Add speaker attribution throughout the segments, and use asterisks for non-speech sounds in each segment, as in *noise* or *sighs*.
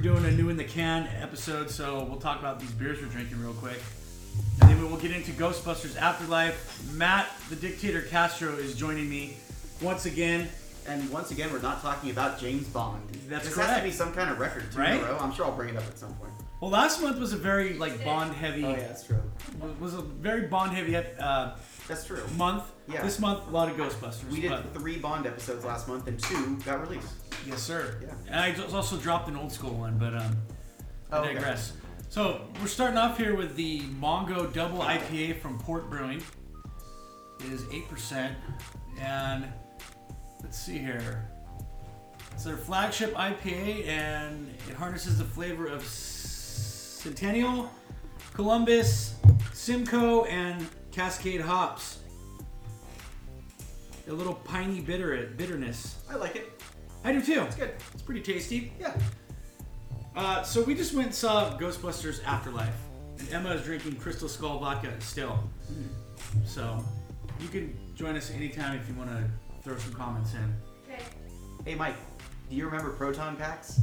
Speaker 1: doing a new in the can episode, so we'll talk about these beers we're drinking real quick. And then we'll get into Ghostbusters Afterlife. Matt, the dictator Castro, is joining me once again.
Speaker 2: And once again, we're not talking about James Bond.
Speaker 1: That's
Speaker 2: this has
Speaker 1: correct.
Speaker 2: to be some kind of record, too,
Speaker 1: Right?
Speaker 2: in a row. I'm sure I'll bring it up at some point.
Speaker 1: Well, last month was a very like Bond heavy,
Speaker 2: that's true.
Speaker 1: was a very Bond heavy uh,
Speaker 2: That's true.
Speaker 1: month.
Speaker 2: Yeah.
Speaker 1: This month, a lot of Ghostbusters.
Speaker 2: We did
Speaker 1: but-
Speaker 2: three Bond episodes last month, and two got released.
Speaker 1: Yes, sir.
Speaker 2: Yeah.
Speaker 1: And I just also dropped an old school one, but um, I
Speaker 2: Oh, okay.
Speaker 1: digress. So we're starting off here with the Mongo Double IPA from Port Brewing. It is eight percent, and let's see here. It's their flagship IPA, and it harnesses the flavor of Centennial, Columbus, Simcoe, and Cascade hops. A little piney bitter bitterness.
Speaker 2: I like it.
Speaker 1: I do too.
Speaker 2: It's good.
Speaker 1: It's pretty tasty.
Speaker 2: Yeah.
Speaker 1: Uh, so we just went and saw Ghostbusters Afterlife, and Emma is drinking Crystal Skull vodka still. So you can join us anytime if you want to throw some comments in.
Speaker 3: Okay.
Speaker 2: Hey, Mike, do you remember proton packs?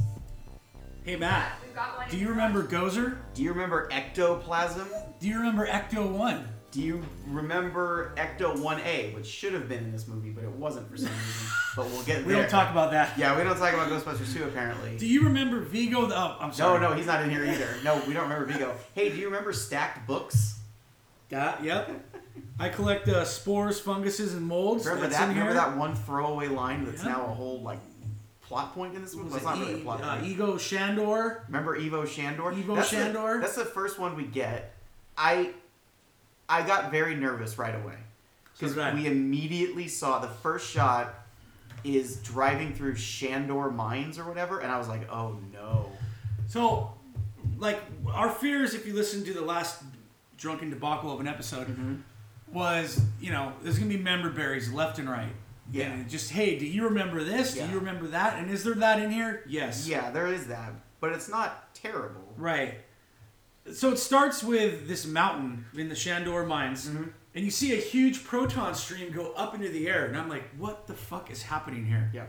Speaker 1: Hey Matt,
Speaker 3: We've got one.
Speaker 1: Ah, do
Speaker 3: in
Speaker 1: you
Speaker 3: the
Speaker 1: remember
Speaker 3: garage.
Speaker 1: Gozer?
Speaker 2: Do you remember ectoplasm?
Speaker 1: Do you remember Ecto One?
Speaker 2: Do you remember Ecto 1A, which should have been in this movie, but it wasn't for some
Speaker 1: *laughs*
Speaker 2: reason? But we'll get
Speaker 1: We
Speaker 2: there.
Speaker 1: don't talk about that.
Speaker 2: Yeah, we don't talk about Ghostbusters 2, apparently.
Speaker 1: Do you remember Vigo? The, oh, I'm
Speaker 2: no,
Speaker 1: sorry.
Speaker 2: no, he's not in here either. No, we don't remember Vigo. Hey, do you remember stacked books?
Speaker 1: That, yep. I collect uh, spores, funguses, and molds.
Speaker 2: Remember
Speaker 1: That's
Speaker 2: that?
Speaker 1: in
Speaker 2: Remember
Speaker 1: here.
Speaker 2: that one throwaway line that's
Speaker 1: Yeah.
Speaker 2: now a whole like plot point in this movie.
Speaker 1: Was
Speaker 2: Well, it's
Speaker 1: it
Speaker 2: not
Speaker 1: E-
Speaker 2: really a plot
Speaker 1: uh,
Speaker 2: point.
Speaker 1: Ego Shandor.
Speaker 2: Remember Evo Shandor?
Speaker 1: Evo
Speaker 2: that's the-
Speaker 1: Shandor?
Speaker 2: that's the first one we get. I I got very nervous right away because
Speaker 1: So did I.
Speaker 2: we immediately saw the first shot is driving through Shandor Mines or whatever, and I was like, oh no.
Speaker 1: So, like, our fears, if you listen to the last drunken debacle of an episode,
Speaker 2: Mm-hmm.
Speaker 1: was, you know, there's going to be member berries left and right.
Speaker 2: Yeah.
Speaker 1: And just, hey, do you remember this?
Speaker 2: Yeah.
Speaker 1: Do you remember that? And is there that in here? Yes.
Speaker 2: Yeah, there is that, but it's not terrible.
Speaker 1: Right. So it starts with this mountain in the Shandor mines,
Speaker 2: Mm-hmm.
Speaker 1: and you see a huge proton stream go up into the air, and I'm like, what the fuck is happening here?
Speaker 2: Yeah.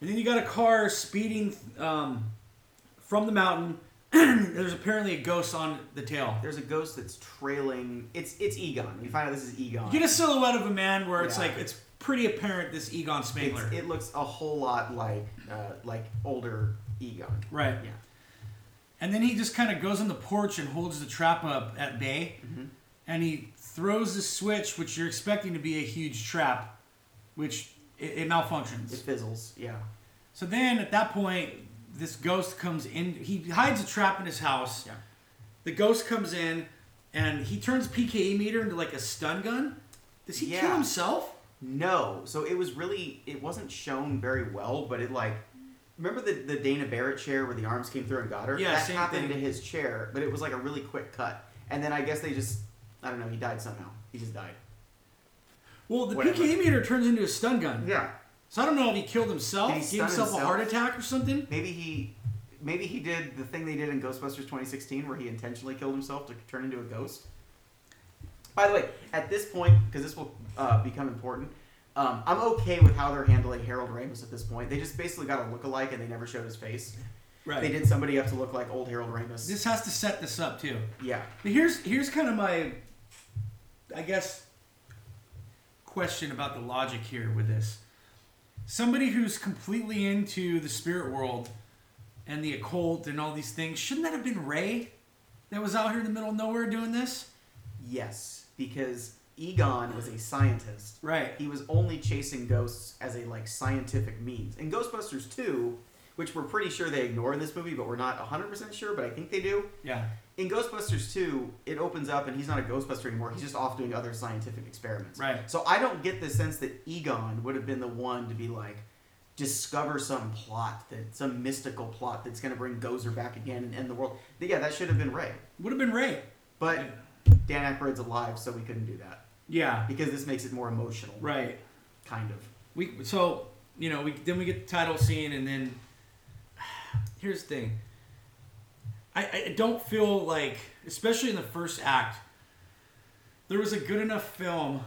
Speaker 1: And then you got a car speeding um, from the mountain. *clears throat* There's apparently a ghost on the tail.
Speaker 2: There's a ghost that's trailing. It's it's Egon. We find out this is Egon.
Speaker 1: You get a silhouette of a man where it's
Speaker 2: Yeah.
Speaker 1: like it's pretty apparent this Egon Spangler.
Speaker 2: It's, it looks a whole lot like uh, like older Egon.
Speaker 1: right.
Speaker 2: Yeah.
Speaker 1: And then he just kind of goes on the porch and holds the trap up at bay.
Speaker 2: Mm-hmm.
Speaker 1: And he throws the switch, which you're expecting to be a huge trap, which it, it malfunctions.
Speaker 2: It fizzles. Yeah.
Speaker 1: so then at that point, this ghost comes in. He hides a trap in his house.
Speaker 2: Yeah.
Speaker 1: The ghost comes in and he turns PKE meter into like a stun gun. Does he kill
Speaker 2: Yeah.
Speaker 1: himself?
Speaker 2: No. So it was really it wasn't shown very well, but it like remember the the Dana Barrett chair where the arms came through and got her?
Speaker 1: Yeah,
Speaker 2: That
Speaker 1: same
Speaker 2: happened
Speaker 1: thing.
Speaker 2: to his chair, but it was like a really quick cut. And then I guess they just I don't know, he died somehow. He just died.
Speaker 1: Well, the
Speaker 2: Whatever.
Speaker 1: PKE meter turns into a stun gun.
Speaker 2: Yeah.
Speaker 1: So I don't know if he killed himself,
Speaker 2: Did he
Speaker 1: gave
Speaker 2: stun
Speaker 1: himself, a
Speaker 2: himself?
Speaker 1: heart attack or something.
Speaker 2: Maybe he maybe he did the thing they did in Ghostbusters 2016 where he intentionally killed himself to turn into a ghost. By the way, at this point, because this will uh, become important, um, I'm okay with how they're handling Harold Ramis at this point. They just basically got a look-alike and they never showed his face. They did somebody up to look like old Harold Ramis.
Speaker 1: This has to set this up too.
Speaker 2: yeah.
Speaker 1: But here's here's kind of my, I guess, question about the logic here with this. Somebody who's completely into the spirit world and the occult and all these things, shouldn't that have been Ray that was out here in the middle of nowhere doing this?
Speaker 2: Yes, because Egon was a scientist.
Speaker 1: Right.
Speaker 2: He was only chasing ghosts as a like scientific means. In Ghostbusters 2, which we're pretty sure they ignore in this movie, but we're not 100% sure, but I think they do.
Speaker 1: Yeah.
Speaker 2: In Ghostbusters 2, it opens up and he's not a Ghostbuster anymore. He's just off doing other scientific experiments.
Speaker 1: Right.
Speaker 2: So I don't get the sense that Egon would have been the one to be like, discover some plot, that some mystical plot that's going to bring Gozer back again and end the world. But yeah, that should have been Ray.
Speaker 1: Would have been Ray.
Speaker 2: But Dan Aykroyd's alive, so we couldn't do that.
Speaker 1: Yeah.
Speaker 2: Because this makes it more emotional.
Speaker 1: Right.
Speaker 2: Kind of.
Speaker 1: We so you know we then we get the title scene and then *sighs* here's the thing. I, I don't feel like especially in the first act there was a good enough film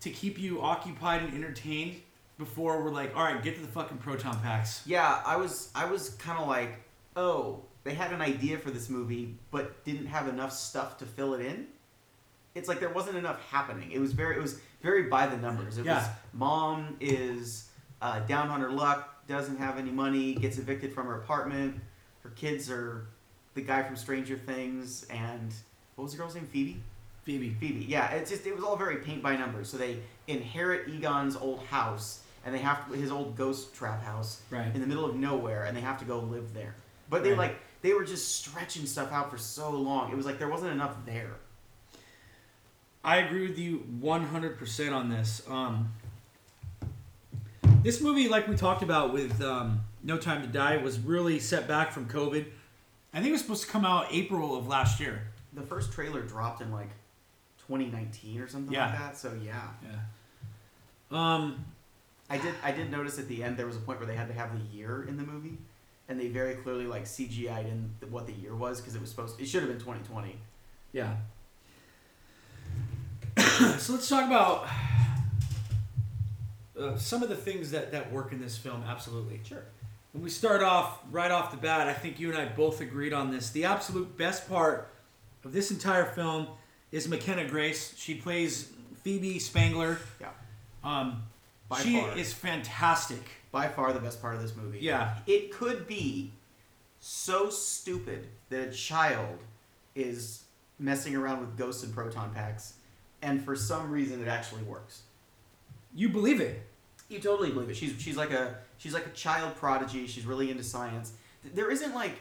Speaker 1: to keep you occupied and entertained before we're like all right get to the fucking proton packs.
Speaker 2: Yeah, I was I was kind of like oh, they had an idea for this movie, but didn't have enough stuff to fill it in. It's like there wasn't enough happening. It was very, it was very by the numbers. It was
Speaker 1: Yeah.
Speaker 2: mom is uh, down on her luck, doesn't have any money, gets evicted from her apartment. Her kids are the guy from Stranger Things and what was the girl's name? Phoebe.
Speaker 1: Phoebe.
Speaker 2: Phoebe. Yeah, it's just it was all very paint by numbers. So they inherit Egon's old house, and they have to, his old ghost trap house
Speaker 1: Right.
Speaker 2: in the middle of nowhere, and they have to go live there. But they
Speaker 1: Right.
Speaker 2: like they were just stretching stuff out for so long. It was like there wasn't enough there.
Speaker 1: I agree with you 100% on this. Um, this movie, like we talked about with um, No Time to Die, was really set back from COVID. I think it was supposed to come out April of last year.
Speaker 2: The first trailer dropped in like 2019 or something
Speaker 1: Yeah.
Speaker 2: like that. So yeah,
Speaker 1: Yeah. Um,
Speaker 2: I did I did notice at the end there was a point where they had to have the year in the movie, and they very clearly like CGI'd in th- what the year was because it was supposed it should have been 2020.
Speaker 1: yeah. *coughs* so let's talk about uh, some of the things that, that work in this film, absolutely.
Speaker 2: Sure.
Speaker 1: When we start off right off the bat, I think you and I both agreed on this. The absolute best part of this entire film is McKenna Grace. She plays Phoebe Spangler.
Speaker 2: Yeah.
Speaker 1: Um,
Speaker 2: By
Speaker 1: she
Speaker 2: far.
Speaker 1: is fantastic.
Speaker 2: By far the best part of this movie.
Speaker 1: Yeah.
Speaker 2: It could be so stupid that a child is messing around with ghosts and proton packs, and for some reason it actually works.
Speaker 1: You believe it.
Speaker 2: You totally believe it. She's she's like a she's like a child prodigy. She's really into science. Th- There isn't like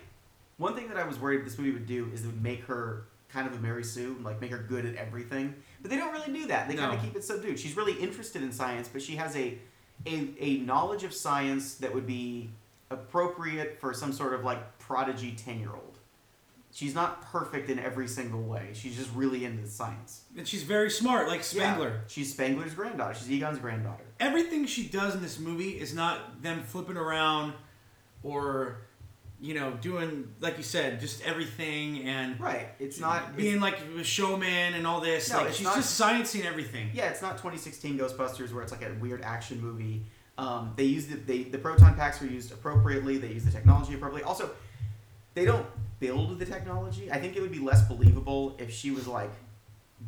Speaker 2: one thing that I was worried this movie would do is it would make her kind of a Mary Sue, like make her good at everything. But they don't really do that. They kind
Speaker 1: No.
Speaker 2: of keep it subdued. She's really interested in science, but she has a a, a knowledge of science that would be appropriate for some sort of like prodigy ten year old. She's not perfect in every single way. She's just really into science.
Speaker 1: And she's very smart, like
Speaker 2: Yeah.
Speaker 1: Spangler.
Speaker 2: She's Spangler's granddaughter. She's Egon's granddaughter.
Speaker 1: everything she does in this movie is not them flipping around or you know doing like you said just everything and
Speaker 2: Right. It's not
Speaker 1: being like a showman and all this
Speaker 2: No,
Speaker 1: like
Speaker 2: it's
Speaker 1: she's
Speaker 2: not-
Speaker 1: just sciencing everything
Speaker 2: Yeah, it's not 2016 Ghostbusters where it's like a weird action movie. Um, they used the, they, the proton packs were used appropriately. They used the technology appropriately. Also, they don't build the technology. I think it would be less believable if she was like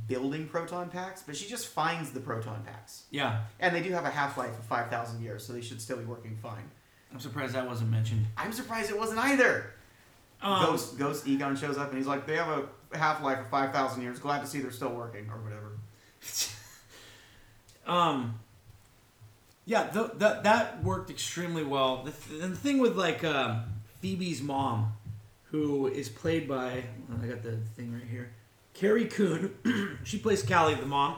Speaker 2: building proton packs, but she just finds the proton packs.
Speaker 1: yeah
Speaker 2: And they do have a half life of 5,000 years, so they should still be working fine.
Speaker 1: i'm surprised that wasn't mentioned
Speaker 2: I'm surprised it wasn't either.
Speaker 1: um,
Speaker 2: Ghost Ghost Egon shows up and he's like, they have a half life of 5,000 years. Glad to see they're still working or whatever.
Speaker 1: um yeah th- th- that worked extremely well the, th- and the thing with like um, phoebe's mom who is played by oh, i got the thing right here carrie coon *clears throat* she plays callie the mom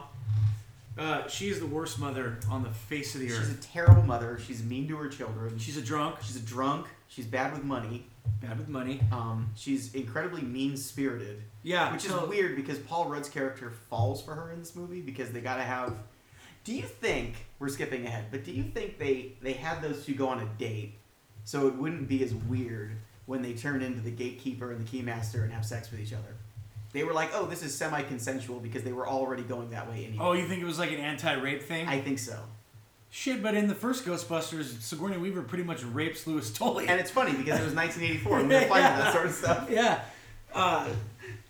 Speaker 1: uh, she is the worst mother on the face of the
Speaker 2: She's a
Speaker 1: earth
Speaker 2: terrible mother. She's mean to her children.
Speaker 1: she's a drunk
Speaker 2: She's a drunk. She's bad with money.
Speaker 1: bad with money
Speaker 2: Um, she's incredibly mean spirited,
Speaker 1: yeah
Speaker 2: which is
Speaker 1: so-
Speaker 2: weird because Paul Rudd's character falls for her in this movie because they gotta have. Do you think we're skipping ahead? But do you think they they had those two go on a date, so it wouldn't be as weird when they turn into the gatekeeper and the keymaster and have sex with each other? They were like, oh, this is semi consensual because they were already going that way anyway.
Speaker 1: oh you think it was like an anti-rape thing
Speaker 2: I think so.
Speaker 1: shit but in the first ghostbusters sigourney weaver pretty much rapes louis Tully.
Speaker 2: And it's funny because
Speaker 1: *laughs*
Speaker 2: it was 1984 and we were fighting that sort of stuff.
Speaker 1: yeah uh,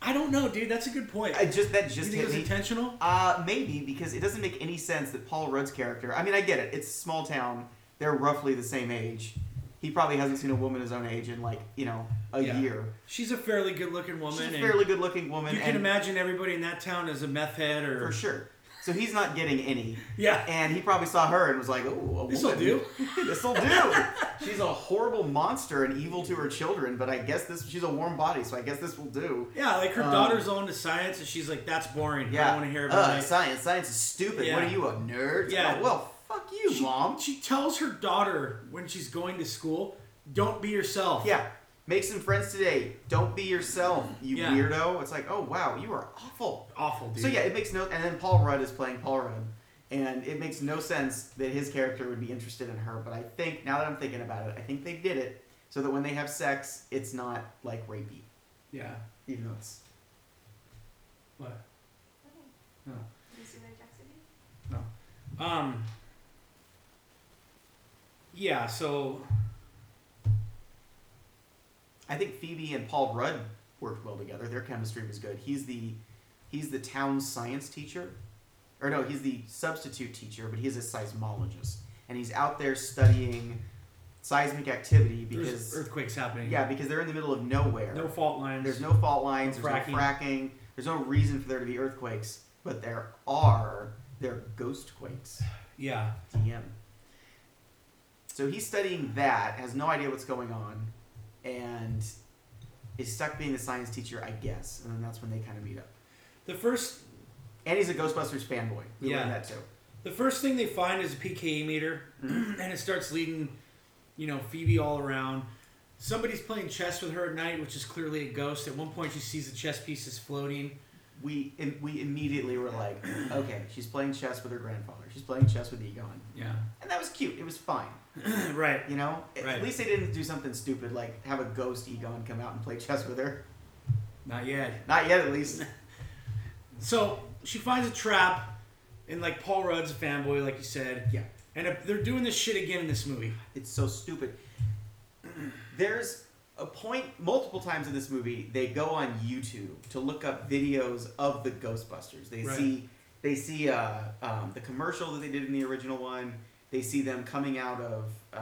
Speaker 1: i don't know dude that's a good point
Speaker 2: I just that
Speaker 1: You
Speaker 2: just
Speaker 1: think it
Speaker 2: hit
Speaker 1: was
Speaker 2: me.
Speaker 1: intentional?
Speaker 2: Uh, maybe because it doesn't make any sense that Paul Rudd's character. I mean, I get it. It's a small town. They're roughly the same age. He probably hasn't seen a woman his own age in like you know a
Speaker 1: Yeah.
Speaker 2: year.
Speaker 1: She's a fairly good-looking woman.
Speaker 2: She's a
Speaker 1: and
Speaker 2: fairly good-looking woman,
Speaker 1: you can
Speaker 2: and
Speaker 1: imagine everybody in that town is a meth head or
Speaker 2: for sure. So he's not getting any,
Speaker 1: yeah.
Speaker 2: and he probably saw her and was like, "Oh,
Speaker 1: This'll do."
Speaker 2: *laughs* this'll do." She's a horrible monster and evil to her children, but I guess this. She's a warm body, so I guess this will do.
Speaker 1: Yeah, like her
Speaker 2: Um,
Speaker 1: daughter's on to science, and she's like, "That's boring. I
Speaker 2: Yeah.
Speaker 1: don't want to hear
Speaker 2: uh,
Speaker 1: about it."
Speaker 2: science. Science is stupid. What
Speaker 1: Yeah.
Speaker 2: are you a nerd?
Speaker 1: Yeah.
Speaker 2: Oh, well, fuck you, mom.
Speaker 1: She tells her daughter when she's going to school, "Don't be yourself."
Speaker 2: Yeah. Make some friends today. Don't be yourself, you
Speaker 1: Yeah.
Speaker 2: weirdo. It's like, oh wow, you are awful.
Speaker 1: awful dude.
Speaker 2: So yeah, it makes no. And then Paul Rudd is playing Paul Rudd, and it makes no sense that his character would be interested in her. But I think now that I'm thinking about it, I think they did it so that when they have sex, it's not like rapey,
Speaker 1: yeah.
Speaker 2: even though it's.
Speaker 1: What?
Speaker 3: Okay.
Speaker 1: No.
Speaker 3: Did you see that Jackson?
Speaker 1: Um. Yeah. So
Speaker 2: I think Phoebe and Paul Rudd worked well together. Their chemistry was good. He's the he's the town science teacher, or no, he's the substitute teacher, but he's a seismologist, and he's out there studying seismic activity
Speaker 1: There's
Speaker 2: because
Speaker 1: earthquakes happening.
Speaker 2: yeah, because they're in the middle of nowhere.
Speaker 4: No fault lines.
Speaker 2: There's no fault lines. There's
Speaker 4: Fracking.
Speaker 2: no fracking. There's no reason for there to be earthquakes, but there are. They're ghost quakes.
Speaker 1: Yeah.
Speaker 2: DM. So he's studying that, has no idea what's going on, and is stuck being the science teacher, I guess. And then that's when they kind of meet up.
Speaker 1: The first
Speaker 2: And he's a Ghostbusters fanboy. We
Speaker 1: Yeah.
Speaker 2: learned that too.
Speaker 1: the first thing they find is a PKE meter, and it starts leading, you know, Phoebe all around. Somebody's playing chess with her at night, which is clearly a ghost. At one point, she sees the chess pieces floating.
Speaker 2: We im- we immediately were like, okay, she's playing chess with her grandfather. She's playing chess with Egon,
Speaker 1: Yeah.
Speaker 2: and that was cute. It was fine,
Speaker 1: *clears throat* right.
Speaker 2: you know. At-
Speaker 1: Right.
Speaker 2: At least they didn't do something stupid like have a ghost Egon come out and play chess with her.
Speaker 1: Not yet.
Speaker 2: Not yet, at least.
Speaker 1: So she finds a trap, and like Paul Rudd's a fanboy, like you said.
Speaker 2: Yeah.
Speaker 1: And if they're doing this shit again in this movie.
Speaker 2: It's so stupid. *clears throat* There's a point multiple times in this movie they go on YouTube to look up videos of the Ghostbusters. They
Speaker 1: Right.
Speaker 2: see they see uh, um, the commercial that they did in the original one. They see them coming out of uh,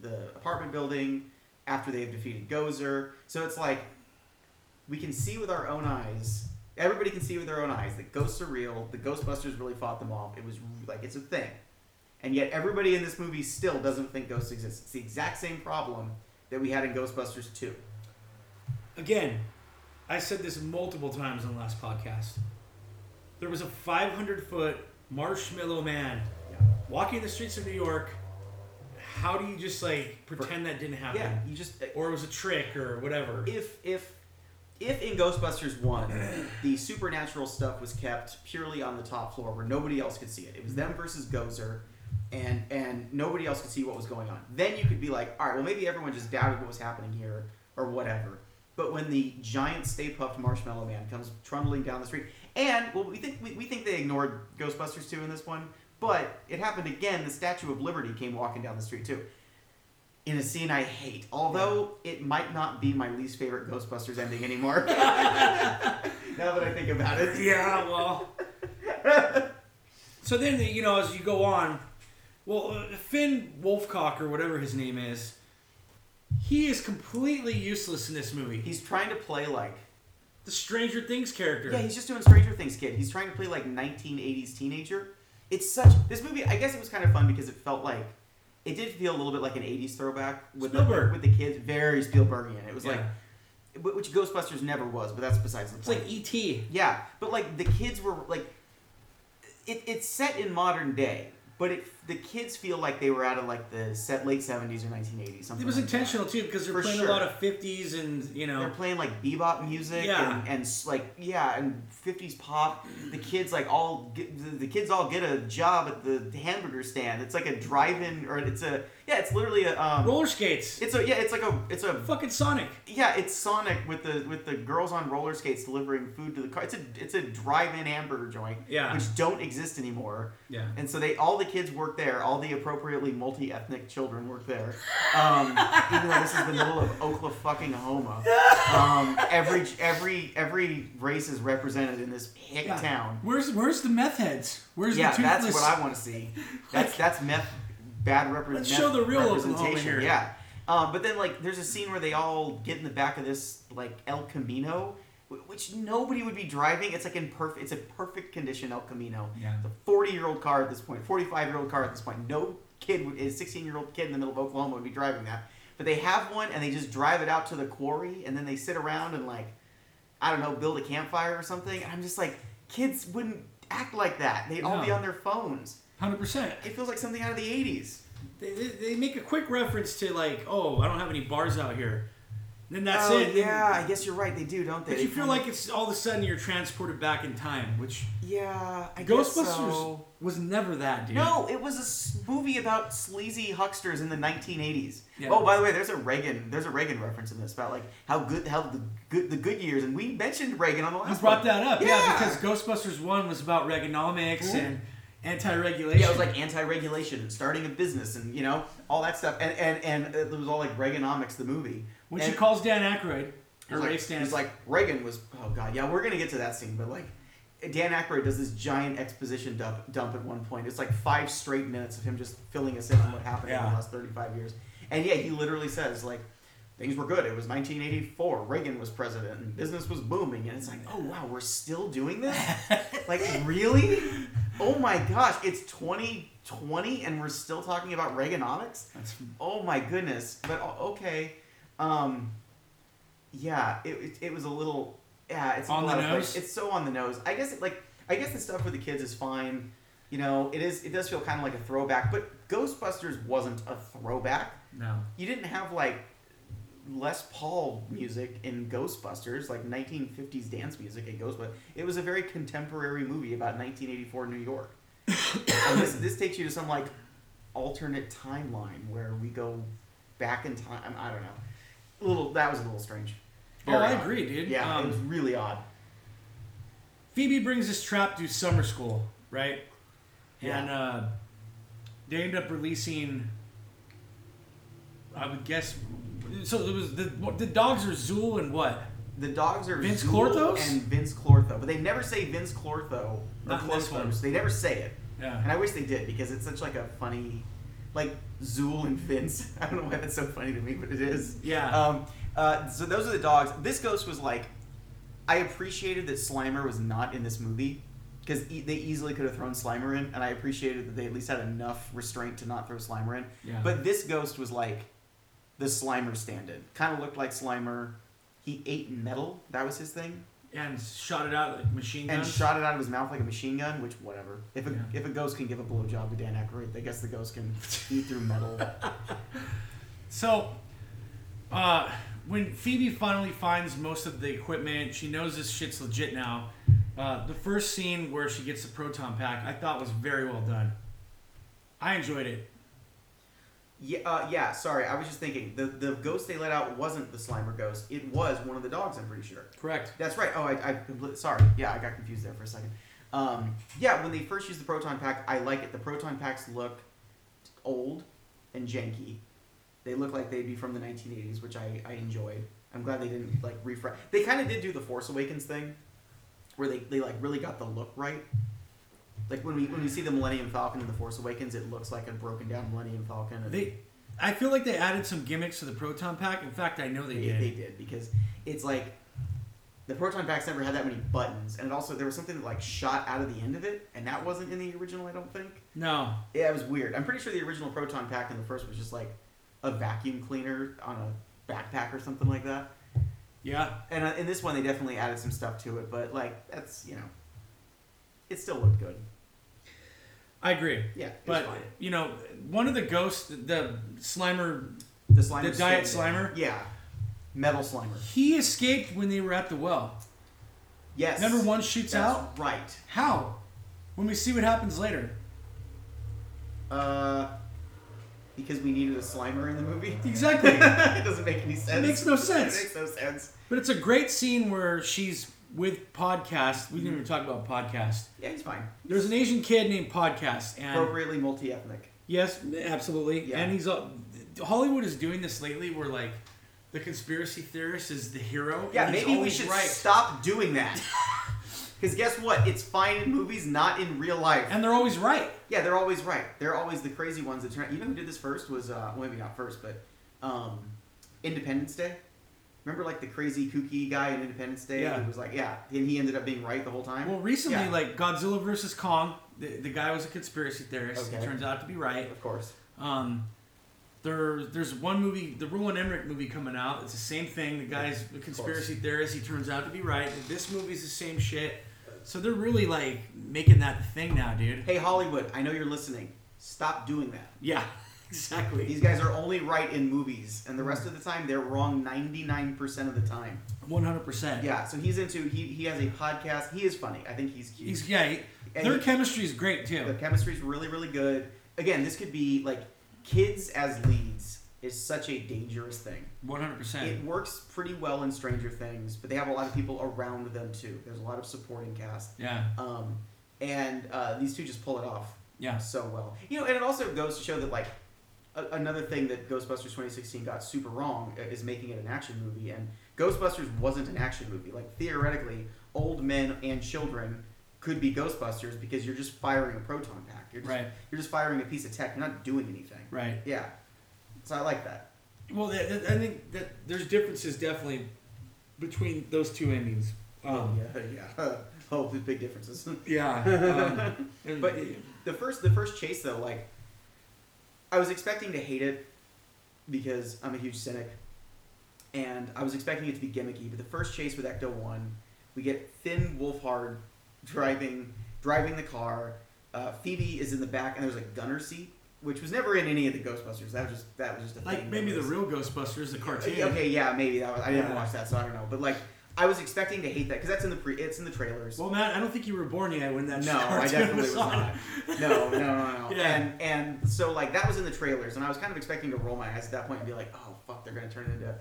Speaker 2: the apartment building after they have defeated Gozer. So it's like we can see with our own eyes. Everybody can see with their own eyes that ghosts are real. The Ghostbusters really fought them off. It was like it's a thing. And yet everybody in this movie still doesn't think ghosts exist. It's the exact same problem that we had in Ghostbusters 2.
Speaker 1: Again, I said this multiple times on the last podcast. There was a 500 foot marshmallow man
Speaker 2: Yeah.
Speaker 1: walking the streets of New York. How do you just like pretend that didn't happen?
Speaker 2: Yeah, you just uh,
Speaker 1: Or it was a trick or whatever.
Speaker 2: if if if in Ghostbusters 1 the supernatural stuff was kept purely on the top floor where nobody else could see it. It was them versus Gozer and and nobody else could see what was going on. Then you could be like, "All right, well maybe everyone just doubted what was happening here or whatever." But when the giant Stay Puffed Marshmallow Man comes trundling down the street, and well, we think we, we think they ignored Ghostbusters 2 in this one, but it happened again. The Statue of Liberty came walking down the street too in a scene I hate. Although it might not be my least favorite Ghostbusters ending anymore. *laughs* now that I think about it.
Speaker 1: Yeah, well. so then, you know, as you go on, well, uh, Finn Wolfcock or whatever his name is, he is completely useless in this movie. He's
Speaker 2: He's trying to play like
Speaker 1: the Stranger Things character.
Speaker 2: Yeah, he's just doing Stranger Things kid. He's trying to play like 1980s teenager. It's such this movie, I guess it was kind of fun because it felt like it did feel a little bit like an 80s throwback with the
Speaker 1: Spielberg.
Speaker 2: with the kids, very Spielbergian. It was
Speaker 1: Yeah.
Speaker 2: like which Ghostbusters never was, but that's besides the
Speaker 1: It's
Speaker 2: point.
Speaker 1: like E E.T.
Speaker 2: Yeah, but like the kids were like, it, it's set in modern day, but it the kids feel like they were out of like the set late seventies or nineteen eighties. Something.
Speaker 1: It was
Speaker 2: like that.
Speaker 1: intentional, too, because they're
Speaker 2: For
Speaker 1: playing
Speaker 2: sure.
Speaker 1: a lot of 50s and, you know.
Speaker 2: They're playing like bebop music
Speaker 1: Yeah.
Speaker 2: and, and s- like yeah and fifties pop. The kids like all get, the, the kids all get a job at the hamburger stand. It's like a drive-in or it's a yeah it's literally a um,
Speaker 1: roller skates.
Speaker 2: it's a yeah it's like a it's a
Speaker 1: Fucking Sonic.
Speaker 2: Yeah, it's Sonic with the with the girls on roller skates delivering food to the car. It's a it's a drive-in hamburger joint,
Speaker 1: Yeah.
Speaker 2: which don't exist anymore.
Speaker 1: Yeah.
Speaker 2: And so they all the kids work there. All the appropriately multi-ethnic children work there. Um, even though this is the middle of Oklahoma, fucking Homa, um, every every every race is represented in this hick
Speaker 1: Yeah.
Speaker 2: town.
Speaker 1: Where's where's the meth heads? Where's
Speaker 2: Yeah,
Speaker 1: the
Speaker 2: that's
Speaker 1: toothless?
Speaker 2: what I want to see.
Speaker 1: *laughs*
Speaker 2: That's that's meth bad repre-
Speaker 1: Let's
Speaker 2: meth
Speaker 1: show the real Oklahoma here.
Speaker 2: representation. Yeah. Um, but then like there's a scene where they all get in the back of this like El Camino, wh- which nobody would be driving. It's like in perfect. It's a perfect condition El Camino.
Speaker 1: Yeah.
Speaker 2: It's a 40 year old car at this point. 45 year old car at this point. No kid, would, a 16 year old kid in the middle of Oklahoma would be driving that. But they have one and they just drive it out to the quarry and then they sit around and like I don't know, build a campfire or something. And I'm just like, kids wouldn't act like that. They'd all be
Speaker 1: No.
Speaker 2: on their phones.
Speaker 1: Hundred percent.
Speaker 2: It feels like something out of the 80s.
Speaker 1: They, they, they make a quick reference to like, oh, I don't have any bars out here. And then that's
Speaker 2: oh,
Speaker 1: it.
Speaker 2: Yeah, I guess you're right. They do, don't they?
Speaker 1: But you
Speaker 2: They
Speaker 1: feel
Speaker 2: kinda-
Speaker 1: like it's all of a sudden you're transported back in time, which
Speaker 2: yeah, I guess
Speaker 1: Ghostbusters
Speaker 2: so.
Speaker 1: was never that, dude.
Speaker 2: No, it was a s- movie about sleazy hucksters in the 1980s.
Speaker 1: Yeah.
Speaker 2: Oh, by the way, there's a Reagan. There's a Reagan reference in this about like how good, how the good, the good years, and we mentioned Reagan on the last.
Speaker 1: you brought
Speaker 2: one.
Speaker 1: that up, yeah,
Speaker 2: Yeah.
Speaker 1: because Ghostbusters One was about Reaganomics
Speaker 2: Ooh.
Speaker 1: and anti-regulation.
Speaker 2: Yeah, it was like anti-regulation and starting a business and you know all that stuff, and and and it was all like Reaganomics, the movie,
Speaker 1: When she
Speaker 2: And-
Speaker 1: calls Dan Aykroyd, her
Speaker 2: He's like,
Speaker 1: race dance.
Speaker 2: He's like Reagan was. Oh god, yeah, we're gonna get to that scene, but like. Dan Aykroyd does this giant exposition dump, dump at one point. It's like five straight minutes of him just filling us in on what happened in
Speaker 1: Yeah.
Speaker 2: the last 35 years. And yeah, he literally says, like, things were good. It was 1984. Reagan was president and business was booming. And it's like, oh, wow, we're still doing this? like, really? Oh my gosh, it's 2020 and we're still talking about
Speaker 1: *laughs*
Speaker 2: Reaganomics?
Speaker 1: That's-
Speaker 2: Oh my goodness. But o- okay. Um, yeah, it, it, it was a little. Yeah, it's a
Speaker 1: On the
Speaker 2: lot of
Speaker 1: nose?
Speaker 2: place- It's so on the nose. I guess it, like I guess the stuff with the kids is fine. You know, it is. It does feel kind of like a throwback. But Ghostbusters wasn't a throwback.
Speaker 1: no.
Speaker 2: You didn't have like Les Paul music in Ghostbusters, like 1950s dance music in Ghostbusters. It was a very contemporary movie about 1984 New York.
Speaker 1: *laughs*
Speaker 2: and this this takes you to some like alternate timeline where we go back in time. I don't know. A little that was a little strange.
Speaker 1: Oh,
Speaker 2: Very
Speaker 1: I
Speaker 2: odd.
Speaker 1: agree, dude.
Speaker 2: Yeah, it was
Speaker 1: Um,
Speaker 2: really odd.
Speaker 1: Phoebe brings this trap to summer school, right?
Speaker 2: Yeah.
Speaker 1: And uh, they end up releasing. I would guess. So it was the what- the dogs are Zool and what?
Speaker 2: The dogs are
Speaker 1: Vince
Speaker 2: Zool
Speaker 1: Clorthos?
Speaker 2: and Vince Clortho, but they never say Vince Clortho or
Speaker 1: Not in this one.
Speaker 2: Clorthos. They never say it, and
Speaker 1: Yeah.
Speaker 2: I wish they did because it's such like a funny, like Zool and Vince. *laughs* I don't know why that's so funny to me, but it is.
Speaker 1: Yeah.
Speaker 2: Um, uh, so those are the dogs. This ghost was like, I appreciated that Slimer was not in this movie because e- they easily could have thrown Slimer in, and I appreciated that they at least had enough restraint to not throw Slimer in.
Speaker 1: Yeah.
Speaker 2: But this ghost was like the Slimer stand-in. Kind of looked like Slimer. He ate metal. That was his thing,
Speaker 1: and shot it out like machine
Speaker 2: and
Speaker 1: guns.
Speaker 2: shot it out of his mouth like a machine gun. Which, whatever. If a
Speaker 1: Yeah.
Speaker 2: if a ghost can give a blowjob to Dan Aykroyd, I guess the ghost *laughs* can eat through metal.
Speaker 1: So, uh, when Phoebe finally finds most of the equipment, she knows this shit's legit now. Uh, the first scene where she gets the proton pack, I thought was very well done. I enjoyed it.
Speaker 2: Yeah, uh, yeah. Sorry, I was just thinking the the ghost they let out wasn't the Slimer ghost. It was one of the dogs. I'm pretty sure.
Speaker 1: Correct.
Speaker 2: That's right. Oh, I, I completely sorry. Yeah, I got confused there for a second. Um, yeah, when they first used the proton pack, I like it. The proton packs look old and janky. They look like they'd be from the 1980s, which I, I enjoyed. I'm glad they didn't like refresh. They kind of did do the Force Awakens thing, where they, they like really got the look right. Like when we when we see the Millennium Falcon in the Force Awakens, it looks like a broken down Millennium Falcon. and-
Speaker 1: They, I feel like they added some gimmicks to the proton pack. In fact, I know they
Speaker 2: They,
Speaker 1: did.
Speaker 2: they did because it's like the proton packs never had that many buttons, and it also there was something that like shot out of the end of it, and that wasn't in the original. I don't think.
Speaker 1: no,
Speaker 2: Yeah, it was weird. I'm pretty sure the original proton pack in the first was just like a vacuum cleaner on a backpack or something like that.
Speaker 1: yeah,
Speaker 2: And uh, in this one, they definitely added some stuff to it, but like that's you know, it still looked good.
Speaker 1: I agree.
Speaker 2: Yeah, it was
Speaker 1: But
Speaker 2: fine.
Speaker 1: you know, one of the ghosts, the, the Slimer,
Speaker 2: the Slimer,
Speaker 1: the Diet
Speaker 2: stayed there.
Speaker 1: Slimer?
Speaker 2: yeah, metal Slimer.
Speaker 1: he escaped when they were at the well.
Speaker 2: Yes,
Speaker 1: Number one shoots
Speaker 2: that's
Speaker 1: out.
Speaker 2: right.
Speaker 1: How? When we see what happens later.
Speaker 2: Uh, because we needed a Slimer in the movie. *laughs*
Speaker 1: Exactly.
Speaker 2: it doesn't make any sense.
Speaker 1: makes no sense.
Speaker 2: *laughs* It makes no sense.
Speaker 1: But it's a great scene where she's with Podcast. We didn't even talk about Podcast.
Speaker 2: Yeah, he's fine.
Speaker 1: There's an Asian kid named Podcast, and
Speaker 2: Appropriately multi-ethnic.
Speaker 1: yes, absolutely.
Speaker 2: Yeah.
Speaker 1: And he's all, Hollywood is doing this lately, where like the conspiracy theorist is the hero.
Speaker 2: Yeah,
Speaker 1: and he's
Speaker 2: maybe we
Speaker 1: always
Speaker 2: should
Speaker 1: right.
Speaker 2: stop
Speaker 1: *laughs*
Speaker 2: doing that. Because guess what? It's fine in movies, not in real life.
Speaker 1: And they're always right.
Speaker 2: yeah, they're always right. They're always the crazy ones that turn out. You know who did this first was, uh, well, maybe not first, but um, Independence Day. Remember, like the crazy kooky guy in Independence Day
Speaker 1: Yeah.
Speaker 2: who was like, yeah, and he ended up being right the whole time.
Speaker 1: Well, recently,
Speaker 2: Yeah.
Speaker 1: like Godzilla versus Kong, the, the guy was a conspiracy theorist. He
Speaker 2: Okay.
Speaker 1: turns out to be right.
Speaker 2: of course.
Speaker 1: Um, there, there's one movie, the Roland Emmerich movie coming out. It's the same thing. The guy's a conspiracy theorist. He turns out to be right. This movie's the same shit. So they're really like making that the thing now, dude.
Speaker 2: Hey Hollywood, I know you're listening. Stop doing that.
Speaker 1: Yeah, *laughs* exactly.
Speaker 2: These guys are only right in movies, and the rest of the time they're wrong 99% of the time.
Speaker 1: 100%.
Speaker 2: Yeah, so he's into he he has a podcast. He is funny. I think he's cute.
Speaker 1: He's, yeah, he-
Speaker 2: And
Speaker 1: their
Speaker 2: he-
Speaker 1: chemistry is great
Speaker 2: the
Speaker 1: too.
Speaker 2: chemistry's really really good. Again, this could be like kids as leads is such a dangerous thing.
Speaker 1: 100%.
Speaker 2: It works pretty well in Stranger Things, but they have a lot of people around them too. There's a lot of supporting cast.
Speaker 1: Yeah,
Speaker 2: Um and uh, these two just pull it off
Speaker 1: yeah.
Speaker 2: so well. You know, and it also goes to show that like a- another thing that Ghostbusters 2016 got super wrong i- is making it an action movie, and Ghostbusters wasn't an action movie. Like theoretically, old men and children could be Ghostbusters because you're just firing a proton pack. You're just,
Speaker 1: Right.
Speaker 2: You're just firing a piece of tech. You're not doing anything.
Speaker 1: Right.
Speaker 2: Yeah. So I like that.
Speaker 4: Well, that, that, I think that there's differences definitely between those two endings. Um,
Speaker 2: yeah, *laughs* yeah. oh, there's big differences.
Speaker 4: yeah. yeah *laughs* um, and-
Speaker 2: But the first the first chase though, like I was expecting to hate it because I'm a huge cynic, and I was expecting it to be gimmicky. But the first chase with Ecto One, we get Finn Wolfhard driving driving the car. Uh, Phoebe is in the back, and there's a gunner seat, which was never in any of the Ghostbusters. That was just that was just a
Speaker 1: Like
Speaker 2: thing
Speaker 1: maybe
Speaker 2: that
Speaker 1: the
Speaker 2: was-
Speaker 1: real
Speaker 2: Uh,
Speaker 1: Ghostbusters, the cartoon.
Speaker 2: Okay, yeah, maybe that was. I never
Speaker 1: Yeah.
Speaker 2: watched that, so I don't know. But like, I was expecting to hate that because that's in the pre. It's in the trailers.
Speaker 1: Well, Matt, I don't think you were born yet when that *laughs*
Speaker 2: No,
Speaker 1: cartoon
Speaker 2: I definitely was
Speaker 1: on.
Speaker 2: not. No, no, no,
Speaker 1: *laughs*
Speaker 2: no.
Speaker 1: Yeah.
Speaker 2: And and so like that was in the trailers, and I was kind of expecting to roll my eyes at that point and be like, oh fuck, they're gonna turn it into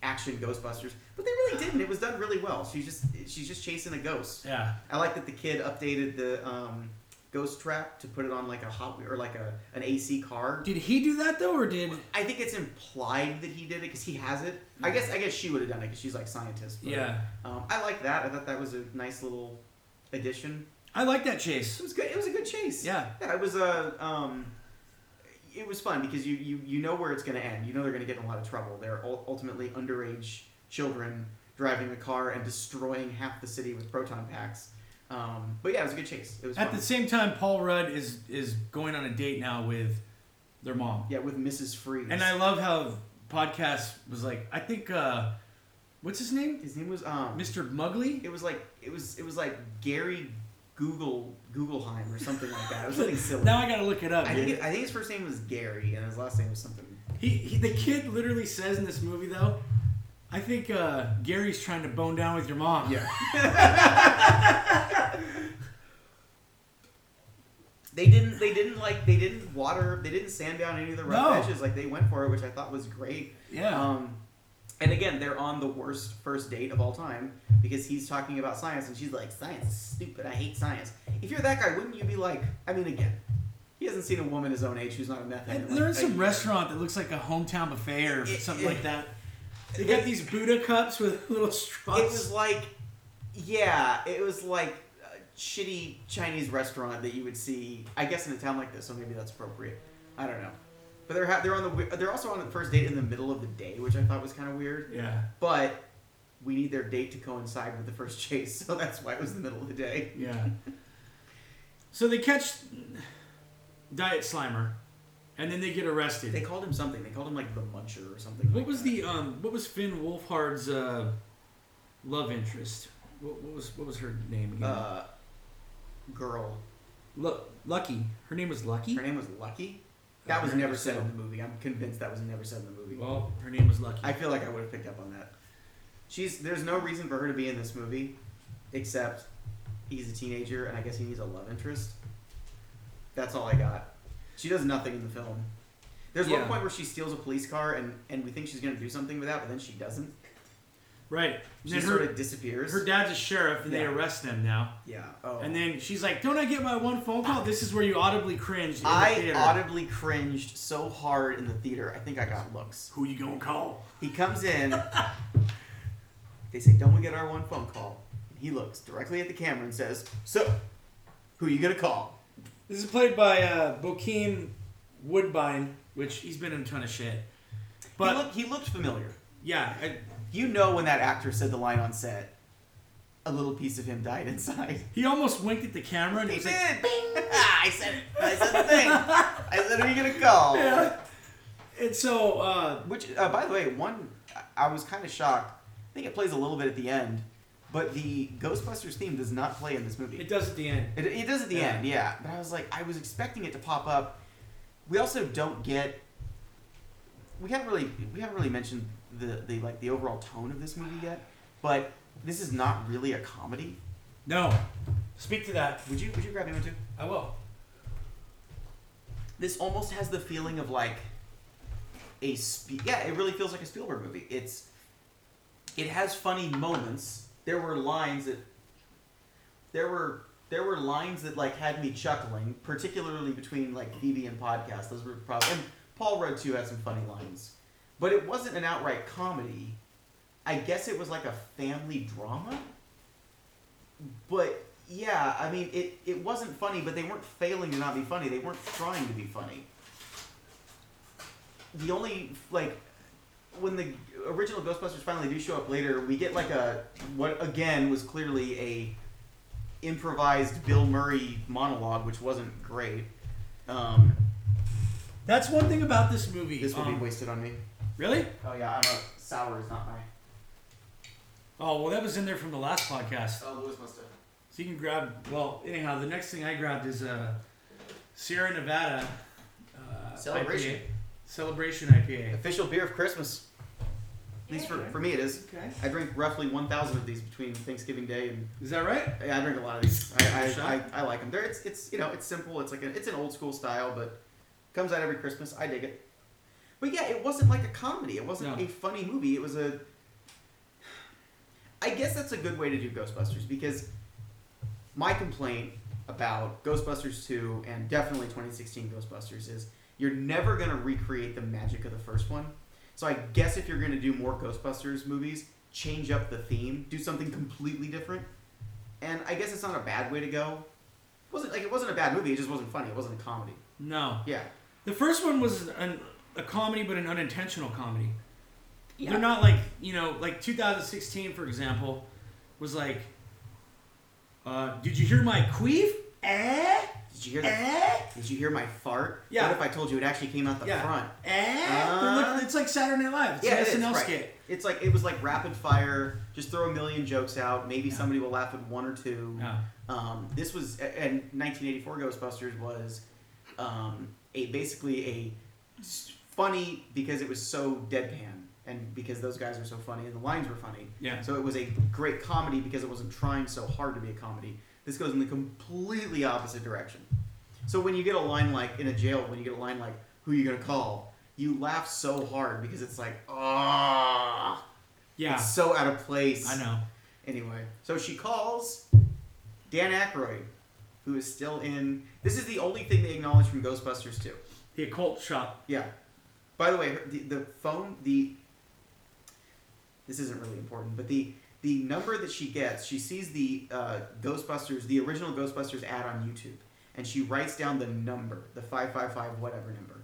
Speaker 2: action Ghostbusters, but they really didn't. It was done really well. She's just she's just chasing a ghost.
Speaker 1: Yeah.
Speaker 2: I like that the kid updated the um, ghost trap to put it on like a hot or like a an AC car.
Speaker 1: Did he do that though, or did?
Speaker 2: I think it's implied that he did it because he has it. I guess I guess she would have done it because she's like scientist. But,
Speaker 1: Yeah.
Speaker 2: Um, I like that. I thought that was a nice little addition.
Speaker 1: I like that chase.
Speaker 2: It was good. It was a good chase.
Speaker 1: Yeah.
Speaker 2: Yeah, it was a. Um, it was fun because you, you you know where it's going to end. You know they're going to get in a lot of trouble. They're ul- ultimately underage children driving a car and destroying half the city with proton packs. Um, but yeah, it was a good chase. It was
Speaker 1: At
Speaker 2: fun.
Speaker 1: the same time, Paul Rudd is is going on a date now with their mom.
Speaker 2: yeah, with Mrs. Freeze.
Speaker 1: And I love how podcast was like, I think uh what's his name?
Speaker 2: his name was um.
Speaker 1: Mr. Muggley?
Speaker 2: It was like it was it was like Gary Google Googleheim or something like that. It was
Speaker 1: *laughs*
Speaker 2: something silly.
Speaker 1: Now I gotta look it up.
Speaker 2: I
Speaker 1: dude.
Speaker 2: think it, I think his first name was Gary and his last name was something.
Speaker 1: he, he the kid literally says in this movie though, I think uh Gary's trying to bone down with your mom.
Speaker 2: Yeah. *laughs* they didn't. They didn't like. They didn't water. They didn't sand down any of the rough
Speaker 1: No.
Speaker 2: edges. Like they went for it, which I thought was great.
Speaker 1: Yeah.
Speaker 2: Um, and again, they're on the worst first date of all time because he's talking about science and she's like, "Science is stupid. I hate science." If you're that guy, wouldn't you be like? I mean, again, he hasn't seen a woman his own age who's not a meth head.
Speaker 1: and
Speaker 2: in,
Speaker 1: they're in
Speaker 2: like, a
Speaker 1: some
Speaker 2: year.
Speaker 1: restaurant that looks like a hometown buffet or
Speaker 2: It-
Speaker 1: something
Speaker 2: it-
Speaker 1: like that. They got these Buddha cups with *laughs* little straws.
Speaker 2: It was like, yeah, it was like a shitty Chinese restaurant that you would see, I guess, in a town like this. So maybe that's appropriate. I don't know. But they're ha- they're on the we- they're also on the first date in the middle of the day, which I thought was kind of weird.
Speaker 1: yeah.
Speaker 2: But we need their date to coincide with the first *laughs* chase, so that's why it was the middle of the day.
Speaker 1: Yeah. so they catch Diet Slimer, and then they get arrested.
Speaker 2: They called him something. They called him like the Muncher or something.
Speaker 1: what
Speaker 2: like
Speaker 1: was
Speaker 2: that.
Speaker 1: the um? What was Finn Wolfhard's uh, love interest? What, what was what was her name again?
Speaker 2: uh, girl?
Speaker 1: Lu- Lucky. Her name was Lucky.
Speaker 2: Her name was Lucky. That was
Speaker 1: Her name
Speaker 2: never
Speaker 1: was
Speaker 2: said
Speaker 1: so-
Speaker 2: in the movie. I'm convinced that was never said in the movie.
Speaker 1: well, her name was Lucky.
Speaker 2: I feel like I would have picked up on that. She's there's no reason for her to be in this movie, except he's a teenager and I guess he needs a love interest. That's all I got. She does nothing in the film. There's
Speaker 1: Yeah.
Speaker 2: one point where she steals a police car and, and we think she's gonna do something with that, but then she doesn't.
Speaker 1: right. And
Speaker 2: She
Speaker 1: then
Speaker 2: sort
Speaker 1: her
Speaker 2: of disappears.
Speaker 1: her dad's a sheriff, and they
Speaker 2: Yeah.
Speaker 1: arrest them now.
Speaker 2: yeah. Oh.
Speaker 1: And then she's like, "Don't I get my one phone call?" This is where you audibly cringed. In the
Speaker 2: I
Speaker 1: theater.
Speaker 2: audibly cringed so hard in the theater. I think I got looks.
Speaker 1: Who you gonna call?
Speaker 2: He comes in. *laughs* they say, "Don't we get our one phone call?" And he looks directly at the camera and says, "So, who you gonna call?"
Speaker 4: this is played by uh, Bokeem Woodbine.
Speaker 1: Which he's been in a ton of shit.
Speaker 2: But
Speaker 1: But
Speaker 2: he, look, he looked familiar.
Speaker 1: yeah, I,
Speaker 2: You know when that actor said the line on set, a little piece of him died inside.
Speaker 1: he almost winked at the camera and *laughs* he
Speaker 2: He
Speaker 1: was
Speaker 2: did.
Speaker 1: like,
Speaker 2: Ah, *laughs* I said it. I said the thing. I said, "Who you gonna call?"
Speaker 1: And so, uh,
Speaker 2: Which, uh, by the way, one I- I was kind of shocked. I think it plays a little bit at the end, but the Ghostbusters theme does not play in this movie.
Speaker 4: It does at the end.
Speaker 2: It, it does at the
Speaker 1: Yeah.
Speaker 2: end, yeah. But I was like, I was expecting it to pop up. We also don't get. We haven't really we haven't really mentioned the, the like the overall tone of this movie yet, but this is not really a comedy.
Speaker 1: no. Speak to that.
Speaker 2: Would you would you grab me one too?
Speaker 4: I will.
Speaker 2: This almost has the feeling of like a spe- yeah, it really feels like a Spielberg movie. It's it has funny moments. There were lines that there were there were lines that like had me chuckling, particularly between like Phoebe and podcast. Those were probably and Paul Rudd too had some funny lines, but it wasn't an outright comedy. I guess it was like a family drama. But yeah, I mean, it it wasn't funny, but they weren't failing to not be funny. They weren't trying to be funny. The only like when the original Ghostbusters finally do show up later, we get like a what again was clearly a improvised Bill Murray monologue, which wasn't great. Um,
Speaker 1: That's one thing about this movie.
Speaker 2: this will be
Speaker 1: um,
Speaker 2: wasted on me.
Speaker 1: really?
Speaker 2: Oh yeah, I'm a sour is not my.
Speaker 1: Oh well, that was in there from the last podcast.
Speaker 2: Oh, Louis must have.
Speaker 1: So you can grab. Well, anyhow, the next thing I grabbed is uh, Sierra Nevada uh,
Speaker 2: Celebration.
Speaker 1: IPA. Celebration IPA.
Speaker 2: Official beer of Christmas. At least for, for me it is.
Speaker 1: Okay.
Speaker 2: I drink roughly 1,000 of these between Thanksgiving Day and
Speaker 1: Is that right?
Speaker 2: yeah, I drink a lot of these. I
Speaker 1: Sure.
Speaker 2: I, I, I like them. They're, it's it's you know it's simple. It's like an, it's an old school style, but comes out every Christmas. I dig it. But yeah, it wasn't like a comedy. It wasn't
Speaker 1: No.
Speaker 2: a funny movie. It was a. I guess that's a good way to do Ghostbusters because my complaint about Ghostbusters 2 and definitely 2016 Ghostbusters is you're never going to recreate the magic of the first one. So I guess if you're going to do more Ghostbusters movies, change up the theme, do something completely different. And I guess it's not a bad way to go. It wasn't like it wasn't a bad movie, it just wasn't funny. It wasn't a comedy.
Speaker 1: No.
Speaker 2: Yeah.
Speaker 1: The first one was an, a comedy, but an unintentional comedy. They're not like you know, like 2016, for example, was like, uh, did you hear my queef? Eh?
Speaker 2: Did you hear that?
Speaker 1: Eh?
Speaker 2: Did you hear my fart?
Speaker 1: Yeah.
Speaker 2: What if I told you it actually came out the
Speaker 1: Yeah.
Speaker 2: front?
Speaker 1: Eh?
Speaker 2: Uh,
Speaker 1: They're looking- it's like Saturday Night Live. It's
Speaker 2: Yeah,
Speaker 1: an
Speaker 2: it is,
Speaker 1: SNL
Speaker 2: right.
Speaker 1: skit.
Speaker 2: It's like it was like rapid fire. Just throw a million jokes out. Maybe
Speaker 1: Yeah.
Speaker 2: somebody will laugh at one or two.
Speaker 1: Yeah.
Speaker 2: Um, this was and 1984 Ghostbusters was um, a basically a s- funny because it was so deadpan and because those guys are so funny and the lines were funny.
Speaker 1: Yeah.
Speaker 2: So it was a great comedy because it wasn't trying so hard to be a comedy. This goes in the completely opposite direction. So when you get a line like in a jail, when you get a line like "Who you gonna call?" you laugh so hard because it's like ah,
Speaker 1: Yeah.
Speaker 2: it's so out of place.
Speaker 1: I know.
Speaker 2: Anyway, so she calls Dan Aykroyd, who is still in. This is the only thing they acknowledge from Ghostbusters 2.
Speaker 1: The occult shop.
Speaker 2: Yeah. By the way, her- the, the phone, the. This isn't really important, but the the number that she gets, she sees the uh, Ghostbusters, the original Ghostbusters ad on YouTube, and she writes down the number, the five five five whatever number,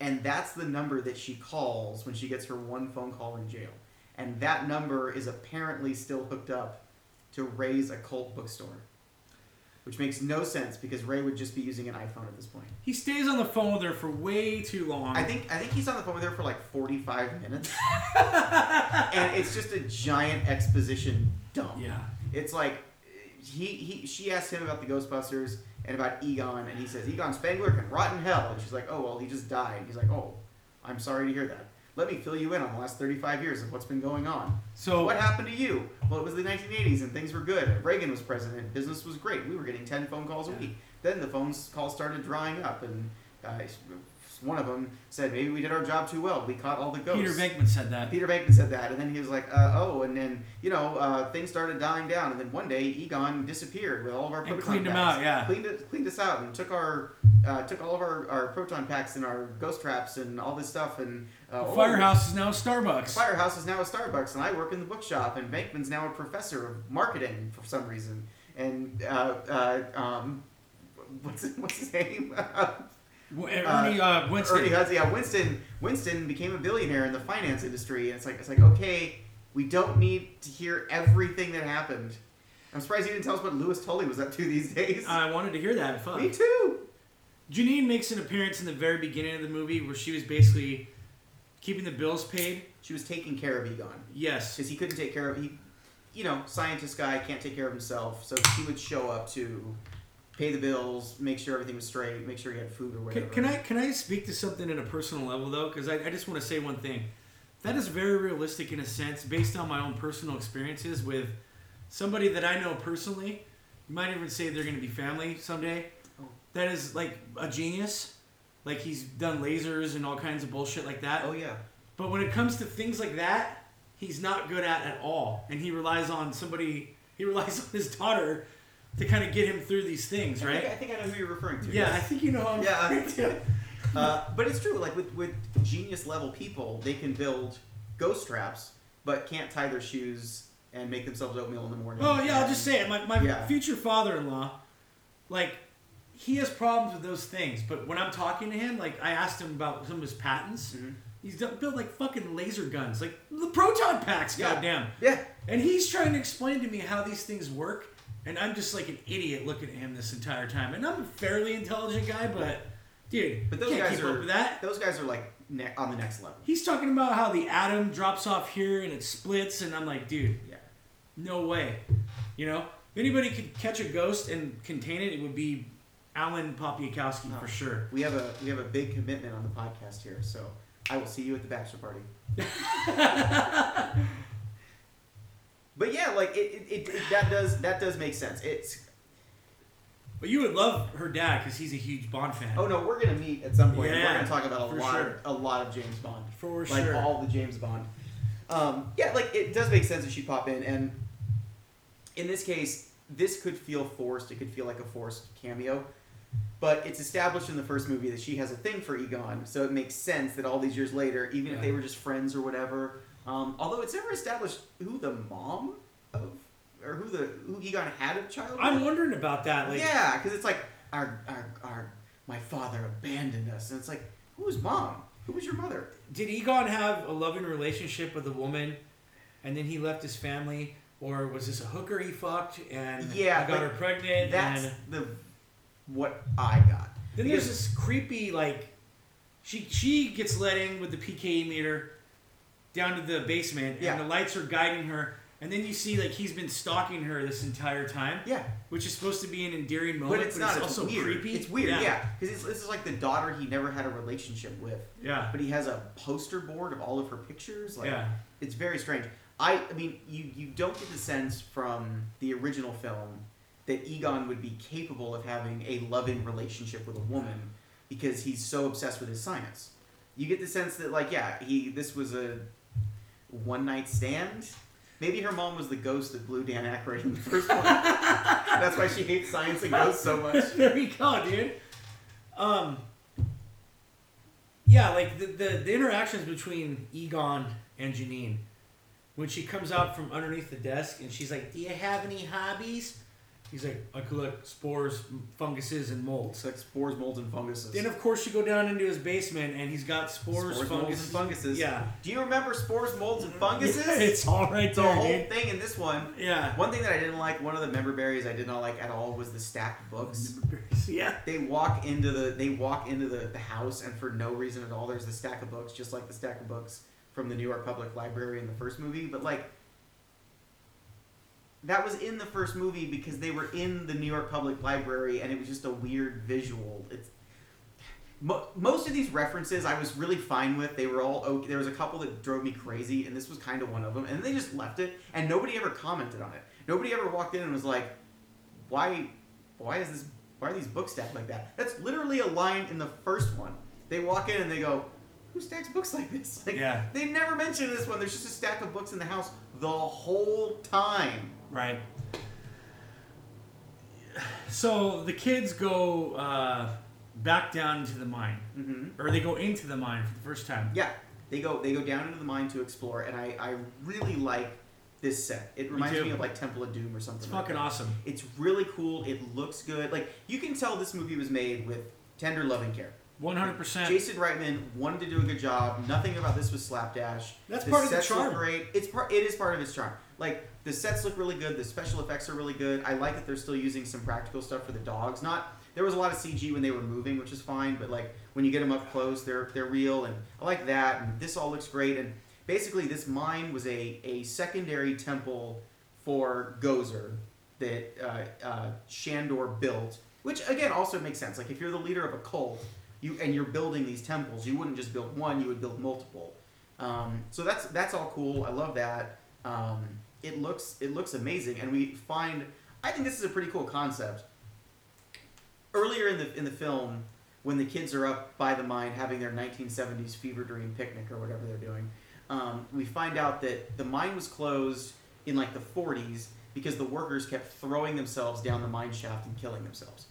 Speaker 2: and that's the number that she calls when she gets her one phone call in jail, and that number is apparently still hooked up to Ray's occult bookstore, which makes no sense because Ray would just be using an iPhone at this point.
Speaker 1: He stays on the phone with her for way too long.
Speaker 2: I think I think he's on the phone with her for like 45 minutes. *laughs* and it's just a giant exposition dump.
Speaker 1: Yeah.
Speaker 2: It's like he, he she asked him about the Ghostbusters and about Egon and he says Egon Spangler can rot in hell and she's like, "Oh, well, he just died." He's like, "Oh, I'm sorry to hear that. Let me fill you in on the last 35 years of what's been going on.
Speaker 1: So
Speaker 2: What happened to you? Well, it was the 1980s and things were good. Reagan was president. Business was great. We were getting 10 phone calls a
Speaker 1: Yeah.
Speaker 2: week. Then the phone calls started drying up, and uh, one of them said, Maybe we did our job too well. We caught all the ghosts.
Speaker 1: Peter Venkman said that.
Speaker 2: Peter Venkman said that, and then he was like, uh, "Oh," and then you know uh, things started dying down, and then one day Egon disappeared with all of our
Speaker 1: And
Speaker 2: proton
Speaker 1: cleaned him
Speaker 2: packs.
Speaker 1: out, yeah.
Speaker 2: cleaned it, cleaned us out, and took our uh, took all of our, our proton packs and our ghost traps and all this stuff, and uh,
Speaker 1: The
Speaker 2: oh,
Speaker 1: firehouse is now a Starbucks.
Speaker 2: Firehouse is now a Starbucks, and I work in the bookshop, and Bankman's now a professor of marketing for some reason. And, uh, uh, um, what's, what's his name? *laughs*
Speaker 1: W- Ernie uh, Winston.
Speaker 2: Ernie Hudson. Yeah, Winston, Winston became a billionaire in the finance industry, and it's like, it's like, okay, we don't need to hear everything that happened. I'm surprised you didn't tell us what Lewis Tully was up to these days.
Speaker 1: I wanted to hear that. Fuck.
Speaker 2: *laughs* Me too!
Speaker 1: Janine makes an appearance in the very beginning of the movie where she was basically keeping the bills paid.
Speaker 2: She was taking care of Egon.
Speaker 1: Yes.
Speaker 2: because he couldn't take care of he you know scientist guy can't take care of himself so he would show up to pay the bills make sure everything was straight make sure he had food or whatever
Speaker 1: Can, can I can I speak to something in a personal level though? Because I, I just want to say one thing. That is very realistic in a sense, based on my own personal experiences with somebody that I know personally. You might even say they're going to be family someday.
Speaker 2: Oh.
Speaker 1: That is like a genius. Like he's done lasers and all kinds of bullshit like that.
Speaker 2: oh yeah
Speaker 1: But when it comes to things like that, he's not good at at all, and he relies on somebody. *laughs* He relies on his daughter to kind of get him through these things,
Speaker 2: I think,
Speaker 1: right?
Speaker 2: I think I know who you're referring
Speaker 1: *laughs*
Speaker 2: to
Speaker 1: Yeah, I think you know. How I'm
Speaker 2: Yeah.
Speaker 1: referring to.
Speaker 2: Uh, but it's true. Like with with genius level people, they can build ghost traps, but can't tie their shoes and make themselves oatmeal in the morning.
Speaker 1: Oh yeah, I'll just say it. My my
Speaker 2: Yeah.
Speaker 1: future father-in-law, like, he has problems with those things. But when I'm talking to him, like, I asked him about some of his patents.
Speaker 2: Mhm.
Speaker 1: He's done, built like fucking laser guns, like the proton packs,
Speaker 2: Yeah.
Speaker 1: goddamn.
Speaker 2: Yeah.
Speaker 1: And he's trying to explain to me how these things work, and I'm just like an idiot looking at him this entire time. And I'm a fairly intelligent guy, but dude,
Speaker 2: But those
Speaker 1: can't
Speaker 2: guys
Speaker 1: keep
Speaker 2: are
Speaker 1: up with that.
Speaker 2: those guys are like ne- on the next level.
Speaker 1: He's talking about how the atom drops off here and it splits, and I'm like, dude,
Speaker 2: Yeah.
Speaker 1: no way. You know, if anybody could catch a ghost and contain it, it would be Alan Popiakowski
Speaker 2: No.
Speaker 1: for sure.
Speaker 2: We have a we have a big commitment on the podcast here, so I will see you at the bachelor party. *laughs* but yeah, like it, it, it, it that does that does make sense. It's
Speaker 1: But you would love her dad because he's a huge Bond fan.
Speaker 2: oh no, we're gonna meet at some point. and we're
Speaker 1: Yeah,
Speaker 2: gonna talk about a
Speaker 1: for
Speaker 2: lot
Speaker 1: sure.
Speaker 2: a lot of James Bond,
Speaker 1: for
Speaker 2: like
Speaker 1: sure.
Speaker 2: all the James Bond. Um, yeah, like it does make sense that she pop in, and in this case, this could feel forced. It could feel like a forced cameo. But it's established in the first movie that she has a thing for Egon, so it makes sense that all these years later, even if
Speaker 1: Yeah.
Speaker 2: they were just friends or whatever, um, although it's never established who the mom of or who the who Egon had a child.
Speaker 1: I'm
Speaker 2: with.
Speaker 1: wondering about that. Like,
Speaker 2: yeah, because it's like our, our our my father abandoned us, and it's like who was mom? Who was your mother?
Speaker 1: did Egon have a loving relationship with a woman, and then he left his family, or was this a hooker he fucked and
Speaker 2: Yeah,
Speaker 1: he got
Speaker 2: but
Speaker 1: her pregnant?
Speaker 2: That's
Speaker 1: and
Speaker 2: the what I got.
Speaker 1: Then there's this creepy like, she she gets let in with the PKE meter down to the basement,
Speaker 2: Yeah.
Speaker 1: and the lights are guiding her. And then you see like he's been stalking her this entire time,
Speaker 2: Yeah,
Speaker 1: which is supposed to be an endearing
Speaker 2: but,
Speaker 1: moment,
Speaker 2: it's not. It's
Speaker 1: also
Speaker 2: weird.
Speaker 1: creepy.
Speaker 2: It's weird. Yeah, because this is like the daughter he never had a relationship with,
Speaker 1: yeah,
Speaker 2: but he has a poster board of all of her pictures. Like,
Speaker 1: yeah.
Speaker 2: it's very strange. I, I mean, you you don't get the sense from the original film that Egon would be capable of having a loving relationship with a woman because he's so obsessed with his science. You get the sense that like yeah, he this was a one night stand. Maybe her mom was the ghost that blew Dan Aykroyd in the first one. *laughs* That's why she hates science and ghosts so
Speaker 1: *laughs*
Speaker 2: much.
Speaker 1: there you go, dude. Um, yeah, like the, the the interactions between Egon and Janine, when she comes out from underneath the desk and she's like, "Do you have any hobbies?" He's like, "I collect spores, m- funguses, and molds."
Speaker 2: It's like spores, molds, and funguses.
Speaker 1: Then of course you go down into his basement and he's got spores,
Speaker 2: spores, molds, and
Speaker 1: funguses.
Speaker 2: funguses.
Speaker 1: Yeah,
Speaker 2: Do you remember spores, molds, and funguses?
Speaker 1: Yeah, *laughs* it's all right
Speaker 2: the
Speaker 1: there,
Speaker 2: whole
Speaker 1: dude.
Speaker 2: thing in this one
Speaker 1: Yeah.
Speaker 2: One thing that I didn't like, one of the member berries I did not like at all was the stacked books.
Speaker 1: *laughs* Yeah.
Speaker 2: They walk into the they walk into the, the house and for no reason at all there's the stack of books, just like the stack of books from the New York Public Library in the first movie. But like that was in the first movie because they were in the New York Public Library and it was just a weird visual. It's mo- most of these references I was really fine with. They were all okay. There was a couple that drove me crazy, and this was kind of one of them. And they just left it, and nobody ever commented on it. Nobody ever walked in and was like, "Why, why is this? Why are these books stacked like that?" That's literally a line in the first one. They walk in and they go, "Who stacks books like this?" *laughs* Like,
Speaker 1: Yeah.
Speaker 2: They never mention this one. There's just a stack of books in the house the whole time.
Speaker 1: Right. So the kids go uh, back down into the mine,
Speaker 2: Mm-hmm.
Speaker 1: or they go into the mine for the first time.
Speaker 2: Yeah, they go they go down into the mine to explore, and I I really like this set. It reminds
Speaker 1: too.
Speaker 2: me, of like Temple of Doom or something.
Speaker 1: It's
Speaker 2: like
Speaker 1: fucking
Speaker 2: that.
Speaker 1: awesome.
Speaker 2: It's really cool. It looks good. Like you can tell this movie was made with tender love and care.
Speaker 1: 100%.
Speaker 2: Jason Reitman wanted to do a good job. Nothing about this was slapdash.
Speaker 1: That's part of the
Speaker 2: sets look
Speaker 1: charm.
Speaker 2: Great. It's part. It is part of its charm. Like the sets look really good. The special effects are really good. I like that they're still using some practical stuff for the dogs. Not there was a lot of CG when they were moving, which is fine. But like when you get them up close, they're they're real, and I like that. And this all looks great. And basically, this mine was a a secondary temple for Gozer that uh, uh, Shandor built, which again also makes sense. Like if you're the leader of a cult, you and you're building these temples, you wouldn't just build one; you would build multiple. Um, so that's that's all cool. I love that. Um, it looks it looks amazing, and we find I think this is a pretty cool concept. Earlier in the in the film, when the kids are up by the mine having their 1970s fever dream picnic or whatever they're doing, um, we find out that the mine was closed in like the 40s because the workers kept throwing themselves down the mine shaft and killing themselves.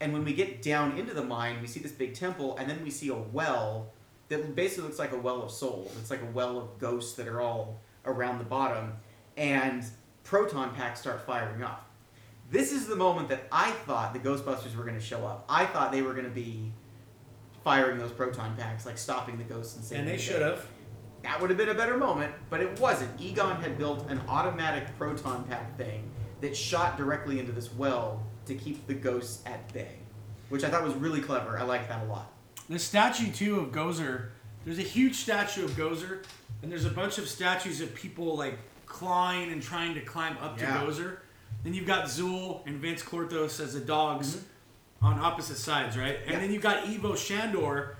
Speaker 2: And when we get down into the mine, we see this big temple, and then we see a well that basically looks like a well of souls. It's like a well of ghosts that are all around the bottom, and proton packs start firing off. This is the moment that I thought the Ghostbusters were going to show up. I thought they were going to be firing those proton packs, like stopping the ghosts and saving.
Speaker 4: And they
Speaker 2: the
Speaker 4: should
Speaker 2: day.
Speaker 4: have.
Speaker 2: That would have been a better moment, but it wasn't. Egon had built an automatic proton pack thing that shot directly into this well to keep the ghosts at bay, which I thought was really clever. I like that a lot.
Speaker 1: The statue too of Gozer. There's a huge statue of Gozer, and there's a bunch of statues of people like clawing and trying to climb up
Speaker 2: Yeah.
Speaker 1: to Gozer. Then you've got Zool and Vince Clorthos as the dogs on opposite sides, right? And
Speaker 2: Mm-hmm. Yeah.
Speaker 1: then you've got Evo Shandor.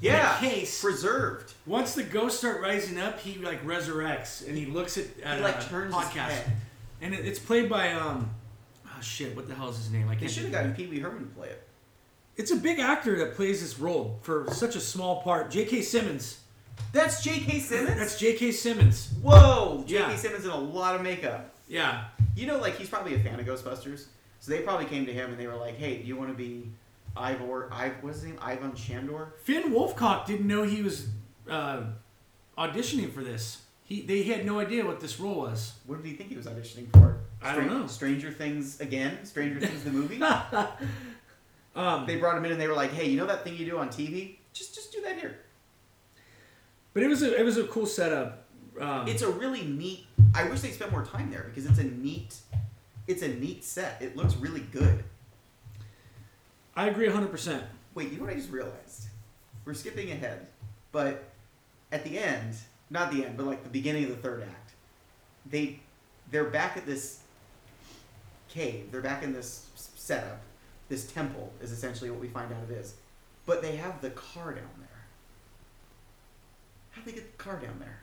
Speaker 1: in a
Speaker 2: Yeah,
Speaker 1: case.
Speaker 2: preserved.
Speaker 1: Once the ghosts start rising up, he like resurrects and he looks at, at
Speaker 2: he like
Speaker 1: uh,
Speaker 2: turns his
Speaker 1: podcast,
Speaker 2: head.
Speaker 1: and it, it's played by um, oh shit, what the hell is his name? I
Speaker 2: They
Speaker 1: can't.
Speaker 2: should have
Speaker 1: think-
Speaker 2: gotten Pee Wee Herman to play it.
Speaker 1: It's a big actor that plays this role for such a small part. J.K. Simmons.
Speaker 2: That's J.K.
Speaker 1: *laughs*
Speaker 2: Simmons.
Speaker 1: That's J.K. Simmons.
Speaker 2: Whoa, J.K.
Speaker 1: Yeah.
Speaker 2: Simmons in a lot of makeup.
Speaker 1: Yeah.
Speaker 2: You know, like he's probably a fan of Ghostbusters, so they probably came to him and they were like, "Hey, do you want to be Ivor? I what's his name? Ivan Shandor?
Speaker 1: Finn Wolfcock didn't know he was uh, auditioning for this. He they he had no idea what this role was.
Speaker 2: What did he think he was auditioning for?
Speaker 1: I don't know.
Speaker 2: Stranger Things
Speaker 1: *laughs*
Speaker 2: again? Stranger Things the movie?
Speaker 1: Um,
Speaker 2: they brought him in and they were like, "Hey, you know that thing you do on TV? Just just do that here."
Speaker 1: but it was a it was a cool setup. Um,
Speaker 2: It's a really neat. I wish they spent more time there because it's a neat, it's a neat set. It looks really good.
Speaker 1: I agree 100. percent
Speaker 2: Wait, you know what I just realized? We're skipping ahead, but at the end, not the end, but like the beginning of the third act, they they're back at this cave. They're back in this s- setup. This temple is essentially what we find out it is, but they have the car down there. How would they get the car down there?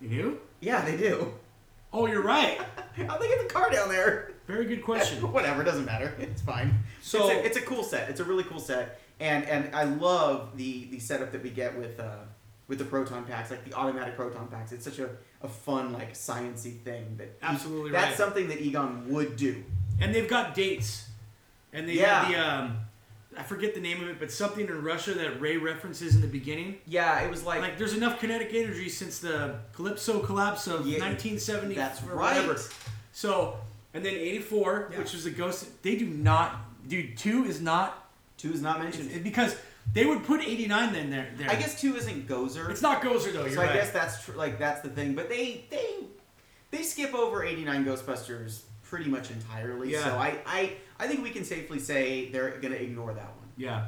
Speaker 1: You knew?
Speaker 2: Yeah, they do. *laughs*
Speaker 1: Oh, you're right.
Speaker 2: How would they get the car down there?
Speaker 1: Very good question.
Speaker 2: *laughs* Whatever, it doesn't matter. It's fine.
Speaker 1: So-
Speaker 2: it's a, it's a cool set. It's a really cool set, and and I love the the setup that we get with uh, with the proton packs, like the automatic proton packs. It's such a, a fun like sciency thing that E-
Speaker 1: Absolutely
Speaker 2: that's
Speaker 1: right.
Speaker 2: something that Egon would do.
Speaker 1: and they've got dates, and they
Speaker 2: Yeah.
Speaker 1: have the um, I forget the name of it, but something in Russia that Ray references in the beginning.
Speaker 2: Yeah, it was like,
Speaker 1: Like, there's enough kinetic energy since the Calypso collapse of
Speaker 2: Yeah,
Speaker 1: 1970.
Speaker 2: that's
Speaker 1: or
Speaker 2: right.
Speaker 1: Whatever. So, and then 84,
Speaker 2: Yeah.
Speaker 1: which was the ghost. They do not, dude. Two is not
Speaker 2: two is not
Speaker 1: it's-
Speaker 2: mentioned.
Speaker 1: it- because they would put 89 then there. there.
Speaker 2: I guess two isn't Gozer.
Speaker 1: it's not Gozer though. You're
Speaker 2: so I
Speaker 1: right.
Speaker 2: guess that's tr- like that's the thing. But they they they skip over eighty nine Ghostbusters pretty much entirely.
Speaker 1: Yeah.
Speaker 2: So I, I I think we can safely say they're gonna ignore that one.
Speaker 1: yeah.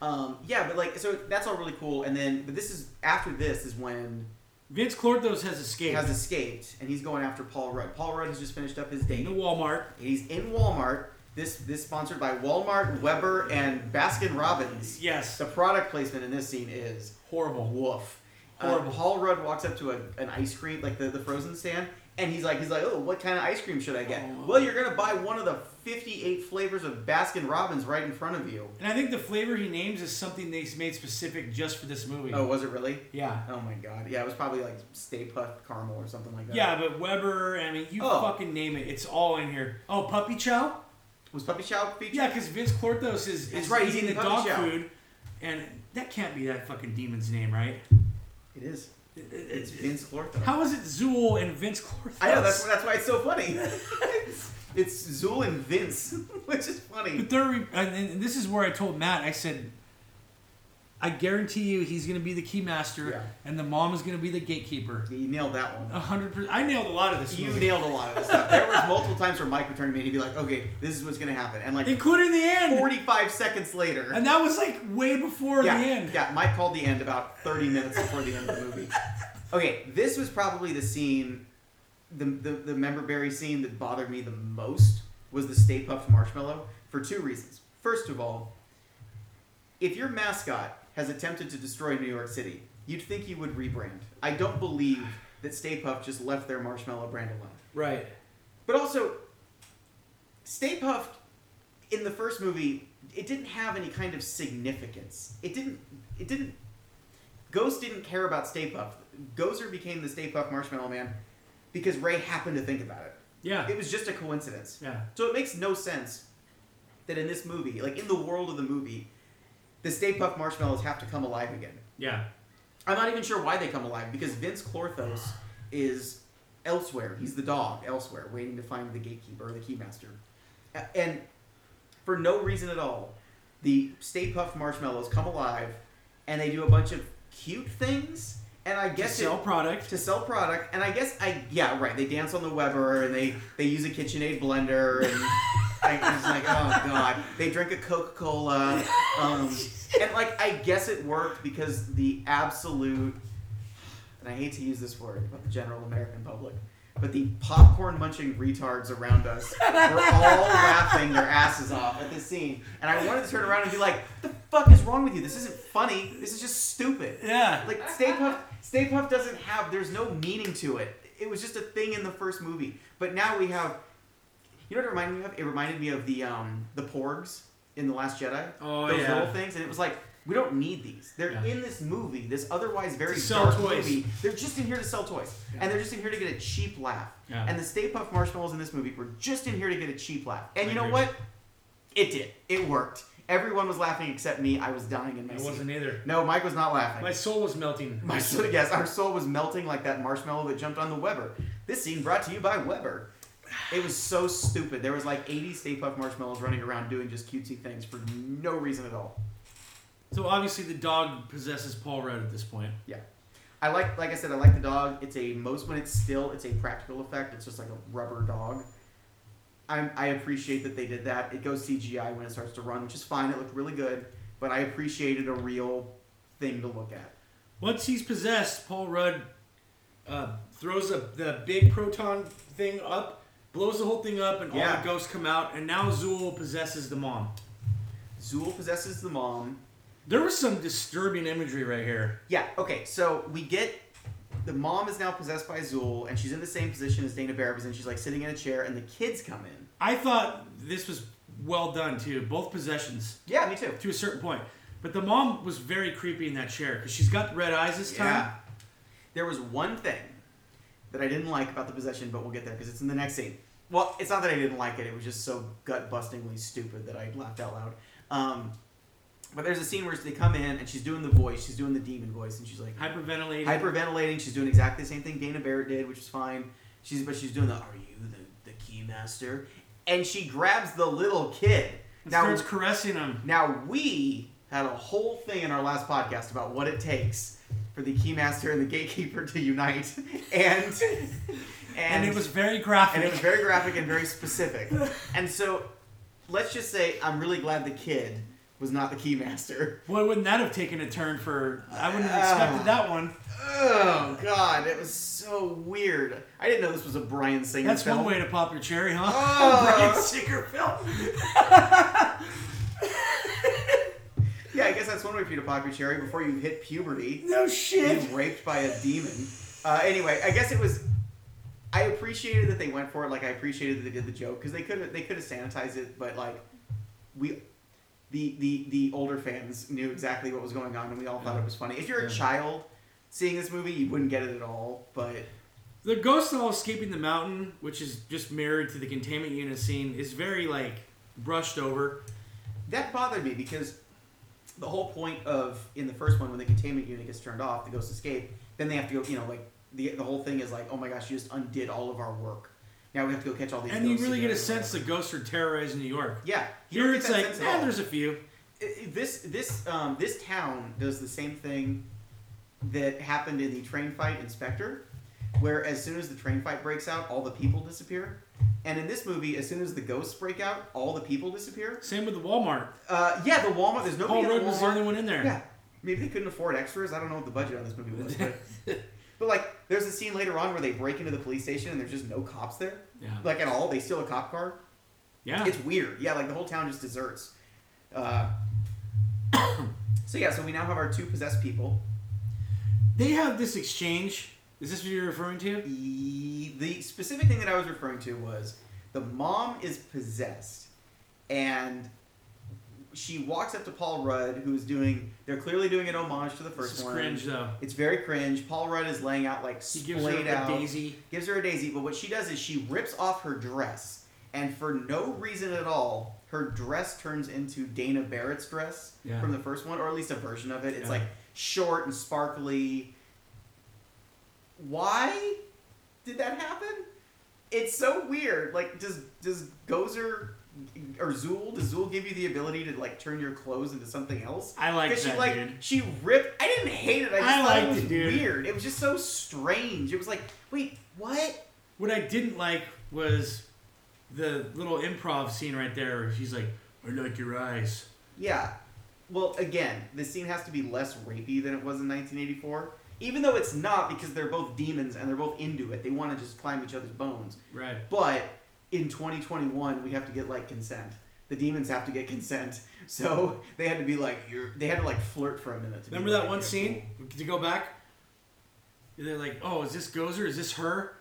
Speaker 2: Um, yeah, but like, so that's all really cool. And then, but this is after this is when
Speaker 1: Vince Clorthos has
Speaker 2: he
Speaker 1: escaped
Speaker 2: has escaped and he's going after Paul Rudd. Paul Rudd has just finished up his
Speaker 1: in
Speaker 2: date.
Speaker 1: the Walmart.
Speaker 2: He's in Walmart. This this sponsored by Walmart, Weber, and Baskin Robbins.
Speaker 1: Yes.
Speaker 2: The product placement in this scene is
Speaker 1: Horrible.
Speaker 2: woof. Uh,
Speaker 1: Horrible.
Speaker 2: Paul Rudd walks up to a, an ice cream, like the, the frozen stand, and he's like, he's like, oh, what kind of ice cream should I get?
Speaker 1: Oh.
Speaker 2: Well, you're gonna buy one of the 58 flavors of Baskin Robbins right in front of you.
Speaker 1: And I think the flavor he names is something they made specific just for this movie.
Speaker 2: Oh, was it really?
Speaker 1: Yeah.
Speaker 2: Oh my god. Yeah, it was probably like Stay Puft Caramel or something like that.
Speaker 1: Yeah, but Weber, I mean, you
Speaker 2: Oh.
Speaker 1: fucking name it. It's all in here. Oh, Puppy Chow?
Speaker 2: Was Puppy Chow featured?
Speaker 1: Yeah, because Vince Clorthos is,
Speaker 2: That's
Speaker 1: is
Speaker 2: right, he's
Speaker 1: eating the
Speaker 2: eating Puppy
Speaker 1: dog
Speaker 2: Chow.
Speaker 1: food. And that can't be that fucking demon's name, right?
Speaker 2: It is.
Speaker 1: It- it-
Speaker 2: It's
Speaker 1: it-
Speaker 2: Vince Clortho.
Speaker 1: How is it Zool and Vince Clorthos?
Speaker 2: I know, that's, that's why it's so funny. *laughs* it's Zool and Vince, *laughs* which is funny.
Speaker 1: But they're, re- and, and this is where I told Matt, I said, I guarantee you he's going to be the key master
Speaker 2: Yeah.
Speaker 1: and the mom is going to be the gatekeeper.
Speaker 2: You nailed that one.
Speaker 1: A 100%. I nailed a lot of this
Speaker 2: You
Speaker 1: movie.
Speaker 2: nailed a lot of this stuff. There was multiple times where Mike would turn to me and he'd be like, okay, this is what's going to happen. And like
Speaker 1: Including the end.
Speaker 2: 45 seconds later.
Speaker 1: And that was like way before
Speaker 2: yeah,
Speaker 1: the end.
Speaker 2: Yeah, Mike called the end about 30 minutes before the end of the movie. Okay, this was probably the scene, the, the, the member berry scene that bothered me the most was the Stay Puft Marshmallow for two reasons. First of all, if your mascot has attempted to destroy New York City, you'd think you would rebrand. I don't believe that Stay Puft just left their marshmallow brand alone.
Speaker 1: Right.
Speaker 2: But also, Stay Puffed in the first movie, it didn't have any kind of significance. It didn't. It didn't. Ghost didn't care about Stay Puffed. Gozer became the Stay Puffed Marshmallow Man because Ray happened to think about it.
Speaker 1: Yeah.
Speaker 2: It was just a coincidence.
Speaker 1: Yeah.
Speaker 2: So it makes no sense that in this movie, like in the world of the movie, the Stay Puff marshmallows have to come alive again.
Speaker 4: Yeah.
Speaker 2: I'm not even sure why they come alive because Vince Clorthos is elsewhere. He's the dog elsewhere, waiting to find the gatekeeper or the keymaster. A- And for no reason at all, the Stay Puff marshmallows come alive, and they do a bunch of cute things. And I
Speaker 1: To
Speaker 2: guess it-
Speaker 1: sell product.
Speaker 2: to sell product and i guess i yeah right they dance on the weber and they they use a kitchenaid blender and I, I was like oh god they drink a coca-cola um, and like i guess it worked because the absolute and i hate to use this word about the general american public but the popcorn munching retards around us were all laughing their asses off at this scene and i wanted to turn around and be like what the fuck is wrong with you this isn't funny this is just stupid
Speaker 1: Yeah.
Speaker 2: like Stay Puft, Stay Puft doesn't have. There's no meaning to it. It was just a thing in the first movie, but now we have. You know what it reminded me of? It reminded me of the um the Porgs in the Last Jedi.
Speaker 1: Oh
Speaker 2: Those
Speaker 1: yeah.
Speaker 2: little things, and it was like we don't need these. They're
Speaker 1: Yeah.
Speaker 2: in this movie, this otherwise very
Speaker 1: To sell
Speaker 2: dark
Speaker 1: toys.
Speaker 2: movie. They're just in here to sell toys,
Speaker 1: Yeah.
Speaker 2: and they're just in here to get a cheap laugh.
Speaker 1: Yeah.
Speaker 2: And the Stay Puft marshmallows in this movie were just in here to get a cheap laugh. And
Speaker 1: I
Speaker 2: you know
Speaker 1: agree.
Speaker 2: what? It did. It worked. Everyone was laughing except me. I was dying in my
Speaker 4: I
Speaker 2: seat.
Speaker 4: wasn't either.
Speaker 2: No, Mike was not laughing.
Speaker 4: My soul was melting.
Speaker 2: My *laughs* soul, yes, our soul was melting like that marshmallow that jumped on the Weber. This scene brought to you by Weber. It was so stupid. There was like 80 Stay Puft marshmallows running around doing just cutesy things for no reason at all.
Speaker 1: So obviously the dog possesses Paul Rudd at this point.
Speaker 2: I like, like I said, I like the dog. It's a most when it's still, it's a practical effect. It's just like a rubber dog. I'm, I appreciate that they did that. It goes CGI when it starts to run, which is fine. It looked really good, but I appreciated a real thing to look at.
Speaker 1: Once he's possessed, Paul Rudd.
Speaker 4: Uh, throws a, the big proton thing up, blows the whole thing up, and all
Speaker 2: Yeah.
Speaker 4: the ghosts come out. And now Zool possesses the mom.
Speaker 2: Zool possesses the mom.
Speaker 1: There was some disturbing imagery right here.
Speaker 2: Yeah, okay, so we get the mom is now possessed by Zool, and she's in the same position as Dana Barrett was in. She's like sitting in a chair, and the kids come in.
Speaker 1: I thought this was well done too. Both possessions
Speaker 2: Yeah, me too.
Speaker 1: to a certain point. But the mom was very creepy in that chair because she's got red eyes this time.
Speaker 2: Yeah. There was one thing that I didn't like about the possession, but we'll get there because it's in the next scene. Well, it's not that I didn't like it, it was just so gut bustingly stupid that I laughed out loud. Um, but there's a scene where they come in, and she's doing the voice, she's doing the demon voice, and she's like,
Speaker 1: Hyperventilating.
Speaker 2: hyperventilating. She's doing exactly the same thing Dana Barrett did, which is fine. She's but she's doing the "Are you the the key master?" and she grabs the little kid.
Speaker 1: and
Speaker 2: Now,
Speaker 1: starts caressing him.
Speaker 2: now we had a whole thing in our last podcast about what it takes for the key master and the gatekeeper to unite, *laughs* and
Speaker 1: *laughs*
Speaker 2: and,
Speaker 1: And, it was very graphic.
Speaker 2: and it was very graphic and very specific. And so, let's just say I'm really glad the kid was not the key master.
Speaker 1: Boy, wouldn't that have taken a turn for? I wouldn't have
Speaker 2: Ah.
Speaker 1: expected that one.
Speaker 2: Oh God, it was so weird. I didn't know this was a Brian Singer
Speaker 1: That's
Speaker 2: film.
Speaker 1: one way to pop your cherry, huh?
Speaker 2: Oh.
Speaker 1: *laughs* Brian Singer film.
Speaker 2: Yeah, I guess that's one way for you to pop your cherry before you hit puberty.
Speaker 1: No
Speaker 2: Being
Speaker 1: shit.
Speaker 2: raped by a demon. Uh, anyway, I guess it was. I appreciated that they went for it. Like I appreciated that they did the joke because they could have they could have sanitized it, but like we. The, the, the older fans knew exactly what was going on and we all thought it was funny. If you're a
Speaker 1: Yeah.
Speaker 2: child seeing this movie, you wouldn't get it at all, but
Speaker 1: The ghost of all escaping the mountain, which is just mirrored to the containment unit scene, is very like brushed over.
Speaker 2: that bothered me because the whole point of in the first one when the containment unit gets turned off the ghosts escape then they have to go you know like the, the whole thing is like oh my gosh you just undid all of our work now we have to go catch all these
Speaker 1: And you
Speaker 2: ghosts
Speaker 1: really get a
Speaker 2: again.
Speaker 1: sense the ghosts are terrorizing New York.
Speaker 2: yeah you
Speaker 1: Here
Speaker 2: don't get
Speaker 1: it's
Speaker 2: that
Speaker 1: like,
Speaker 2: sense at
Speaker 1: yeah,
Speaker 2: all.
Speaker 1: there's a few.
Speaker 2: I- I- this this um, this town does the same thing that happened in the train fight in Spectre, where as soon as the train fight breaks out, all the people disappear. And in this movie, as soon as the ghosts break out, all the people disappear.
Speaker 1: Same with the Walmart.
Speaker 2: Uh, yeah, the Walmart. There's nobody
Speaker 1: Paul
Speaker 2: at the
Speaker 1: Rudd was the
Speaker 2: Walmart.
Speaker 1: only one in there.
Speaker 2: Yeah, maybe they couldn't afford extras. I don't know what the budget on this movie was, but, but like, there's a scene later on where they break into the police station and there's just no cops there,
Speaker 1: Yeah.
Speaker 2: like at all. They steal a cop car.
Speaker 1: Yeah.
Speaker 2: It's weird. Yeah, like the whole town just deserts. Uh, *coughs* so yeah, so we now have our two possessed people.
Speaker 1: They have this exchange. Is this what you're referring to?
Speaker 2: The, the specific thing that I was referring to was the mom is possessed, and she walks up to Paul Rudd, who's doing. They're clearly doing an homage to the first
Speaker 1: this is
Speaker 2: one.
Speaker 1: cringe though.
Speaker 2: It's very cringe. Paul Rudd is laying out like
Speaker 1: He gives her
Speaker 2: splayed
Speaker 1: a
Speaker 2: out,
Speaker 1: daisy.
Speaker 2: gives her a daisy. But what she does is she rips off her dress and for no reason at all, her dress turns into Dana Barrett's dress
Speaker 1: Yeah.
Speaker 2: from the first one, or at least a version of it. It's
Speaker 1: Yeah.
Speaker 2: like short and sparkly. Why did that happen? It's so weird. Like, does does Gozer or Zool does Zool give you the ability to like turn your clothes into something else?
Speaker 1: I like
Speaker 2: Because
Speaker 1: that
Speaker 2: she like
Speaker 1: dude.
Speaker 2: she ripped. I didn't hate it. I just
Speaker 1: I
Speaker 2: thought it
Speaker 1: liked
Speaker 2: was
Speaker 1: it, dude.
Speaker 2: weird. It was just so strange. It was like, wait, what?
Speaker 1: What I didn't like was the little improv scene right there. Where she's like, "I like your eyes."
Speaker 2: Yeah. Well, again, this scene has to be less rapey than it was in 1984. Even though it's not, because they're both demons and they're both into it. They want to just climb each other's bones.
Speaker 1: Right.
Speaker 2: But in 2021, we have to get like consent. The demons have to get consent, *laughs* so they had to be like, you're, they had to like flirt for a minute. To be
Speaker 1: Remember that
Speaker 2: like,
Speaker 1: one
Speaker 2: "You're
Speaker 1: scene? To go back, they're like, "Oh, is this Gozer? Is this her?"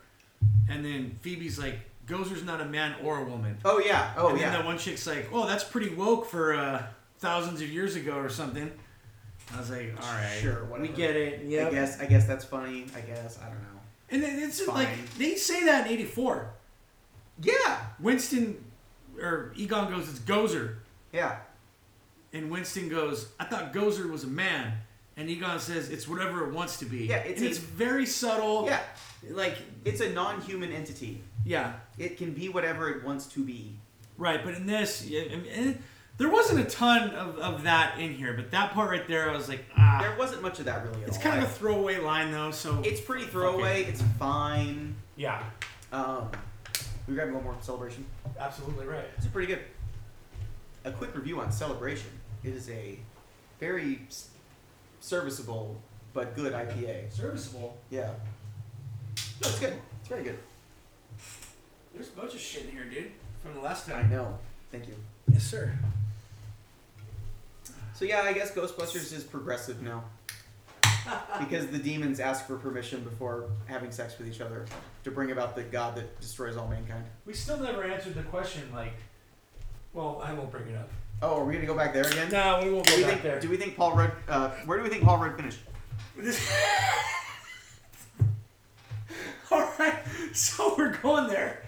Speaker 1: And then Phoebe's like, "Gozer's not a man or a woman."
Speaker 2: cool." Oh yeah. Oh
Speaker 1: and
Speaker 2: yeah.
Speaker 1: then that one chick's like, "Oh, that's pretty woke for uh, thousands of years ago or something." I was like, "All right."
Speaker 2: Sure. Whatever.
Speaker 4: We get it. Yeah.
Speaker 2: I guess. I guess that's funny. I guess. I don't know.
Speaker 1: And then it's just
Speaker 2: Fine.
Speaker 1: like they say that in '84.
Speaker 2: Yeah.
Speaker 1: Winston or Egon goes, "It's Gozer,"
Speaker 2: Yeah.
Speaker 1: and Winston goes, "I thought Gozer was a man." And Egon says, "It's whatever it wants to be."
Speaker 2: Yeah, it's
Speaker 1: and
Speaker 2: a-
Speaker 1: it's very subtle.
Speaker 2: Yeah.
Speaker 1: like
Speaker 2: Oh. It's a non-human entity.
Speaker 1: yeah.
Speaker 2: It can be whatever it wants to be.
Speaker 1: Right, but in this, yeah, I mean, it, there wasn't a ton of, of that in here, but that part right there, I was like, ah.
Speaker 2: There wasn't much of that really. At
Speaker 1: It's
Speaker 2: all.
Speaker 1: kind of
Speaker 2: I-
Speaker 1: a throwaway line, though, so.
Speaker 2: It's pretty throwaway. It's fine.
Speaker 1: yeah,
Speaker 2: Um, we grabbed one more celebration.
Speaker 1: absolutely right.
Speaker 2: It's pretty good. A quick review on Celebration. It is a very s- serviceable but good IPA.
Speaker 4: Serviceable.
Speaker 2: Yeah. No, it's good. It's very good.
Speaker 1: There's a bunch of shit in here, dude, from the last
Speaker 2: I know. Thank you.
Speaker 1: Yes, sir.
Speaker 2: So yeah, I guess Ghostbusters is progressive now. because the demons ask for permission before having sex with each other to bring about the god that destroys all mankind.
Speaker 1: We still never answered the question, like, well, I won't bring it up.
Speaker 2: Oh, are we gonna go back there again?
Speaker 1: No, we won't
Speaker 2: Do
Speaker 1: go
Speaker 2: we
Speaker 1: back *laughs*
Speaker 2: think?
Speaker 1: there.
Speaker 2: Do we think Paul Rudd? Uh, where do we think Paul Rudd finished?
Speaker 1: *laughs* All right, so we're going there.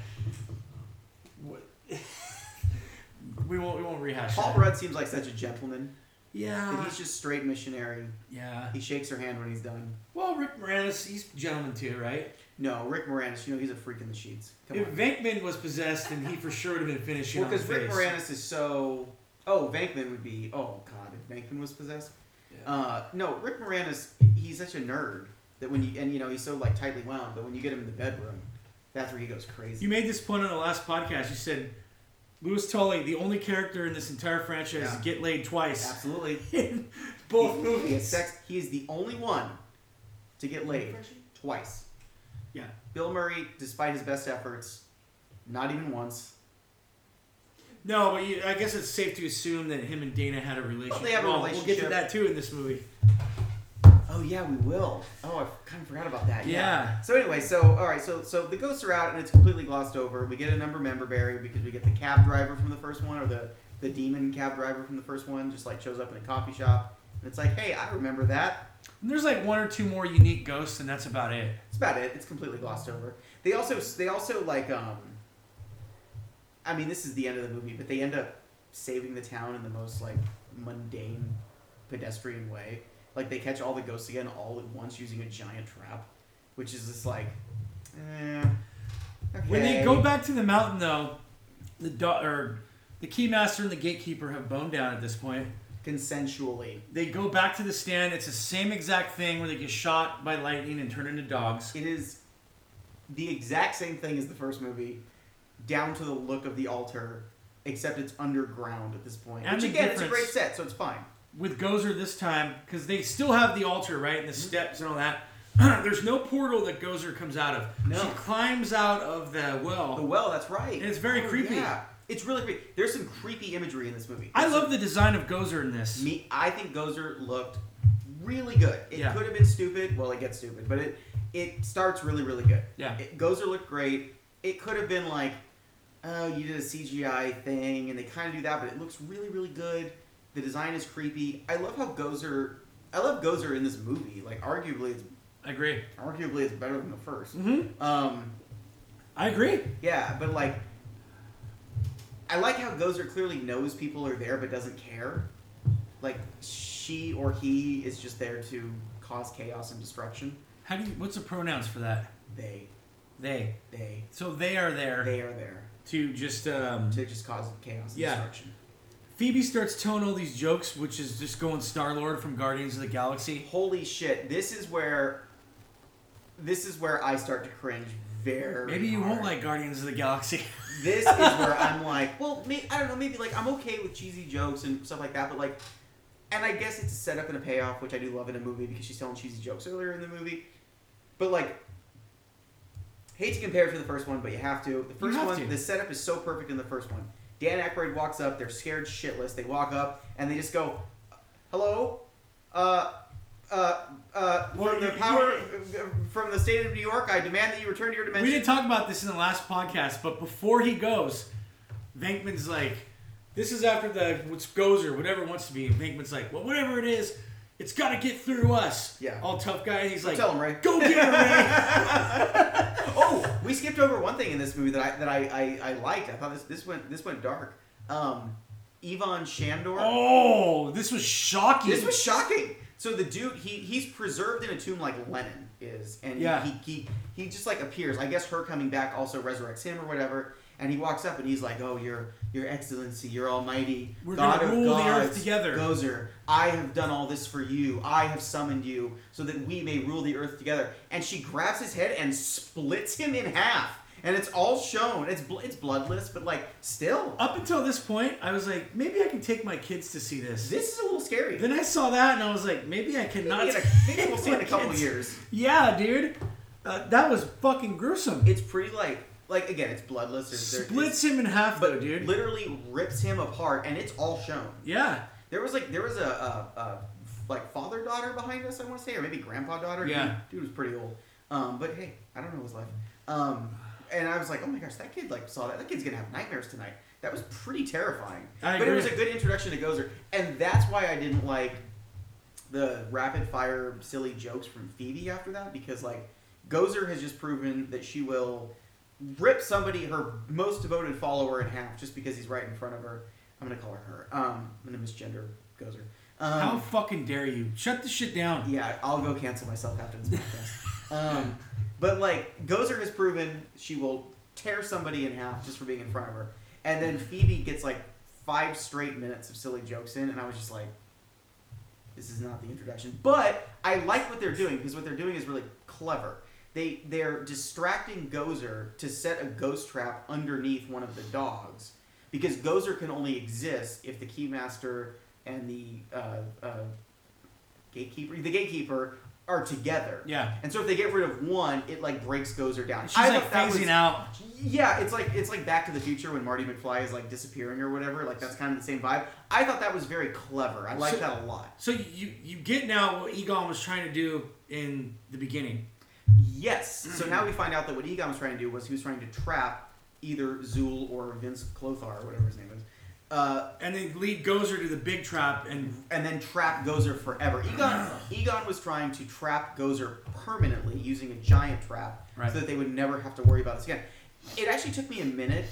Speaker 1: What- *laughs* we won't. We won't rehash.
Speaker 2: Paul
Speaker 1: that.
Speaker 2: Rudd seems like such a gentleman. that
Speaker 1: Yeah.
Speaker 2: he's just straight missionary.
Speaker 1: Yeah.
Speaker 2: He shakes her hand when he's done.
Speaker 1: Well, Rick Moranis, he's a gentleman too, right?
Speaker 2: No, Rick Moranis, you know he's a freak in the sheets. Come
Speaker 1: if
Speaker 2: on.
Speaker 1: Venkman was possessed, then he for sure would have been finishing
Speaker 2: Well,
Speaker 1: on
Speaker 2: because
Speaker 1: the
Speaker 2: Rick
Speaker 1: face.
Speaker 2: Moranis is so. Oh, Vankman would be. Oh God, if Vankman was possessed.
Speaker 1: Yeah.
Speaker 2: Uh, no, Rick Moranis, he's such a nerd that when you and you know he's so like tightly wound, but when you get him in the bedroom, that's where he goes crazy.
Speaker 1: you made this point on the last podcast. You said Louis Tully, the only character in this entire franchise
Speaker 2: Yeah.
Speaker 1: to get laid twice
Speaker 2: *laughs* Absolutely.
Speaker 1: *laughs* in both
Speaker 2: He- He has
Speaker 1: movies.
Speaker 2: sex. He is the only one to get laid twice.
Speaker 1: Yeah.
Speaker 2: Bill Murray, despite his best efforts, not even once.
Speaker 1: No, but you, I guess it's safe to assume that him and Dana had a relationship.
Speaker 2: they have a
Speaker 1: We'll get to
Speaker 2: relationship.
Speaker 1: that too in this movie.
Speaker 2: Oh yeah, we will. Oh, I kind of forgot about that.
Speaker 1: Yeah.
Speaker 2: So anyway, so all right, so so the ghosts are out and it's completely glossed over. We get a number member barrier because we get the cab driver from the first one or the the demon cab driver from the first one just like shows up in a coffee shop and it's like, hey, I remember that.
Speaker 1: And there's like one or two more unique ghosts, and that's about it.
Speaker 2: That's about it. It's completely glossed over. They also they also like um. I mean, this is the end of the movie, but they end up saving the town in the most like mundane, pedestrian way. Like they catch all the ghosts again all at once using a giant trap, which is just like, eh, okay.
Speaker 1: When they go back to the mountain, though, the do- or the keymaster and the gatekeeper have boned down at this point.
Speaker 2: consensually
Speaker 1: They go back to the stand. It's the same exact thing where they get shot by lightning and turn into dogs.
Speaker 2: It is the exact same thing as the first movie, down to the look of the altar, except it's underground at this point.
Speaker 1: And
Speaker 2: Which
Speaker 1: the
Speaker 2: again, it's a
Speaker 1: difference-
Speaker 2: great set, so it's fine.
Speaker 1: With Gozer this time, because they still have the altar, right?
Speaker 2: Mm-hmm.
Speaker 1: And the steps and all that. *clears throat* There's no portal that Gozer comes out of.
Speaker 2: No.
Speaker 1: She climbs out of the well.
Speaker 2: The Oh, well, that's right.
Speaker 1: And it's very
Speaker 2: Oh,
Speaker 1: creepy.
Speaker 2: Yeah, it's really creepy. There's some creepy imagery in this movie.
Speaker 1: I
Speaker 2: There's
Speaker 1: love the design of Gozer in this.
Speaker 2: some- me. I think Gozer looked really good. It
Speaker 1: Yeah.
Speaker 2: could have been stupid. Well, it gets stupid, but it it starts really really good.
Speaker 1: Yeah.
Speaker 2: It, Gozer looked great. It could have been like, oh, you did a CGI thing, and they kind of do that, but it looks really, really good. The design is creepy. I love how Gozer. I love Gozer in this movie. Like, arguably, it's
Speaker 1: I agree.
Speaker 2: arguably it's better than the 1st
Speaker 1: Mm-hmm.
Speaker 2: Um,
Speaker 1: I agree.
Speaker 2: yeah, but like, I like how Gozer clearly knows people are there but doesn't care. Like she or he is just there to cause chaos and destruction.
Speaker 1: How do you? What's the pronouns for that?
Speaker 2: They,
Speaker 1: They.
Speaker 2: they,
Speaker 1: So they are there
Speaker 2: they are there
Speaker 4: to just um,
Speaker 2: to just cause chaos and
Speaker 4: Yeah.
Speaker 2: destruction.
Speaker 1: Phoebe starts telling all these jokes, which is just going Star Lord from Guardians of the Galaxy.
Speaker 2: Holy shit! This is where, this is where I start to cringe. Very.
Speaker 1: Maybe you won't
Speaker 2: hard.
Speaker 1: like Guardians of the Galaxy. *laughs*
Speaker 2: This is where I'm like, well, may, I don't know. Maybe like I'm okay with cheesy jokes and stuff like that, but like, and I guess it's a setup and a payoff, which I do love in a movie because she's telling cheesy jokes earlier in the movie. But like, hate to compare it to the first one, but you have to. The first
Speaker 1: have
Speaker 2: one,
Speaker 1: to.
Speaker 2: the setup is so perfect in the first one. Dan Aykroyd walks up. They're scared shitless. They walk up and they just go, "Hello, uh." Uh, uh,
Speaker 4: Well,
Speaker 2: from the
Speaker 4: you-
Speaker 2: power, uh, from the state of New York, I demand that you return to your dimension.
Speaker 1: we didn't talk about this in the last podcast, but before he goes, Venkman's like, "This is after the what's Gozer, whatever it wants to be." And Venkman's like, "Well, whatever it is, it's got to get through us."
Speaker 2: Yeah.
Speaker 1: All tough guy. And he's like,
Speaker 2: Tell him, Ray.
Speaker 1: "Go get her,
Speaker 2: *laughs*
Speaker 1: Ray."
Speaker 2: Oh, we skipped over one thing in this movie that I that I, I, I liked. I thought this this went this went dark. Um, Ivan Shandor.
Speaker 1: oh, this was shocking.
Speaker 2: This was shocking. So the dude he he's preserved in a tomb like Lenin is, and he-
Speaker 1: Yeah.
Speaker 2: he, he he just like appears. I guess her coming back also resurrects him or whatever. And he walks up and he's like, "Oh, your your excellency, your almighty
Speaker 1: We're
Speaker 2: God
Speaker 1: gonna
Speaker 2: of
Speaker 1: rule the
Speaker 2: gods,
Speaker 1: earth together."
Speaker 2: Gozer, I have done all this for you. I have summoned you so that we may rule the earth together." And she grabs his head and splits him in half, and it's all shown. It's bl- it's bloodless, but like still,
Speaker 1: Up until this point, I was like, maybe I can take my kids to see this.
Speaker 2: this is a little scary.
Speaker 1: Then I saw that and I was like, maybe I cannot.
Speaker 2: maybe, in a,
Speaker 1: *laughs*
Speaker 2: maybe we'll see it in a couple of years.
Speaker 1: Yeah, dude, uh, that was fucking gruesome.
Speaker 2: it's pretty like like again it's bloodless there's, there- it's-
Speaker 1: Splits him in half, though,
Speaker 2: but
Speaker 1: dude.
Speaker 2: literally rips him apart and it's all shown
Speaker 1: yeah,
Speaker 2: there was like there was a, a, a like father daughter behind us i want to say or maybe grandpa daughter
Speaker 1: Yeah.
Speaker 2: dude, dude was pretty old um but hey i don't know his life um and i was like oh my gosh that kid like saw that that kid's gonna have nightmares tonight that was pretty terrifying
Speaker 1: I
Speaker 2: but it
Speaker 1: agree.
Speaker 2: was a good introduction to gozer and that's why i didn't like the rapid fire silly jokes from Phoebe after that because like Gozer has just proven that she will rip somebody her most devoted follower in half just because he's right in front of her. I'm gonna call her her. Um, I'm gonna misgender Gozer. Um,
Speaker 1: how fucking dare you? Shut this shit down.
Speaker 2: yeah, I'll go cancel myself after this podcast. um, but like Gozer has proven she will tear somebody in half just for being in front of her, and then Phoebe gets like five straight minutes of silly jokes in, and I was just like, this is not the introduction. But I like what they're doing because what they're doing is really clever. They they're distracting Gozer to set a ghost trap underneath one of the dogs because Gozer can only exist if the Keymaster and the uh, uh, gatekeeper the gatekeeper are together.
Speaker 1: Yeah.
Speaker 2: And so if they get rid of one, it like breaks Gozer down.
Speaker 1: She's
Speaker 2: I
Speaker 1: like
Speaker 2: thought that
Speaker 1: phasing
Speaker 2: was-
Speaker 1: out.
Speaker 2: yeah, it's like it's like Back to the Future when Marty McFly is like disappearing or whatever. Like that's kind of the same vibe. I thought that was very clever. I liked
Speaker 1: So-
Speaker 2: that a lot.
Speaker 1: So you you get now what Egon was trying to do in the beginning.
Speaker 2: Yes. So now we find out that what Egon was trying to do was he was trying to trap either Zool or Vince Clothar or whatever his name is, uh,
Speaker 1: And then lead Gozer to the big trap and
Speaker 2: and then trap Gozer forever. Egon Egon was trying to trap Gozer permanently using a giant trap
Speaker 1: Right.
Speaker 2: so that they would never have to worry about this again. It actually took me a minute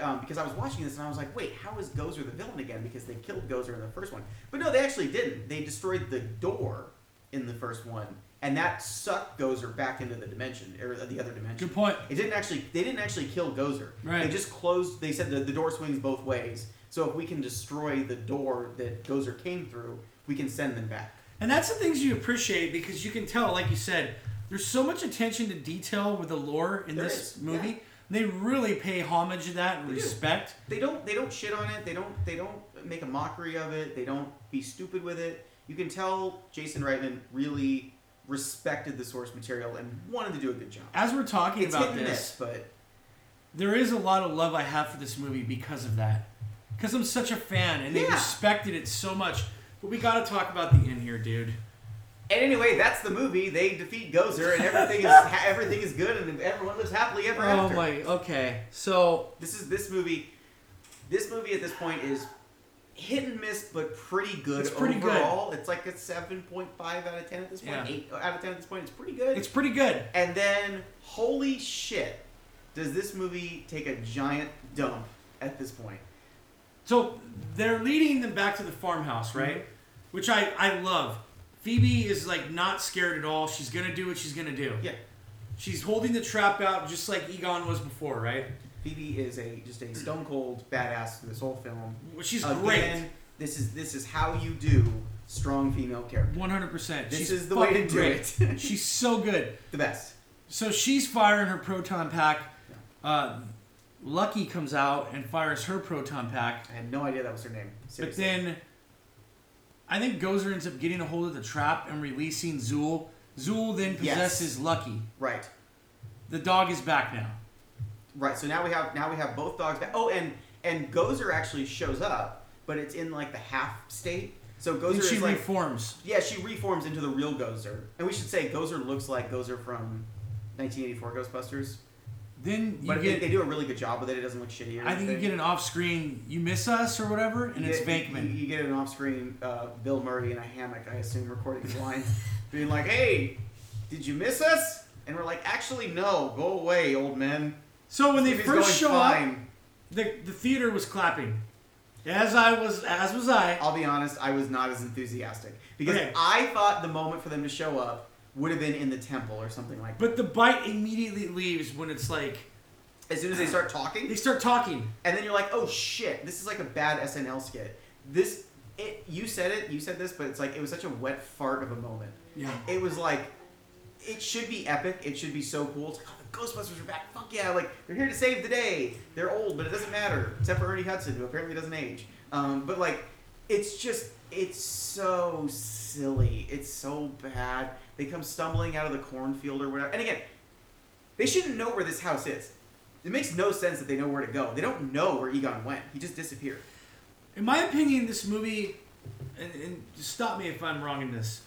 Speaker 2: um, because I was watching this and I was like, wait, how is Gozer the villain again? Because they killed Gozer in the first one. But no, they actually didn't. They destroyed the door in the first one, and that sucked Gozer back into the dimension or the other dimension.
Speaker 1: good point.
Speaker 2: It didn't actually. They didn't actually kill Gozer.
Speaker 1: Right.
Speaker 2: They just closed. They said the, the door swings both ways. So if we can destroy the door that Gozer came through, we can send them back.
Speaker 1: And that's the things you appreciate because you can tell, like you said, there's so much attention to detail with the lore in
Speaker 2: There
Speaker 1: this
Speaker 2: is,
Speaker 1: movie.
Speaker 2: yeah.
Speaker 1: They really pay homage to that and
Speaker 2: They do.
Speaker 1: respect.
Speaker 2: They don't. They don't shit on it. They don't. They don't make a mockery of it. They don't be stupid with it. You can tell Jason Reitman really respected the source material and wanted to do a good job.
Speaker 1: As we're talking
Speaker 2: It's hit
Speaker 1: about
Speaker 2: and miss,
Speaker 1: this,
Speaker 2: but
Speaker 1: there is a lot of love I have for this movie because of that. Because I'm such a fan and they
Speaker 2: Yeah.
Speaker 1: respected it so much. But we got to talk about the end here, dude.
Speaker 2: And anyway, that's the movie. They defeat Gozer, and everything is *laughs* ha- everything is good, and everyone lives happily ever
Speaker 1: Oh
Speaker 2: after.
Speaker 1: my, okay. So,
Speaker 2: This is this movie. This movie at this point is hit and miss, but pretty good
Speaker 1: It's pretty good.
Speaker 2: overall. It's like a seven point five out of ten at this point.
Speaker 1: Yeah.
Speaker 2: Eight out of ten at this point. It's pretty good.
Speaker 1: it's pretty good.
Speaker 2: and then, holy shit, does this movie take a giant dump at this point.
Speaker 1: So they're leading them back to the farmhouse, right?
Speaker 2: Mm-hmm.
Speaker 1: Which I I love. Phoebe is like not scared at all. She's gonna do what she's gonna do.
Speaker 2: Yeah.
Speaker 1: She's holding the trap out just like Egon was before, right?
Speaker 2: Phoebe is a just a stone cold badass through this whole film.
Speaker 1: She's
Speaker 2: Again, This is this is how you do strong female
Speaker 1: great.
Speaker 2: character.
Speaker 1: One hundred percent.
Speaker 2: This
Speaker 1: She's
Speaker 2: is the way to
Speaker 1: fucking
Speaker 2: do
Speaker 1: great.
Speaker 2: it. *laughs*
Speaker 1: she's so good.
Speaker 2: the best.
Speaker 1: So she's firing her proton pack. Uh, Lucky comes out and fires her proton pack.
Speaker 2: I had no idea that was her name.
Speaker 1: But
Speaker 2: Seriously.
Speaker 1: then I think Gozer ends up getting a hold of the trap and releasing Zool. Zool then
Speaker 2: Yes.
Speaker 1: possesses Lucky.
Speaker 2: right,
Speaker 1: The dog is back now.
Speaker 2: right. So now we have now we have both dogs back. Oh, and and Gozer actually shows up, but it's in like the half state. So Gozer
Speaker 1: then she
Speaker 2: is like
Speaker 1: reforms.
Speaker 2: yeah, she reforms into the real Gozer, and we should say Gozer looks like Gozer from 1984 Ghostbusters.
Speaker 1: Then you
Speaker 2: But they,
Speaker 1: get
Speaker 2: they do a really good job with it. It doesn't look shitty. Or
Speaker 1: I think you
Speaker 2: anything.
Speaker 1: get an off screen you miss us or whatever, and
Speaker 2: You
Speaker 1: it's
Speaker 2: get-
Speaker 1: Bankman.
Speaker 2: You, you get an off-screen uh, Bill Murray in a hammock, I assume, recording his lines, *laughs* being like, "Hey, did you miss us?" And we're like, "Actually, no. Go away, old man."
Speaker 1: So when they
Speaker 2: He's
Speaker 1: first show
Speaker 2: going
Speaker 1: up,
Speaker 2: fine.
Speaker 1: the, the theater was clapping. As I was as was I.
Speaker 2: I'll be honest, I was not as enthusiastic because
Speaker 1: Okay.
Speaker 2: I thought the moment for them to show up would have been in the temple or something like. that.
Speaker 1: But the bite immediately leaves when it's like
Speaker 2: As soon as they start
Speaker 1: they
Speaker 2: talking,
Speaker 1: start talking.
Speaker 2: and then you're like, "Oh shit, this is like a bad SNL skit." This, it, you said it, you said this, but it's like it was such a wet fart of a moment.
Speaker 1: Yeah.
Speaker 2: it was like it should be epic. It should be so cool. It's like, oh, the Ghostbusters are back. Fuck yeah! Like they're here to save the day. They're old, but it doesn't matter. Except for Ernie Hudson, who apparently doesn't age. Um, but like, it's just it's so silly. It's so bad. They come stumbling out of the cornfield or whatever. And again, they shouldn't know where this house is. It makes no sense that they know where to go. They don't know where Egon went. He just disappeared.
Speaker 1: In my opinion, this movie, and, and stop me if I'm wrong in this,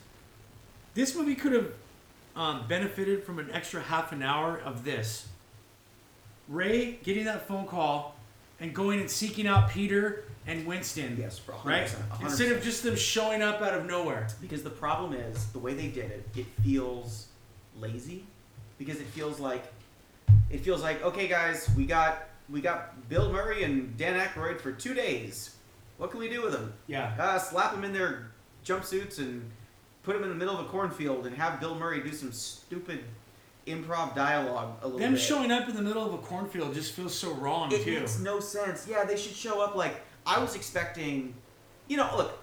Speaker 1: this movie could have um, benefited from an extra half an hour of this. Ray getting that phone call and going and seeking out Peter and Winston.
Speaker 2: Yes, for 100%,
Speaker 1: Right?
Speaker 2: 100%.
Speaker 1: Instead of just them showing up out of nowhere.
Speaker 2: Because the problem is the way they did it. It feels lazy because it feels like it feels like okay, guys, we got we got Bill Murray and Dan Aykroyd for two days. What can we do with them?
Speaker 1: Yeah.
Speaker 2: Uh, slap them in their jumpsuits and put them in the middle of a cornfield and have Bill Murray do some stupid improv dialogue a little
Speaker 1: Them
Speaker 2: bit.
Speaker 1: showing up in the middle of a cornfield just feels so wrong,
Speaker 2: It
Speaker 1: too.
Speaker 2: makes no sense. Yeah, they should show up like I was expecting. You know, look.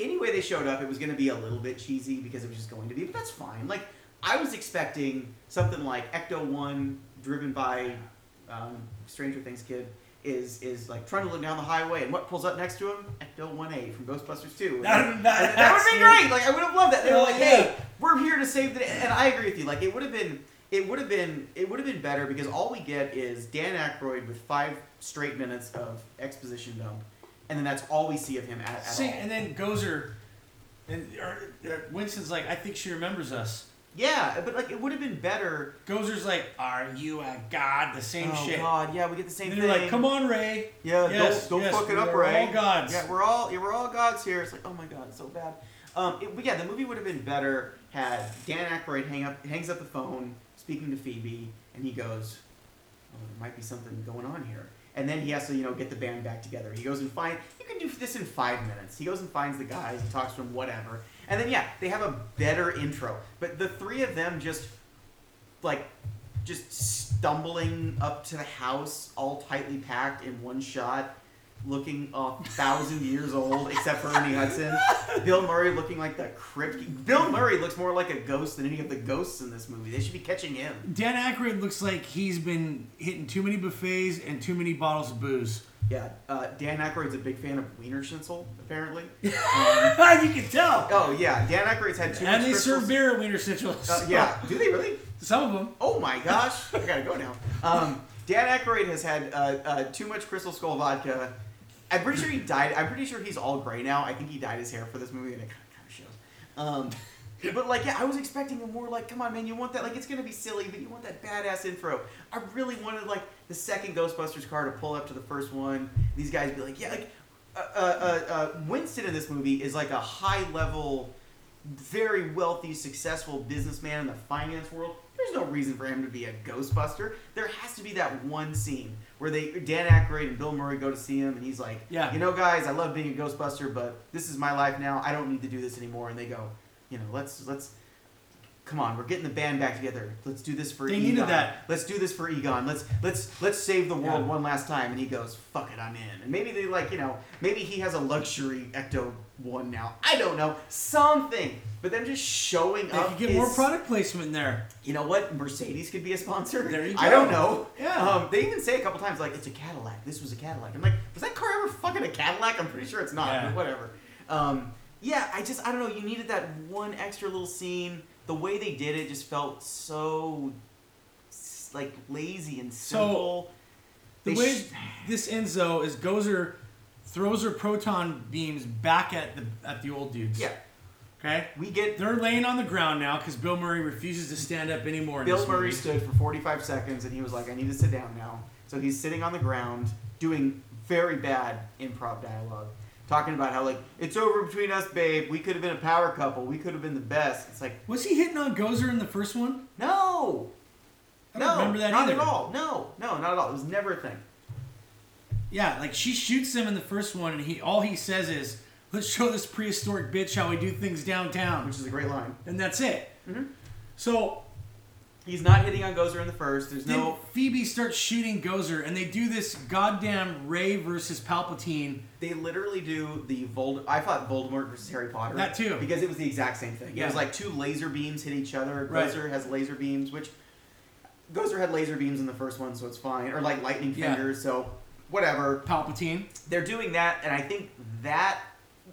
Speaker 2: Any way they showed up, it was going to be a little bit cheesy because it was just going to be, but that's fine. Like I was expecting something like Ecto One, driven by um, Stranger Things kid, is is like trundling down the highway, and what pulls up next to him? Ecto One A from Ghostbusters
Speaker 1: *laughs*
Speaker 2: Two.
Speaker 1: That- that-
Speaker 2: that would be
Speaker 1: that's-
Speaker 2: great. Like I would have loved that. They were
Speaker 1: Yeah,
Speaker 2: like,
Speaker 1: yeah.
Speaker 2: "Hey, we're here to save the day. And I agree with you. Like it would have been it would have been it would have been better because all we get is Dan Aykroyd with five straight minutes of exposition dump, and then that's all we see of him at, at
Speaker 1: See,
Speaker 2: all.
Speaker 1: and then Gozer and or, uh, Winston's like, I think she remembers us.
Speaker 2: yeah, but like it would have been better.
Speaker 1: Gozer's like, Are you a god? The same
Speaker 2: oh
Speaker 1: shit.
Speaker 2: God, yeah, we get the same
Speaker 1: And
Speaker 2: thing.
Speaker 1: they're like, come on, Ray.
Speaker 2: Yeah,
Speaker 1: Yes,
Speaker 2: don't, don't
Speaker 1: yes,
Speaker 2: fuck it
Speaker 1: we
Speaker 2: up,
Speaker 1: are
Speaker 2: Ray.
Speaker 1: all gods.
Speaker 2: Yeah, we're all yeah, we're all gods here. It's like, oh my god, it's so bad. Um, it, but yeah, the movie would have been better had Dan Aykroyd hang up, hangs up the phone, speaking to Phoebe, and he goes, oh, "There might be something going on here." And then he has to, you know, get the band back together. He goes and find. You can do this in five minutes. He goes and finds the guys. He talks to them, whatever. And then yeah, they have a better intro. But the three of them just like just stumbling up to the house, all tightly packed in one shot, looking a thousand years old, except for Ernie Hudson. Bill Murray looking like the crypt. Bill Murray looks more like a ghost than any of the ghosts in this movie. They should be catching him.
Speaker 1: Dan Aykroyd looks like he's been hitting too many buffets and too many bottles of
Speaker 2: *laughs*
Speaker 1: booze.
Speaker 2: Yeah, uh, Dan Aykroyd's a big fan of Wiener Schnitzel, apparently. Um,
Speaker 1: *laughs* you can tell.
Speaker 2: oh yeah, Dan Aykroyd's had two.
Speaker 1: And they serve beer at Wiener Schnitzel.
Speaker 2: Uh, yeah, do they really?
Speaker 1: Some of them.
Speaker 2: Oh my gosh, I gotta go now. Um, Dan Aykroyd has had uh, uh, too much Crystal Skull vodka. I'm pretty sure he died. I'm pretty sure he's all gray now. I think he dyed his hair for this movie, and it kind of shows. Um, but like, yeah, I was expecting a more like, come on, man, you want that? Like, it's gonna be silly, but you want that badass intro. I really wanted like the second Ghostbusters car to pull up to the first one. These guys be like, yeah, like. Uh, uh, uh, uh, Winston in this movie is like a high level very wealthy, successful businessman in the finance world. There's no reason for him to be a Ghostbuster. There has to be that one scene where they Dan Aykroyd and Bill Murray go to see him, and he's like,
Speaker 1: Yeah.
Speaker 2: you know, guys, I love being a Ghostbuster, but this is my life now. I don't need to do this anymore." And they go, "You know, let's let's." Come on, we're getting the band back together. Let's do this for
Speaker 1: They
Speaker 2: Egon.
Speaker 1: needed that.
Speaker 2: Let's do this for Egon. Let's let's let's save the world
Speaker 1: Yeah.
Speaker 2: one last time. And he goes, "Fuck it, I'm in." And maybe they like, you know, maybe he has a luxury Ecto one now. I don't know, something. But them just showing
Speaker 1: They
Speaker 2: up.
Speaker 1: could get
Speaker 2: is-
Speaker 1: more product placement there.
Speaker 2: You know what? Mercedes could be a sponsor.
Speaker 1: There you
Speaker 2: I
Speaker 1: go.
Speaker 2: don't know.
Speaker 1: Yeah.
Speaker 2: Um, they even say a couple times like, "It's a Cadillac. This was a Cadillac." I'm like, was that car ever fucking a Cadillac? I'm pretty sure it's not.
Speaker 1: Yeah.
Speaker 2: But whatever. Um, yeah, I just I don't know. You needed that one extra little scene. The way they did it just felt so s- like lazy and
Speaker 1: So,
Speaker 2: simple.
Speaker 1: The
Speaker 2: They
Speaker 1: way
Speaker 2: sh-
Speaker 1: this ends though is Gozer throws her proton beams back at the at the old dudes.
Speaker 2: yeah,
Speaker 1: Okay.
Speaker 2: we get
Speaker 1: They're laying on the ground now because Bill Murray refuses to stand up anymore. in
Speaker 2: Bill
Speaker 1: this
Speaker 2: Murray
Speaker 1: movie.
Speaker 2: stood for 45 seconds and he was like, I need to sit down now. So he's sitting on the ground doing very bad improv dialogue, talking about how, like, it's over between us, babe. We could have been a power couple. We could have been the best. It's like,
Speaker 1: Was he hitting on Gozer in the first one?
Speaker 2: no.
Speaker 1: I
Speaker 2: no,
Speaker 1: don't remember that
Speaker 2: not
Speaker 1: either.
Speaker 2: at all. No, no, not at all. It was never a thing.
Speaker 1: Yeah, like she shoots him in the first one, and he all he says is, "Let's show this prehistoric bitch how we do things downtown,"
Speaker 2: Which is a great line.
Speaker 1: and that's it.
Speaker 2: Mhm.
Speaker 1: So
Speaker 2: He's not hitting on Gozer in the first. There's
Speaker 1: then
Speaker 2: no.
Speaker 1: Phoebe starts shooting Gozer, and they do this goddamn Ray versus Palpatine.
Speaker 2: They literally do the Vold. I thought Voldemort versus Harry Potter.
Speaker 1: That too.
Speaker 2: Because it was the exact same thing. It was
Speaker 1: Yeah.
Speaker 2: like two laser beams hit each other.
Speaker 1: Right.
Speaker 2: Gozer has laser beams, which Gozer had laser beams in the first one, so it's fine. Or like lightning
Speaker 1: Yeah.
Speaker 2: fingers, so whatever.
Speaker 1: Palpatine.
Speaker 2: They're doing that, and I think that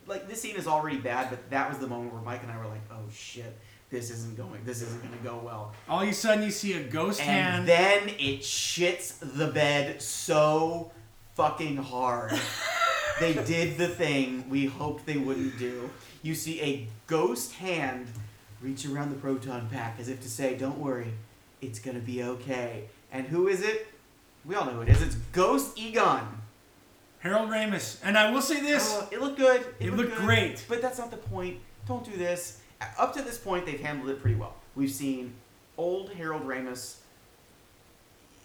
Speaker 2: like this scene is already bad, but that was the moment where Mike and I were like, "Oh shit, this isn't going. This isn't going to go well."
Speaker 1: All of a sudden, you see a ghost
Speaker 2: And
Speaker 1: hand.
Speaker 2: then it shits the bed so fucking
Speaker 1: *laughs*
Speaker 2: hard. they did the thing we hoped they wouldn't do. You see a ghost hand reach around the proton pack as if to say, Don't worry, it's gonna be okay. And who is it? We all know who it is. It's Ghost Egon.
Speaker 1: Harold Ramis. And I will say this.
Speaker 2: Oh, it looked good. It,
Speaker 1: It looked
Speaker 2: good.
Speaker 1: great.
Speaker 2: But that's not the point. Don't do this. Up to this point, they've handled it pretty well. We've seen old Harold Ramis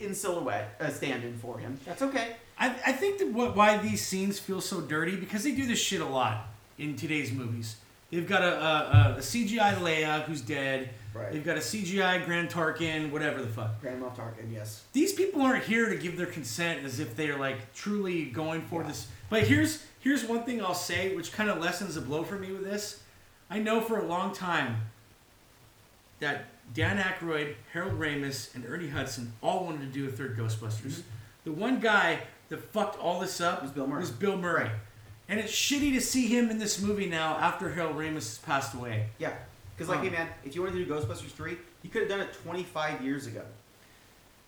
Speaker 2: in silhouette, a stand-in for him. That's okay.
Speaker 1: I, I think that what, why these scenes feel so dirty because they do this shit a lot in today's movies. They've got a, a, a, a CGI Leia who's dead.
Speaker 2: Right.
Speaker 1: They've got a CGI Grand Tarkin, whatever the fuck.
Speaker 2: Grand Moff Tarkin, yes.
Speaker 1: These people aren't here to give their consent as if they are like truly going for
Speaker 2: Yeah.
Speaker 1: this. But here's here's one thing I'll say, which kind of lessens the blow for me with this. I know for a long time that Dan Aykroyd, Harold Ramis, and Ernie Hudson all wanted to do a third Ghostbusters. The one guy that fucked all this up
Speaker 2: Was Bill Murray.
Speaker 1: Mm-hmm. Was Bill Murray. And it's shitty to see him in this movie now after Harold Ramis has passed away.
Speaker 2: Yeah. Because like,
Speaker 1: Huh.
Speaker 2: hey man, if you wanted to do Ghostbusters 3, you could have done it 25 years ago.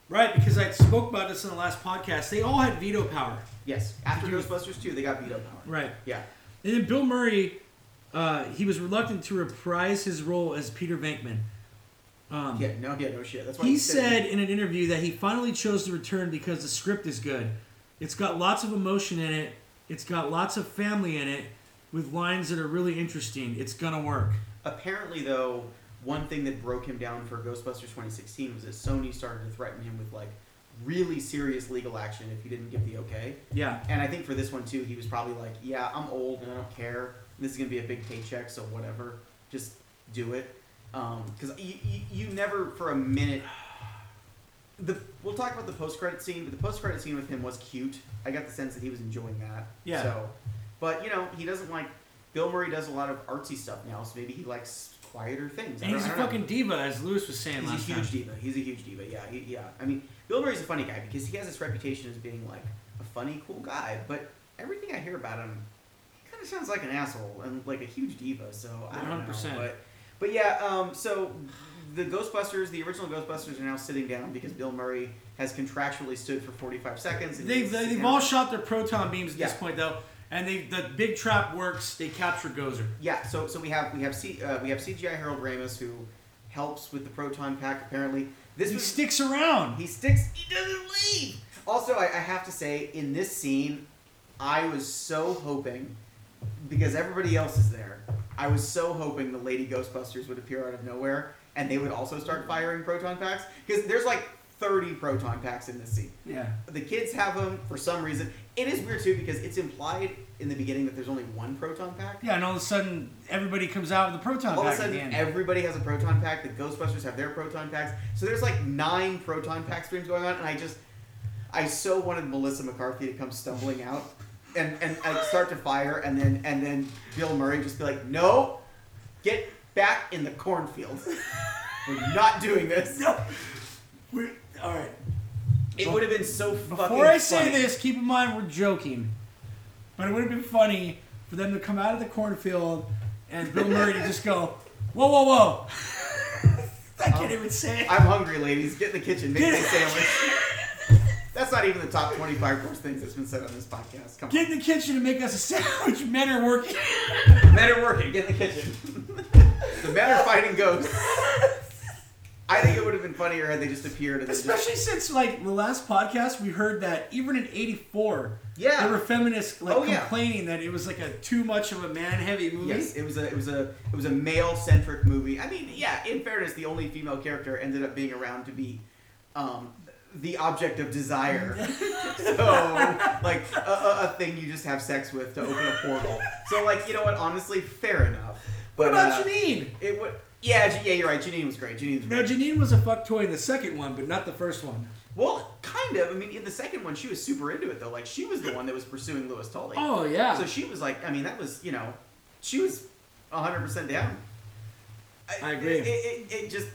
Speaker 1: Right, because I spoke about this in the last podcast. They all had veto power.
Speaker 2: Yes. After
Speaker 1: Did you-
Speaker 2: Ghostbusters 2, they got veto power.
Speaker 1: Right.
Speaker 2: Yeah.
Speaker 1: And then Bill Murray, uh, he was reluctant to reprise his role as Peter Venkman. Um,
Speaker 2: Yeah, no, yeah, no shit. That's why
Speaker 1: he
Speaker 2: he's sitting-
Speaker 1: said in an interview that he finally chose to return because the script is good. It's got lots of emotion in it. It's got lots of family in it, with lines that are really interesting. It's gonna work.
Speaker 2: Apparently, though, one thing that broke him down for Ghostbusters 2016 was that Sony started to threaten him with like really serious legal action if he didn't give the okay.
Speaker 1: Yeah.
Speaker 2: And I think for this one too, he was probably like, "Yeah, I'm old and I don't care. This is gonna be a big paycheck, so whatever. Just do it." Um, Because you, you never for a minute. The, we'll talk about the post credit scene, but the post credit scene with him was cute. I got the sense that he was enjoying that.
Speaker 1: Yeah.
Speaker 2: So, but you know, he doesn't like. Bill Murray does a lot of artsy stuff now, so maybe he likes quieter things. I
Speaker 1: And
Speaker 2: don't-
Speaker 1: he's a
Speaker 2: I don't know.
Speaker 1: fucking diva, as Lewis was saying
Speaker 2: He's a
Speaker 1: last
Speaker 2: huge
Speaker 1: time.
Speaker 2: diva. He's a huge diva. Yeah, he, yeah. I mean, Bill Murray's a funny guy because he has this reputation as being like a funny, cool guy. But everything I hear about him, he kind of sounds like an asshole and like a huge diva. So I don't know.
Speaker 1: 100%.
Speaker 2: But but yeah. Um. So the Ghostbusters, the original Ghostbusters, are now sitting down because Bill Murray has contractually stood for 45 seconds. and
Speaker 1: They've,
Speaker 2: he's
Speaker 1: they've
Speaker 2: sitting
Speaker 1: all
Speaker 2: down.
Speaker 1: shot their proton beams at
Speaker 2: Yeah.
Speaker 1: this point though, and they the big trap works. They capture Gozer.
Speaker 2: Yeah, so so we have we have C, uh, we have CGI Harold Ramis who helps with the proton pack apparently. This
Speaker 1: he
Speaker 2: was
Speaker 1: sticks around.
Speaker 2: He sticks. He doesn't leave. Also, I, I have to say, in this scene, I was so hoping because everybody else is there. I was so hoping the Lady Ghostbusters would appear out of nowhere and they would also start firing proton packs because there's like 30 proton packs in this scene.
Speaker 1: Yeah.
Speaker 2: The kids have them for some reason. It is weird too because it's implied in the beginning that there's only one proton pack.
Speaker 1: Yeah, and all of a sudden everybody comes out with a proton
Speaker 2: All of
Speaker 1: pack
Speaker 2: a
Speaker 1: at the
Speaker 2: sudden,
Speaker 1: end.
Speaker 2: everybody has a proton pack. The Ghostbusters have their proton packs. So there's like nine proton pack streams going on, and I just, I so wanted Melissa McCarthy to come stumbling out, and and like, start to fire, and then and then Bill Murray just be like, no, get back in the cornfield. We're not doing this. No.
Speaker 1: We're- all right.
Speaker 2: It would have been so fucking.
Speaker 1: Before I say
Speaker 2: funny.
Speaker 1: this, keep in mind we're joking, but it would have been funny for them to come out of the cornfield and
Speaker 2: *laughs*
Speaker 1: Bill Murray to just go, "Whoa, whoa, whoa!" I can't
Speaker 2: Oh.
Speaker 1: even say it.
Speaker 2: I'm hungry, ladies. Get in the kitchen, make
Speaker 1: Get
Speaker 2: me a
Speaker 1: in-
Speaker 2: sandwich. That's not even the top 25 worst things that's been said on this podcast. Come on.
Speaker 1: Get in the kitchen and make us a sandwich. *laughs* Men are working.
Speaker 2: Men are working. Get in the kitchen. *laughs* the men are fighting ghosts. I think it would have been funnier had they just appeared. And then just,
Speaker 1: Especially since like the last podcast, we heard that even in '84,
Speaker 2: Yeah.
Speaker 1: there were feminists like
Speaker 2: Oh, yeah.
Speaker 1: complaining that it was like a too much of a man-heavy movie.
Speaker 2: yes, it was a it was a it was a male centric movie. I mean, yeah. In fairness, the only female character ended up being around to be um, the object of
Speaker 1: *laughs*
Speaker 2: desire. so, like a, a, a thing you just have sex with to open a portal. So, like you know what? Honestly, fair enough.
Speaker 1: What
Speaker 2: But,
Speaker 1: about
Speaker 2: uh,
Speaker 1: Janine?
Speaker 2: It would. Yeah, J- yeah, you're right. Janine was great. Janine was
Speaker 1: Now
Speaker 2: great.
Speaker 1: Janine was a fuck toy in the second one, but not the first one.
Speaker 2: Well, kind of. I mean, in the second one, she was super into it though. Like she was the one that was pursuing Lewis Tully.
Speaker 1: Oh yeah.
Speaker 2: So she was like, I mean, that was you know, she was 100 percent down.
Speaker 4: I agree.
Speaker 2: It, it, it, it just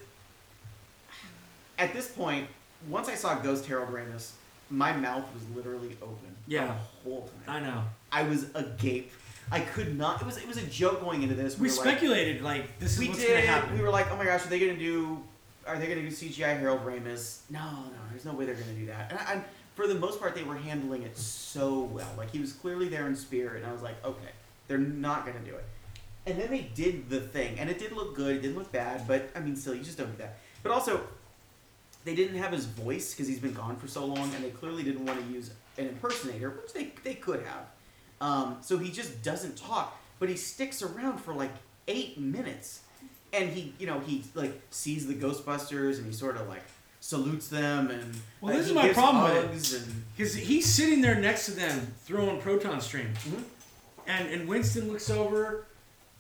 Speaker 2: at this point, once I saw Ghost Harold Ramis, my mouth was literally open.
Speaker 1: Yeah.
Speaker 2: the whole time.
Speaker 1: I know.
Speaker 2: I was agape. I could not. It was it was a joke going into this.
Speaker 1: We
Speaker 2: were like,
Speaker 1: speculated like this is
Speaker 2: we
Speaker 1: what's
Speaker 2: did.
Speaker 1: gonna happen.
Speaker 2: We were like, oh my gosh, are they gonna do? Are they gonna do CGI Harold Ramis? No, no, there's no way they're gonna do that. And I, I, for the most part, they were handling it so well. Like he was clearly there in spirit, and I was like, okay, they're not gonna do it. And then they did the thing, and it did look good. It didn't look bad, but I mean, still, you just don't do that. But also, they didn't have his voice because he's been gone for so long, and they clearly didn't want to use an impersonator, which they they could have. Um, so he just doesn't talk, but he sticks around for like eight minutes, and he you know he like sees the Ghostbusters and he sort of like salutes them and
Speaker 1: Well,
Speaker 2: like,
Speaker 1: this
Speaker 2: he
Speaker 1: is my
Speaker 2: gives
Speaker 1: problem with it.
Speaker 2: hugs and-
Speaker 1: Because he's sitting there next to them throwing proton stream.
Speaker 2: Mhm.
Speaker 1: And, and Winston looks over,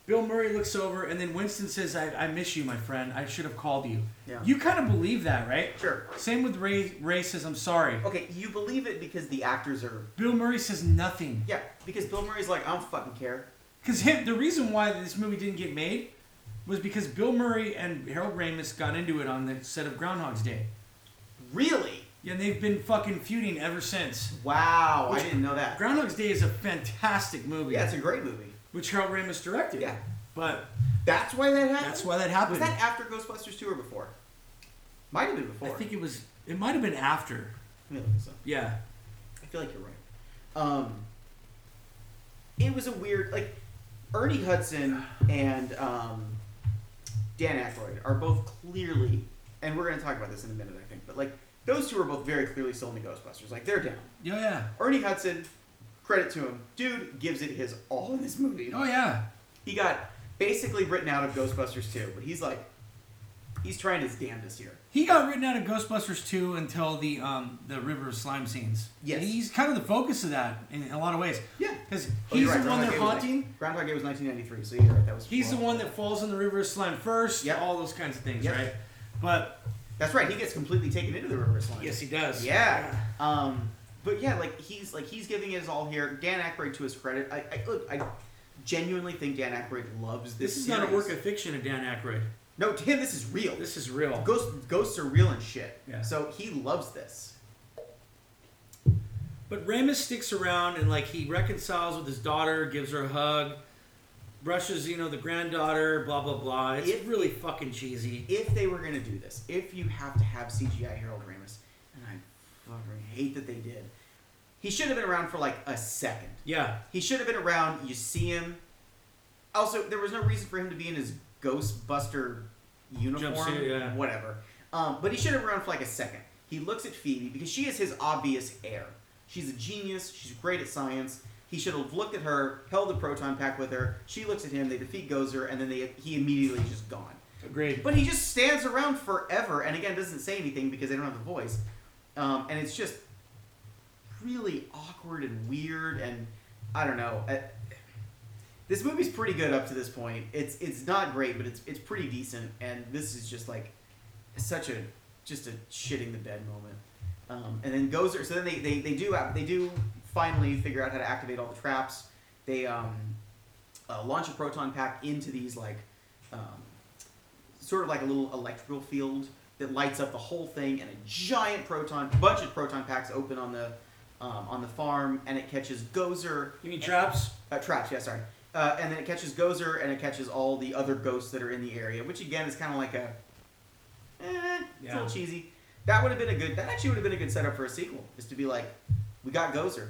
Speaker 1: Bill Murray looks over, and then Winston says, I, I miss you, my friend. I should have called you.
Speaker 2: Yeah.
Speaker 1: You kind of believe that, right?
Speaker 2: sure.
Speaker 1: Same with Ray, Ray says, I'm sorry.
Speaker 2: Okay, you believe it because the actors are
Speaker 1: Bill Murray says nothing.
Speaker 2: yeah because Bill Murray's like I don't fucking care.
Speaker 1: Because the reason why this movie didn't get made was because Bill Murray and Harold Ramis got into it on the set of Groundhog's Day.
Speaker 2: Really?
Speaker 1: And they've been fucking feuding ever since.
Speaker 2: Wow,
Speaker 1: Which-
Speaker 2: I didn't know that.
Speaker 1: Groundhog's Day is a fantastic movie,
Speaker 2: Yeah, it's a great movie.
Speaker 1: which Harold Ramis directed.
Speaker 2: Yeah.
Speaker 1: But
Speaker 2: That's why that happened.
Speaker 1: that's why that happened.
Speaker 2: Was that after Ghostbusters 2 or before? Might have been
Speaker 1: I
Speaker 2: before.
Speaker 1: think it was. It might have been after.
Speaker 2: Let me look this up.
Speaker 1: Yeah.
Speaker 2: I feel like you're right. Um, it was a weird, like, Ernie Hudson and um, Dan Aykroyd are both clearly, and we're going to talk about this in a minute, I think, but like, those two are both very clearly still in the Ghostbusters. Like, they're down.
Speaker 1: Yeah, yeah.
Speaker 2: Ernie Hudson, credit to him, dude gives it his all in this movie.
Speaker 1: Oh yeah.
Speaker 2: He got basically written out of Ghostbusters 2, but he's like, he's trying his damnedest here.
Speaker 1: He got written out of Ghostbusters 2 until the um the River of Slime scenes.
Speaker 2: Yes.
Speaker 1: And he's kind of the focus of that in, in a lot of ways.
Speaker 2: Yeah.
Speaker 1: Because
Speaker 2: Oh,
Speaker 1: he's
Speaker 2: you're right,
Speaker 1: the one
Speaker 2: Groundhog
Speaker 1: they're
Speaker 2: Day was
Speaker 1: haunting.
Speaker 2: like- Groundhog Day was 1993, so you're right. That was.
Speaker 1: He's the
Speaker 2: wrong.
Speaker 1: one that falls in the River of Slime first.
Speaker 2: Yep.
Speaker 1: All those kinds of things,
Speaker 2: Yep.
Speaker 1: right? But
Speaker 2: That's right. He gets completely taken into the river slime.
Speaker 1: yes, he does.
Speaker 2: Yeah. Um. But yeah, like he's like he's giving it his all here. Dan Aykroyd, to his credit, I, I look, I genuinely think Dan Aykroyd loves this.
Speaker 1: This is not a
Speaker 2: series.
Speaker 1: work of fiction of Dan Aykroyd.
Speaker 2: No, to him, this is real.
Speaker 1: This is real.
Speaker 2: Ghosts, ghosts are real and shit.
Speaker 1: Yeah.
Speaker 2: So he loves this.
Speaker 1: But Ramus sticks around and like he reconciles with his daughter, gives her a hug, brushes, you know, the granddaughter, blah blah blah. It's
Speaker 2: It-
Speaker 1: really fucking cheesy.
Speaker 2: if they were gonna do this, if you have to have CGI Harold Ramis, and I fucking hate that they did, he should have been around for like a second.
Speaker 1: Yeah.
Speaker 2: He should have been around. You see him. Also, there was no reason for him to be in his Ghostbuster uniform,
Speaker 1: Jumpsuit, yeah.
Speaker 2: whatever. Um, but he should have been around for like a second. He looks at Phoebe because she is his obvious heir. She's a genius. She's great at science. He should have looked at her, held the proton pack with her. She looks at him. They defeat Gozer, and then they he immediately is just gone.
Speaker 4: Agreed.
Speaker 2: But he just stands around forever, and again doesn't say anything because they don't have the voice, um, and it's just really awkward and weird, and I don't know. I- This movie's pretty good up to this point. It's it's not great, but it's it's pretty decent, and this is just like such a just a shitting the bed moment. Um, and then Gozer. So then they they, they do act- they do finally figure out how to activate all the traps. They um, uh, launch a proton pack into these like um, sort of like a little electrical field that lights up the whole thing, and a giant proton bunch of proton packs open on the um, on the farm, and it catches Gozer.
Speaker 4: You mean traps?
Speaker 2: Uh, traps, yeah, sorry. Uh, and then it catches Gozer, and it catches all the other ghosts that are in the area, which again is kind of like a, eh, it's a
Speaker 1: Yeah.
Speaker 2: little cheesy. That would have been a good. That actually would have been a good setup for a sequel, is to be like, we got Gozer,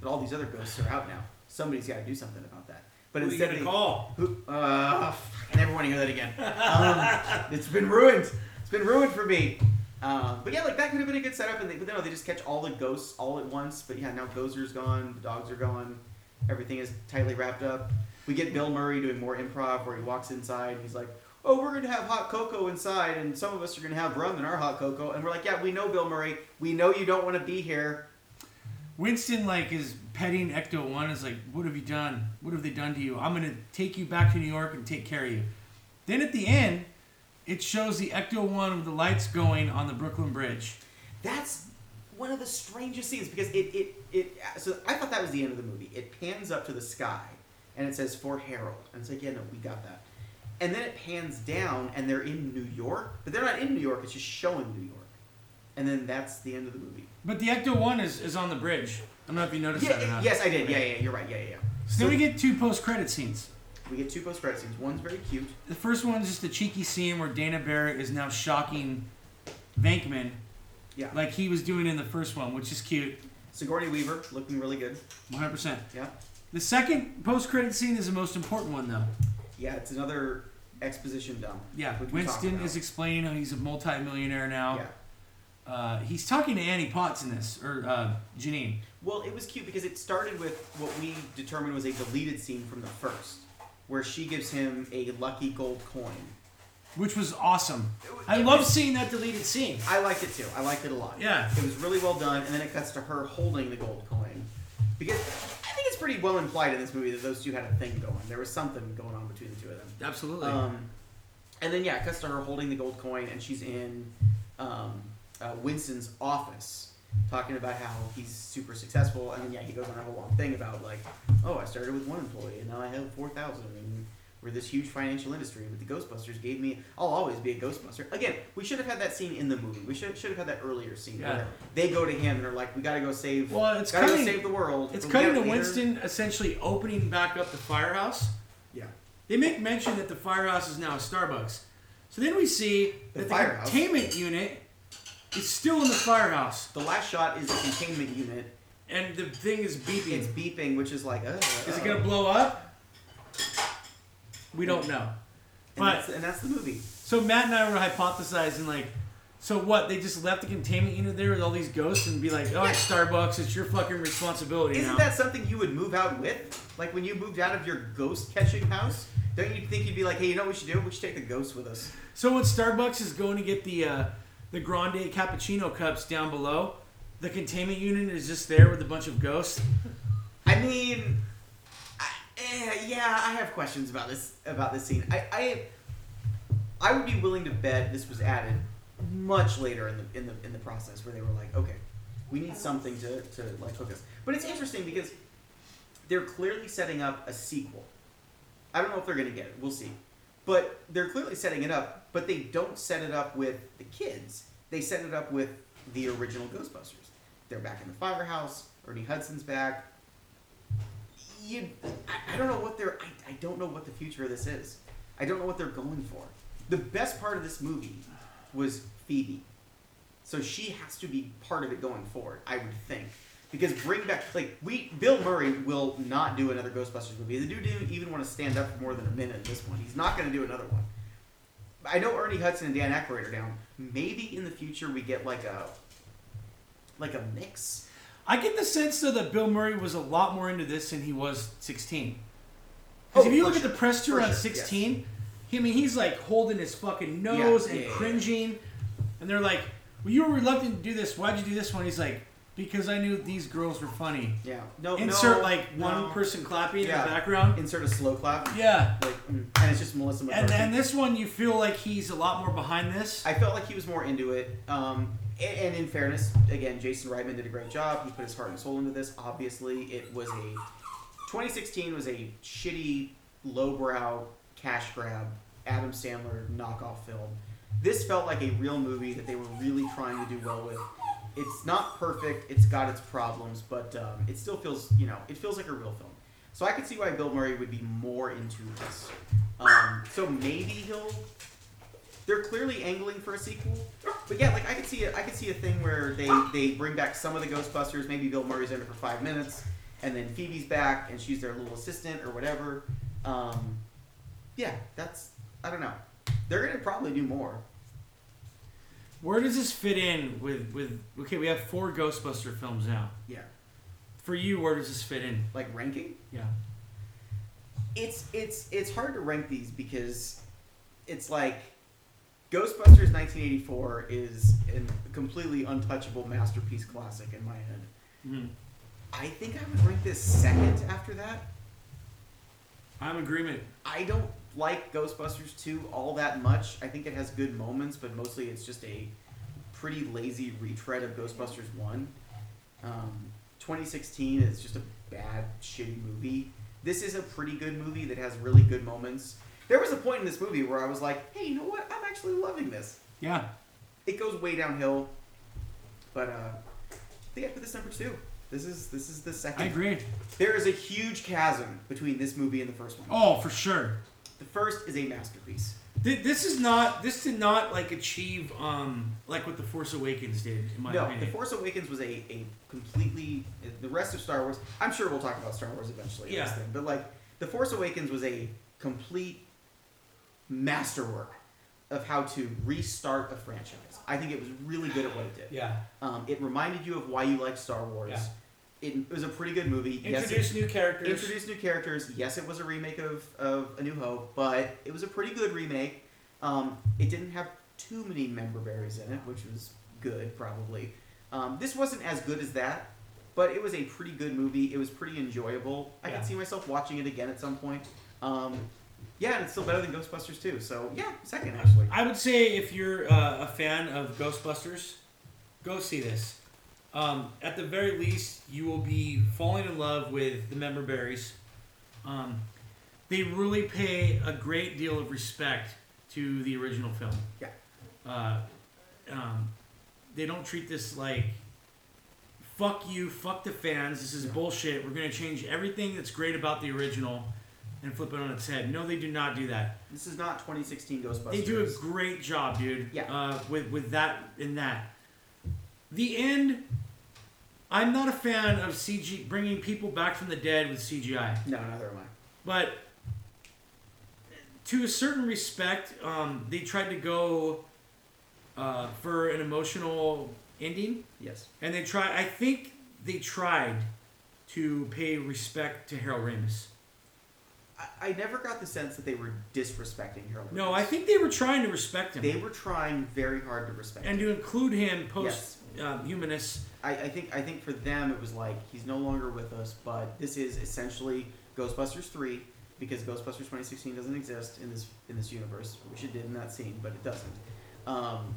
Speaker 2: but all these other ghosts are out now. Somebody's got to do something about that. But
Speaker 1: Who are you
Speaker 2: instead,
Speaker 1: gonna
Speaker 2: they-
Speaker 1: call?
Speaker 2: who, uh, fuck, I never want to hear that again. Um, it's been ruined. It's been ruined for me. Um, but yeah, like that could have been a good setup, and they, but no, they just catch all the ghosts all at once. But yeah, now Gozer's gone, the dogs are gone, everything is tightly wrapped up. We get Bill Murray doing more improv, where he walks inside and he's like, "Oh, we're gonna have hot cocoa inside, and some of us are gonna have rum in our hot cocoa." And we're like, "Yeah, we know Bill Murray. We know you don't want to be here."
Speaker 1: Winston like is petting Ecto One. Is like, what have you done? What have they done to you? I'm gonna take you back to New York and take care of you. Then at the end, it shows the Ecto One with the lights going on the Brooklyn Bridge.
Speaker 2: That's one of the strangest scenes because it, it, it so I thought that was the end of the movie. It pans up to the sky and it says for Harold. And it's like, yeah, no, we got that. And then it pans down and they're in New York, but they're not in New York, it's just showing New York. And then that's the end of the movie.
Speaker 1: But the Ecto One is, is on the bridge. I don't know if you noticed
Speaker 2: Yeah,
Speaker 1: that or not.
Speaker 2: yes, I did. Yeah, yeah, you're right. Yeah, yeah, yeah.
Speaker 1: So then we get two post credit scenes.
Speaker 2: We get two post credit scenes. One's very cute.
Speaker 1: The first one is just a cheeky scene where Dana Barrett is now shocking Venkman
Speaker 2: Yeah.
Speaker 1: like he was doing in the first one, which is cute.
Speaker 2: Sigourney Weaver looking really good.
Speaker 1: 100%.
Speaker 2: Yeah.
Speaker 1: The second post credit scene is the most important one, though.
Speaker 2: Yeah, it's another exposition dump.
Speaker 1: Yeah,
Speaker 2: Which we talked
Speaker 1: Winston
Speaker 2: about.
Speaker 1: is explaining how he's a multimillionaire now.
Speaker 2: Yeah.
Speaker 1: Uh, he's talking to Annie Potts in this, or uh, Janine.
Speaker 2: Well, it was cute because it started with what we determined was a deleted scene from the first, where she gives him a lucky gold coin.
Speaker 1: Which was awesome. I
Speaker 2: It
Speaker 1: love
Speaker 2: was-
Speaker 1: seeing that deleted scene.
Speaker 2: I liked it too. I liked it a lot.
Speaker 1: Yeah.
Speaker 2: It was really well done, and then it cuts to her holding the gold coin. Because I think it's pretty well implied in this movie that those two had a thing going. There was something going on between the two of them.
Speaker 1: Absolutely.
Speaker 2: Um, and then yeah, it cuts to her holding the gold coin, and she's in um, uh, Winston's office talking about how he's super successful. And then yeah, he goes on a whole long thing about like, oh, I started with one employee, and now I have four thousand, and we're this huge financial industry. But the Ghostbusters gave me, I'll always be a Ghostbuster. Again, we should have had that scene in the movie. We should should have had that earlier scene
Speaker 1: Yeah.
Speaker 2: where they go to him and are like, we gotta go save,
Speaker 1: well, it's
Speaker 2: gotta go
Speaker 1: cutting,
Speaker 2: save the world.
Speaker 1: it's
Speaker 2: We gotta
Speaker 1: cutting to
Speaker 2: lead her."
Speaker 1: Winston essentially opening back up the firehouse.
Speaker 2: Yeah.
Speaker 1: They make mention that the firehouse is now a Starbucks. So then we see
Speaker 2: The
Speaker 1: that
Speaker 2: firehouse?
Speaker 1: the containment unit is still in the firehouse,
Speaker 2: The last shot is the containment unit.
Speaker 1: and the thing is beeping.
Speaker 2: It's beeping, which is like, uh,
Speaker 1: Is
Speaker 2: uh.
Speaker 1: it gonna blow up? We don't know.
Speaker 2: And,
Speaker 1: But-
Speaker 2: that's, and that's the movie.
Speaker 1: So Matt and I were hypothesizing like, so what? They just left the containment unit there with all these ghosts and be like, oh, it's Starbucks. It's your fucking responsibility
Speaker 2: Isn't
Speaker 1: now.
Speaker 2: that something you would move out with? Like when you moved out of your ghost catching house, don't you think you'd be like, hey, you know what we should do? We should take the ghosts with us.
Speaker 1: so when Starbucks is going to get the uh, the grande cappuccino cups down below, the containment unit is just there with a bunch of ghosts.
Speaker 2: I mean, I, eh, yeah, I have questions about this about this scene. I, I I would be willing to bet this was added much later in the in the in the process where they were like, okay, we need something to to like hook us. But it's interesting because they're clearly setting up a sequel. I don't know if they're gonna get it. We'll see. But they're clearly setting it up, but they don't set it up with the kids. They set it up with the original Ghostbusters. They're back in the firehouse. Ernie Hudson's back you, I, I don't know what they're. I, I don't know what the future of this is. I don't know what they're going for. The best part of this movie was Phoebe, so she has to be part of it going forward. I would think because bring back like we Bill Murray will not do another Ghostbusters movie. The dude didn't even want to stand up for more than a minute in this one. He's not going to do another one. I know Ernie Hudson and Dan Aykroyd are down. Maybe in the future we get like a like a mix.
Speaker 1: I get the sense though that Bill Murray was a lot more into this than he was 16. Because
Speaker 2: Oh,
Speaker 1: if you
Speaker 2: for
Speaker 1: look at
Speaker 2: sure.
Speaker 1: the press tour
Speaker 2: For
Speaker 1: on
Speaker 2: sure,
Speaker 1: 16, he, I mean he's like holding his fucking nose
Speaker 2: Yeah,
Speaker 1: and
Speaker 4: yeah, yeah, yeah.
Speaker 1: cringing, and they're like, "Well, you were reluctant to do this. Why'd you do this one?" He's like, "Because I knew these girls were funny."
Speaker 2: Yeah. No.
Speaker 1: Insert
Speaker 2: Oh, no,
Speaker 1: like
Speaker 2: no.
Speaker 1: one person clapping in
Speaker 2: Yeah.
Speaker 1: the background.
Speaker 2: Insert a slow clap.
Speaker 1: Yeah,
Speaker 2: Like, mm, and it's just Melissa
Speaker 1: and
Speaker 2: McCarthy.
Speaker 1: and this one you feel like he's a lot more behind this.
Speaker 2: I felt like he was more into it. Um, and, and in fairness, again, Jason Reitman did a great job. He put his heart and soul into this. Obviously, it was a 2016 was a shitty, lowbrow cash grab Adam Sandler knockoff film. This felt like a real movie that they were really trying to do well with. It's not perfect. It's got its problems, but um, it still feels you know it feels like a real film. So I could see why Bill Murray would be more into this. Um, so maybe he'll they're clearly angling for a sequel. But yeah, like I could see a, I could see a thing where they they bring back some of the Ghostbusters. Maybe Bill Murray's in it for five minutes, and then Phoebe's back and she's their little assistant or whatever. Um, yeah, that's I don't know. They're gonna probably do more.
Speaker 1: Where does this fit in with with? Okay, we have four Ghostbuster films now.
Speaker 2: Yeah,
Speaker 1: For you, where does this fit in?
Speaker 2: like ranking.
Speaker 1: Yeah.
Speaker 2: It's it's it's hard to rank these because it's like Ghostbusters 1984 is a completely untouchable masterpiece classic in my head.
Speaker 1: Mhm.
Speaker 2: I think I would rank this second after that.
Speaker 1: I'm in agreement.
Speaker 2: I don't like Ghostbusters 2 all that much. I think it has good moments, but mostly it's just a pretty lazy retread of Ghostbusters 1. Um, 2016 is just a bad, shitty movie. This is a pretty good movie that has really good moments. There was a point in this movie where I was like, hey, you know what? I'm actually loving this.
Speaker 1: Yeah.
Speaker 2: It goes way downhill, but uh, I think I put this number two. This is this is the second.
Speaker 1: I agree.
Speaker 2: There is a huge chasm between this movie and the first one.
Speaker 1: Oh, for sure.
Speaker 2: The first is a masterpiece.
Speaker 1: Th- This is not. This did not like achieve um like what the Force Awakens did in my
Speaker 2: no, The
Speaker 1: opinion.
Speaker 2: Force Awakens was a, a completely the rest of Star Wars. I'm sure we'll talk about Star Wars eventually. in this
Speaker 1: Yeah.
Speaker 2: thing, but like the Force Awakens was a complete masterwork of how to restart a franchise. I think it was really good at what it did.
Speaker 1: yeah.
Speaker 2: Um, it reminded you of why you like Star Wars.
Speaker 1: Yeah.
Speaker 2: It, it was a pretty good movie. yes, it
Speaker 1: Introduce new characters.
Speaker 2: Introduced new characters. Yes, it was a remake of, of A New Hope, but it was a pretty good remake. Um, it didn't have too many member berries in it, which was good, probably. Um, this wasn't as good as that, but it was a pretty good movie. It was pretty enjoyable. I
Speaker 1: Yeah.
Speaker 2: could see myself watching it again at some point. Um, yeah, and it's still better than Ghostbusters 2, so yeah, second, actually.
Speaker 1: I would say if you're uh, a fan of Ghostbusters, go see this. Um, at the very least, you will be falling in love with the member berries. Um, they really pay a great deal of respect to the original film.
Speaker 2: Yeah.
Speaker 1: Uh, um, they don't treat this like fuck you, fuck the fans. This is
Speaker 2: No.
Speaker 1: bullshit. We're gonna change everything that's great about the original and flip it on its head. No, they do not do that.
Speaker 2: This is not 2016 Ghostbusters.
Speaker 1: They do a great job, dude.
Speaker 2: Yeah.
Speaker 1: Uh, with with that in that, the end. I'm not a fan of CG bringing people back from the dead with CGI,
Speaker 2: No, neither am I.
Speaker 1: but to a certain respect, um, they tried to go uh, for an emotional ending,
Speaker 2: Yes.
Speaker 1: and they try. I think they tried to pay respect to Harold Ramis.
Speaker 2: I, I never got the sense that they were disrespecting Harold.
Speaker 1: No,
Speaker 2: Ramis.
Speaker 1: I think they were trying to respect him.
Speaker 2: They were trying very hard to respect
Speaker 1: and to include him
Speaker 2: Yes.
Speaker 1: post um, humanist
Speaker 2: I, I think I think for them it was like he's no longer with us, but this is essentially Ghostbusters three because Ghostbusters twenty sixteen doesn't exist in this in this universe, which it did in that scene, but it doesn't. Um,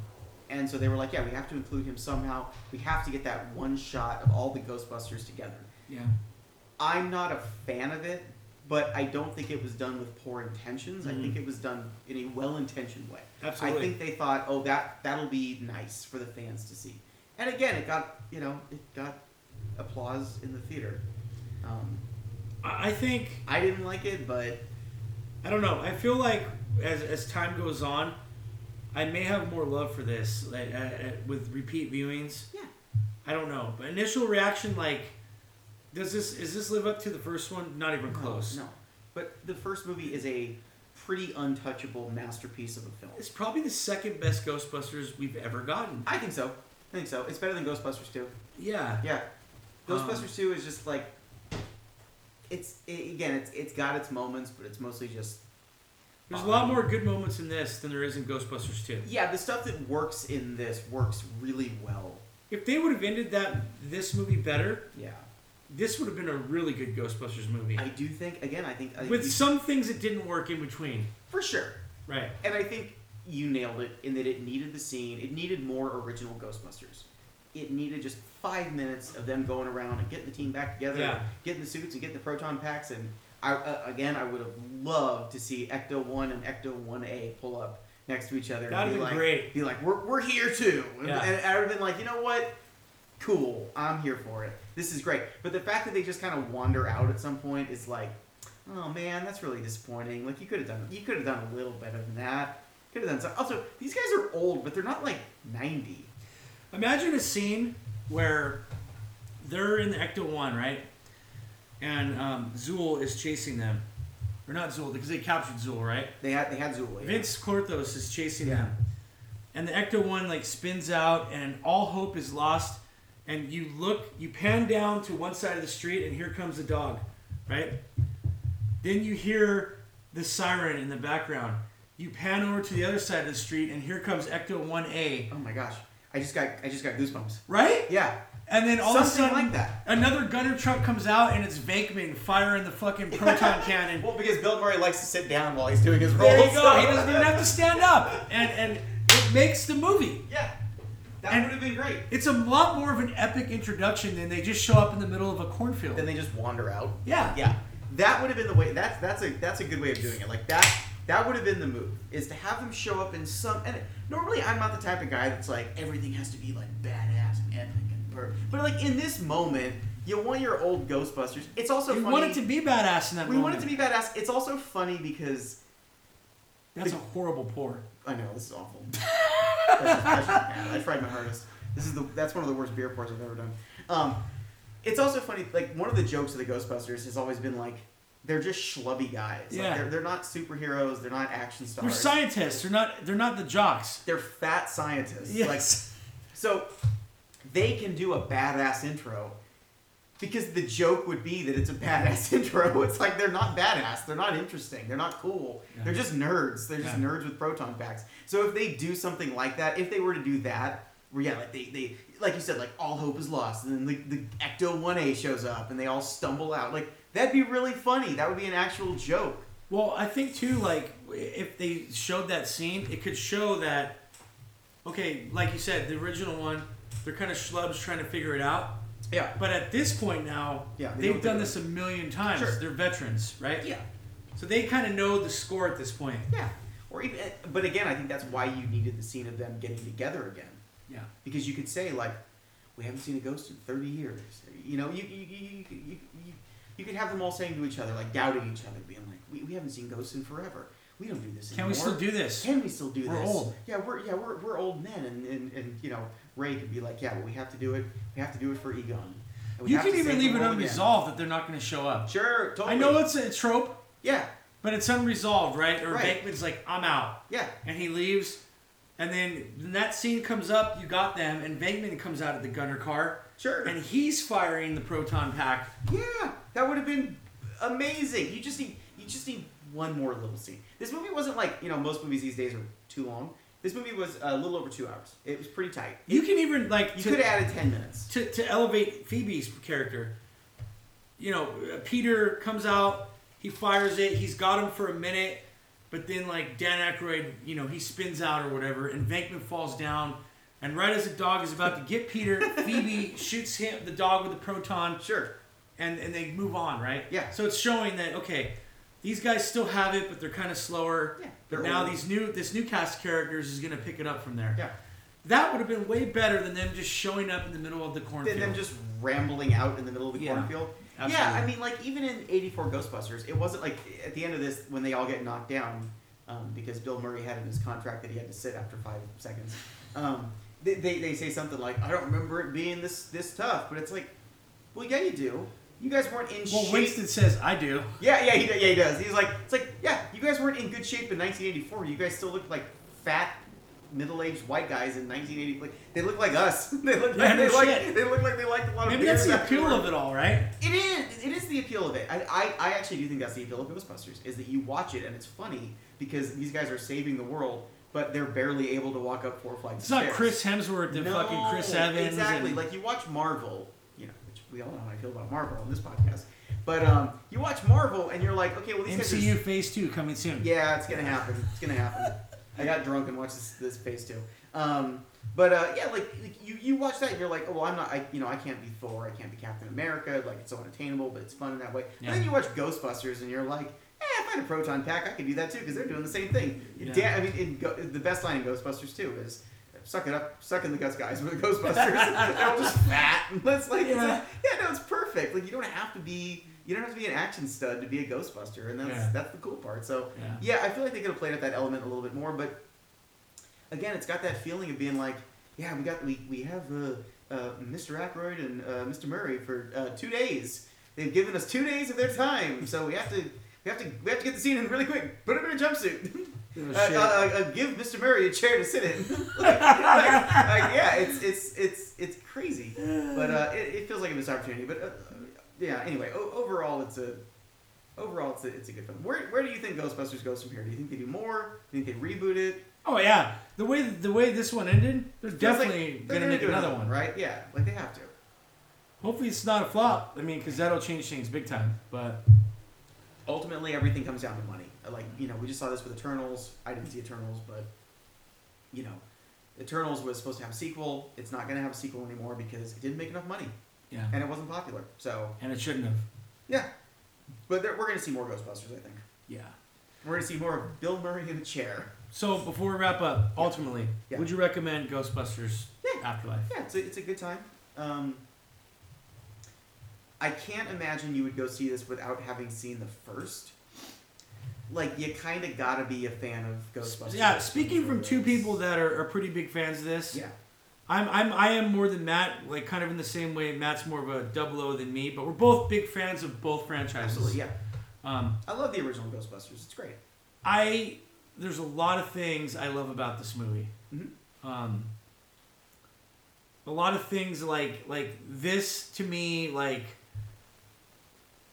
Speaker 2: and so they were like, yeah, we have to include him somehow. We have to get that one shot of all the Ghostbusters together.
Speaker 1: Yeah.
Speaker 2: I'm not a fan of it, but I don't think it was done with poor intentions. I
Speaker 1: Mhm.
Speaker 2: think it was done in a well intentioned way.
Speaker 1: Absolutely.
Speaker 2: I think they thought, oh, that that'll be nice for the fans to see. And again, it got you know it got applause in the theater. Um,
Speaker 1: I I think
Speaker 2: I didn't like it, but
Speaker 1: I don't know. I feel like as as time goes on, I may have more love for this like, uh, uh, with repeat viewings.
Speaker 2: Yeah.
Speaker 1: I don't know. But initial reaction, like, does this is this live up to the first one? Not even close.
Speaker 2: No, but the first movie is a pretty untouchable masterpiece of a film.
Speaker 1: It's probably the second best Ghostbusters we've ever gotten.
Speaker 2: I think so. I think so. It's better than Ghostbusters 2.
Speaker 1: Yeah.
Speaker 2: Yeah. Ghostbusters
Speaker 1: Um.
Speaker 2: Two is just like it's i again it's it's got its moments, but it's mostly just
Speaker 1: There's a lot
Speaker 2: Um.
Speaker 1: more good moments in this than there is in Ghostbusters 2.
Speaker 2: yeah the stuff that works in this works really well.
Speaker 1: If they would have ended that this movie better,
Speaker 2: Yeah,
Speaker 1: this would have been a really good Ghostbusters movie.
Speaker 2: I do think again I think I think
Speaker 1: With
Speaker 2: you-
Speaker 1: some things that didn't work in between.
Speaker 2: for sure,
Speaker 1: Right.
Speaker 2: and I think you nailed it in that it needed the scene. It needed more original Ghostbusters. It needed just five minutes of them going around and getting the team back together,
Speaker 1: Yeah.
Speaker 2: getting the suits and getting the proton packs. And I, uh, again, I would have loved to see Ecto One and Ecto One A pull up next to each other. and
Speaker 1: That'd
Speaker 2: be
Speaker 1: be
Speaker 2: like,
Speaker 1: great.
Speaker 2: Be like, we're, we're here too.
Speaker 1: Yeah.
Speaker 2: And I would have been like, you know what? Cool. I'm here for it. This is great. But the fact that they just kind of wander out at some point is like, oh man, that's really disappointing. Like you could have done, you could have done a little better than that. Could have done some. Also, these guys are old, but they're not like ninety.
Speaker 1: Imagine a scene where they're in the Ecto 1, right? And um, Zool is chasing them. Or not Zool, because they captured Zool, right?
Speaker 2: They had they had Zool. yeah.
Speaker 1: Vince Clorthos is chasing
Speaker 2: Yeah.
Speaker 1: them. And the Ecto 1 like spins out and all hope is lost. And you look, you pan down to one side of the street and here comes the dog, right? Then you hear the siren in the background. You pan over to the other side of the street and here comes Ecto 1A,
Speaker 2: Oh my gosh, I just got I just got goosebumps.
Speaker 1: right?
Speaker 2: Yeah,
Speaker 1: And then all of a
Speaker 2: Something
Speaker 1: sudden
Speaker 2: like that.
Speaker 1: another gunner truck comes out and it's Vakeman firing the
Speaker 2: *laughs*
Speaker 1: fucking proton cannon.
Speaker 2: Well, because Bill Murray likes to sit down while he's doing his roles.
Speaker 1: There you go. He
Speaker 2: *laughs*
Speaker 1: doesn't even have to stand up. And and it makes the movie.
Speaker 2: yeah, that
Speaker 1: And-
Speaker 2: would have been great.
Speaker 1: It's a lot more of an epic introduction than they just show up in the middle of a cornfield.
Speaker 2: Then they just wander out.
Speaker 1: yeah.
Speaker 2: Yeah, that would have been the way. That's that's a that's a good way of doing it. Like that that would have been the move is to have them show up in some. And normally I'm not the type of guy that's like everything has to be like badass and epic and perfect. But like in this moment, you want your old Ghostbusters. It's also
Speaker 1: we
Speaker 2: funny.
Speaker 1: want it to be badass in that
Speaker 2: we
Speaker 1: moment.
Speaker 2: want it to be badass. It's also funny because
Speaker 1: That's a horrible pour.
Speaker 2: I know this is
Speaker 1: *laughs*
Speaker 2: awful. That's just- that's just bad. I tried my hardest. This is the that's one of the worst beer pours I've ever done. Um, it's also funny. Like one of the jokes of the Ghostbusters has always been like they're just schlubby guys.
Speaker 1: Yeah.
Speaker 2: Like, they're, they're not superheroes. They're not action stars.
Speaker 1: They're scientists. They're not. They're not the jocks.
Speaker 2: They're fat scientists.
Speaker 1: Yes.
Speaker 2: Like so, they can do a badass intro. Because the joke would be that it's a badass *laughs* intro. It's like they're not badass. They're not interesting. They're not cool.
Speaker 1: Yeah.
Speaker 2: They're just nerds. They're just
Speaker 1: Yeah.
Speaker 2: nerds with proton packs. So if they do something like that, if they were to do that, where yeah, like they, they like you said, like all hope is lost, and then the, the Ecto One A shows up, and they all stumble out. Like that'd be really funny. That would be an actual joke.
Speaker 1: Well, I think too. Like, if they showed that scene, it could show that. Okay, like you said, the original one, they're kind of schlubs trying to figure it out.
Speaker 2: Yeah.
Speaker 1: But at this point now,
Speaker 2: Yeah, they
Speaker 1: they
Speaker 2: know
Speaker 1: have done
Speaker 2: they're-
Speaker 1: this a million times.
Speaker 2: Sure.
Speaker 1: They're veterans, right?
Speaker 2: Yeah.
Speaker 1: So they kind of know the score at this point.
Speaker 2: Yeah. Or even, eh, but again, I think that's why you needed the scene of them getting together again.
Speaker 1: Yeah.
Speaker 2: because you could say like we haven't seen a ghost in 30 years you know you you, you, you, you, you, you could have them all saying to each other like doubting each other being like we, we haven't seen ghosts in forever we don't do this
Speaker 1: Can we
Speaker 2: anymore.
Speaker 1: still do this?
Speaker 2: can we still do
Speaker 1: We're
Speaker 2: this
Speaker 1: old.
Speaker 2: yeah we're yeah we're, we're old men and, and and you know ray could be like yeah but we have to do it we have to do it for egon And we
Speaker 1: You
Speaker 2: have
Speaker 1: can
Speaker 2: to
Speaker 1: even
Speaker 2: save
Speaker 1: leave
Speaker 2: the
Speaker 1: it
Speaker 2: world again."
Speaker 1: unresolved that they're not going to show up.
Speaker 2: sure totally
Speaker 1: I know it's a trope,
Speaker 2: yeah
Speaker 1: but it's unresolved, right? Or
Speaker 2: Right.
Speaker 1: Bankman's like, I'm out.
Speaker 2: yeah
Speaker 1: And he leaves. And then when that scene comes up, you got them, and Bankman comes out of the gunner car,
Speaker 2: sure
Speaker 1: and he's firing the proton pack.
Speaker 2: Yeah, that would have been amazing. You just need you just need one more little scene. This movie wasn't like you know most movies these days are too long. This movie was a little over two hours. It was pretty tight.
Speaker 1: You can even, like,
Speaker 2: You
Speaker 1: to-
Speaker 2: could have added ten minutes.
Speaker 1: to, to elevate Phoebe's character. You know, uh, Peter comes out, he fires it, he's got him for a minute, but then like Dan Aykroyd, you know, he spins out or whatever, and Venkman falls down, and right as the dog is about to get Peter, Phoebe shoots him the dog with the proton,
Speaker 2: Sure.
Speaker 1: and and they move on, right?
Speaker 2: Yeah.
Speaker 1: So it's showing that okay, these guys still have it, but they're kind of slower.
Speaker 2: Yeah,
Speaker 1: But
Speaker 2: they're
Speaker 1: now
Speaker 2: older.
Speaker 1: these new this new cast of characters is gonna pick it up from there.
Speaker 2: Yeah.
Speaker 1: That would have been way better than them just showing up in the middle of the cornfield.
Speaker 2: Than them just rambling out in the middle of the
Speaker 1: Yeah,
Speaker 2: cornfield. Yeah,
Speaker 1: absolutely.
Speaker 2: I mean, like even in '84 Ghostbusters, it wasn't like at the end of this when they all get knocked down um, because Bill Murray had in his contract that he had to sit after five seconds. Um, they, they, they say something like, "I don't remember it being this this tough," but it's like, well, yeah, you do. You guys weren't in
Speaker 1: Well,
Speaker 2: shape.
Speaker 1: Winston says I do.
Speaker 2: Yeah, yeah, he, yeah, he does. He's like, it's like, yeah, you guys weren't in good shape in 1984. You guys still looked like fat middle-aged white guys in 1980. Like, they look like us. *laughs* they look
Speaker 1: Yeah,
Speaker 2: like
Speaker 1: no
Speaker 2: they like
Speaker 1: shit.
Speaker 2: they look like they liked a lot of
Speaker 1: Maybe
Speaker 2: beers
Speaker 1: that's the
Speaker 2: back
Speaker 1: appeal
Speaker 2: then.
Speaker 1: of it all, right?
Speaker 2: It is. It is the appeal of it. I, I, I actually do think that's the appeal of Ghostbusters is that you watch it and it's funny because these guys are saving the world, but they're barely able to walk up four
Speaker 1: It's
Speaker 2: flights. of
Speaker 1: not
Speaker 2: stairs.
Speaker 1: Chris Hemsworth and
Speaker 2: No,
Speaker 1: fucking Chris Evans.
Speaker 2: Exactly.
Speaker 1: and-
Speaker 2: Like you watch Marvel, you know, which we all know how I feel about Marvel on this podcast. But um, you watch Marvel and you're like, okay, well these guys.
Speaker 1: MCU Phase Two coming soon.
Speaker 2: Are, yeah, it's gonna happen. It's gonna happen. I got drunk and watched this, this phase too. Um, but uh, yeah, like, like you, you watch that and you're like, oh, well, I'm not, I, you know, I can't be Thor, I can't be Captain America. Like it's so unattainable, but it's fun in that way.
Speaker 1: Yeah.
Speaker 2: And then you watch Ghostbusters and you're like, eh, if I had a proton pack, I could do that too because they're doing the same thing.
Speaker 1: Yeah.
Speaker 2: Dan, I mean, in Go- the best line in Ghostbusters too is. Suck it up, suck in the guts, guys. We're
Speaker 1: *laughs*
Speaker 2: the Ghostbusters. They're all just fat. *laughs* That's like, it's
Speaker 1: Yeah.
Speaker 2: like- yeah, no, it's perfect. Like you don't have to be, you don't have to be an action stud to be a Ghostbuster, and that's
Speaker 1: Yeah.
Speaker 2: that's the cool part. So
Speaker 1: Yeah.
Speaker 2: yeah, I feel like they could have played up that element a little bit more, but again, it's got that feeling of being like, yeah, we got we we have uh, uh, Mr. Ackroyd and uh, Mr. Murray for uh, two days. They've given us two days of their time, so we have to we have to we have to get the scene in really quick. Put him in a jumpsuit. *laughs*
Speaker 1: Oh,
Speaker 2: Uh,
Speaker 1: shit.
Speaker 2: uh, uh, uh, give Mr. Murray a chair to sit in. *laughs* like, like, like, yeah, it's it's it's it's crazy, but uh, it, it feels like a missed opportunity. But uh, uh, yeah, anyway, o- overall, it's a overall it's a, it's a good film. Where where do you think Ghostbusters goes from here? Do you think they do more? Do you think they reboot it?
Speaker 1: oh yeah, the way the way this one ended, they're
Speaker 2: Feels like
Speaker 1: definitely
Speaker 2: they're
Speaker 1: gonna make
Speaker 2: do
Speaker 1: another one.
Speaker 2: right? Yeah, like they have to.
Speaker 1: Hopefully, it's not a flop. I mean, because that'll change things big time. But
Speaker 2: Ultimately, everything comes down to money. Like you know, we just saw this with Eternals. I didn't see Eternals, but you know, Eternals was supposed to have a sequel. It's not going to have a sequel anymore because it didn't make enough money.
Speaker 1: yeah,
Speaker 2: and it wasn't popular. So
Speaker 1: and it shouldn't have.
Speaker 2: yeah, but there, we're gonna see more Ghostbusters. I think
Speaker 1: Yeah.
Speaker 2: we're gonna see more of Bill Murray in a chair.
Speaker 1: So before we wrap up, ultimately,
Speaker 2: Yeah.
Speaker 1: would you recommend Ghostbusters
Speaker 2: Yeah.
Speaker 1: Afterlife?
Speaker 2: Yeah, it's a, it's a good time. Um, I can't imagine you would go see this without having seen the first. Like you kind of gotta be a fan of Ghostbusters.
Speaker 1: Yeah. Speaking from two people that are, are pretty big fans of this,
Speaker 2: Yeah,
Speaker 1: I'm, I'm I am more than Matt. Like kind of in the same way, Matt's more of a double O than me. But we're both big fans of both franchises.
Speaker 2: absolutely. Yeah,
Speaker 1: Um,
Speaker 2: I love the original Ghostbusters. It's great.
Speaker 1: I there's a lot of things I love about this movie.
Speaker 2: Mhm.
Speaker 1: Um, a lot of things like like this to me like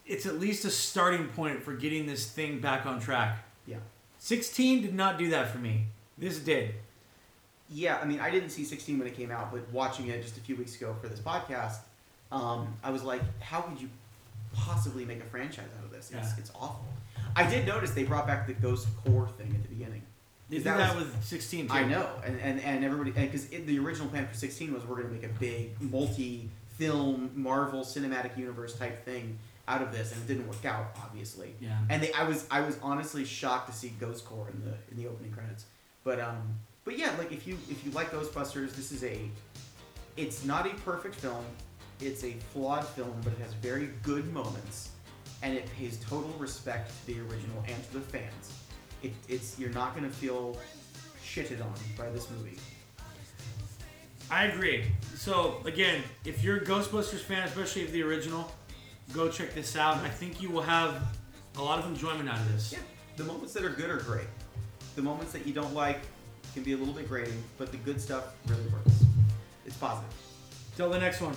Speaker 1: it's at least a starting point for getting this thing back on track.
Speaker 2: Yeah.
Speaker 1: 16 did not do that for me. This did.
Speaker 2: Yeah, I mean, I didn't see 16 when it came out, but watching it just a few weeks ago for this podcast, um, I was like, how could you possibly make a franchise out of this? It's,
Speaker 1: Yeah.
Speaker 2: it's awful. I did notice they brought back the ghost core thing at the beginning.
Speaker 1: They
Speaker 2: Is
Speaker 1: did that,
Speaker 2: that was-
Speaker 1: with 16 too.
Speaker 2: I know, and and, and everybody, because the original plan for 16 was we're going to make a big multi-film Marvel cinematic universe type thing out of this, and it didn't work out, obviously.
Speaker 1: Yeah.
Speaker 2: And they, I was I was honestly shocked to see Ghost Core in the in the opening credits. But um but yeah, like if you if you like Ghostbusters, this is a it's not a perfect film. It's a flawed film, but it has very good moments and it pays total respect to the original and to the fans. It, it's you're not going to feel shitted on by this movie.
Speaker 1: I agree. So again, if you're a Ghostbusters fan, especially of the original, go check this out. I think you will have a lot of enjoyment out of this.
Speaker 2: Yeah, the moments that are good are great. The moments that you don't like can be a little bit grating, but the good stuff really works. It's positive.
Speaker 1: Till the next one.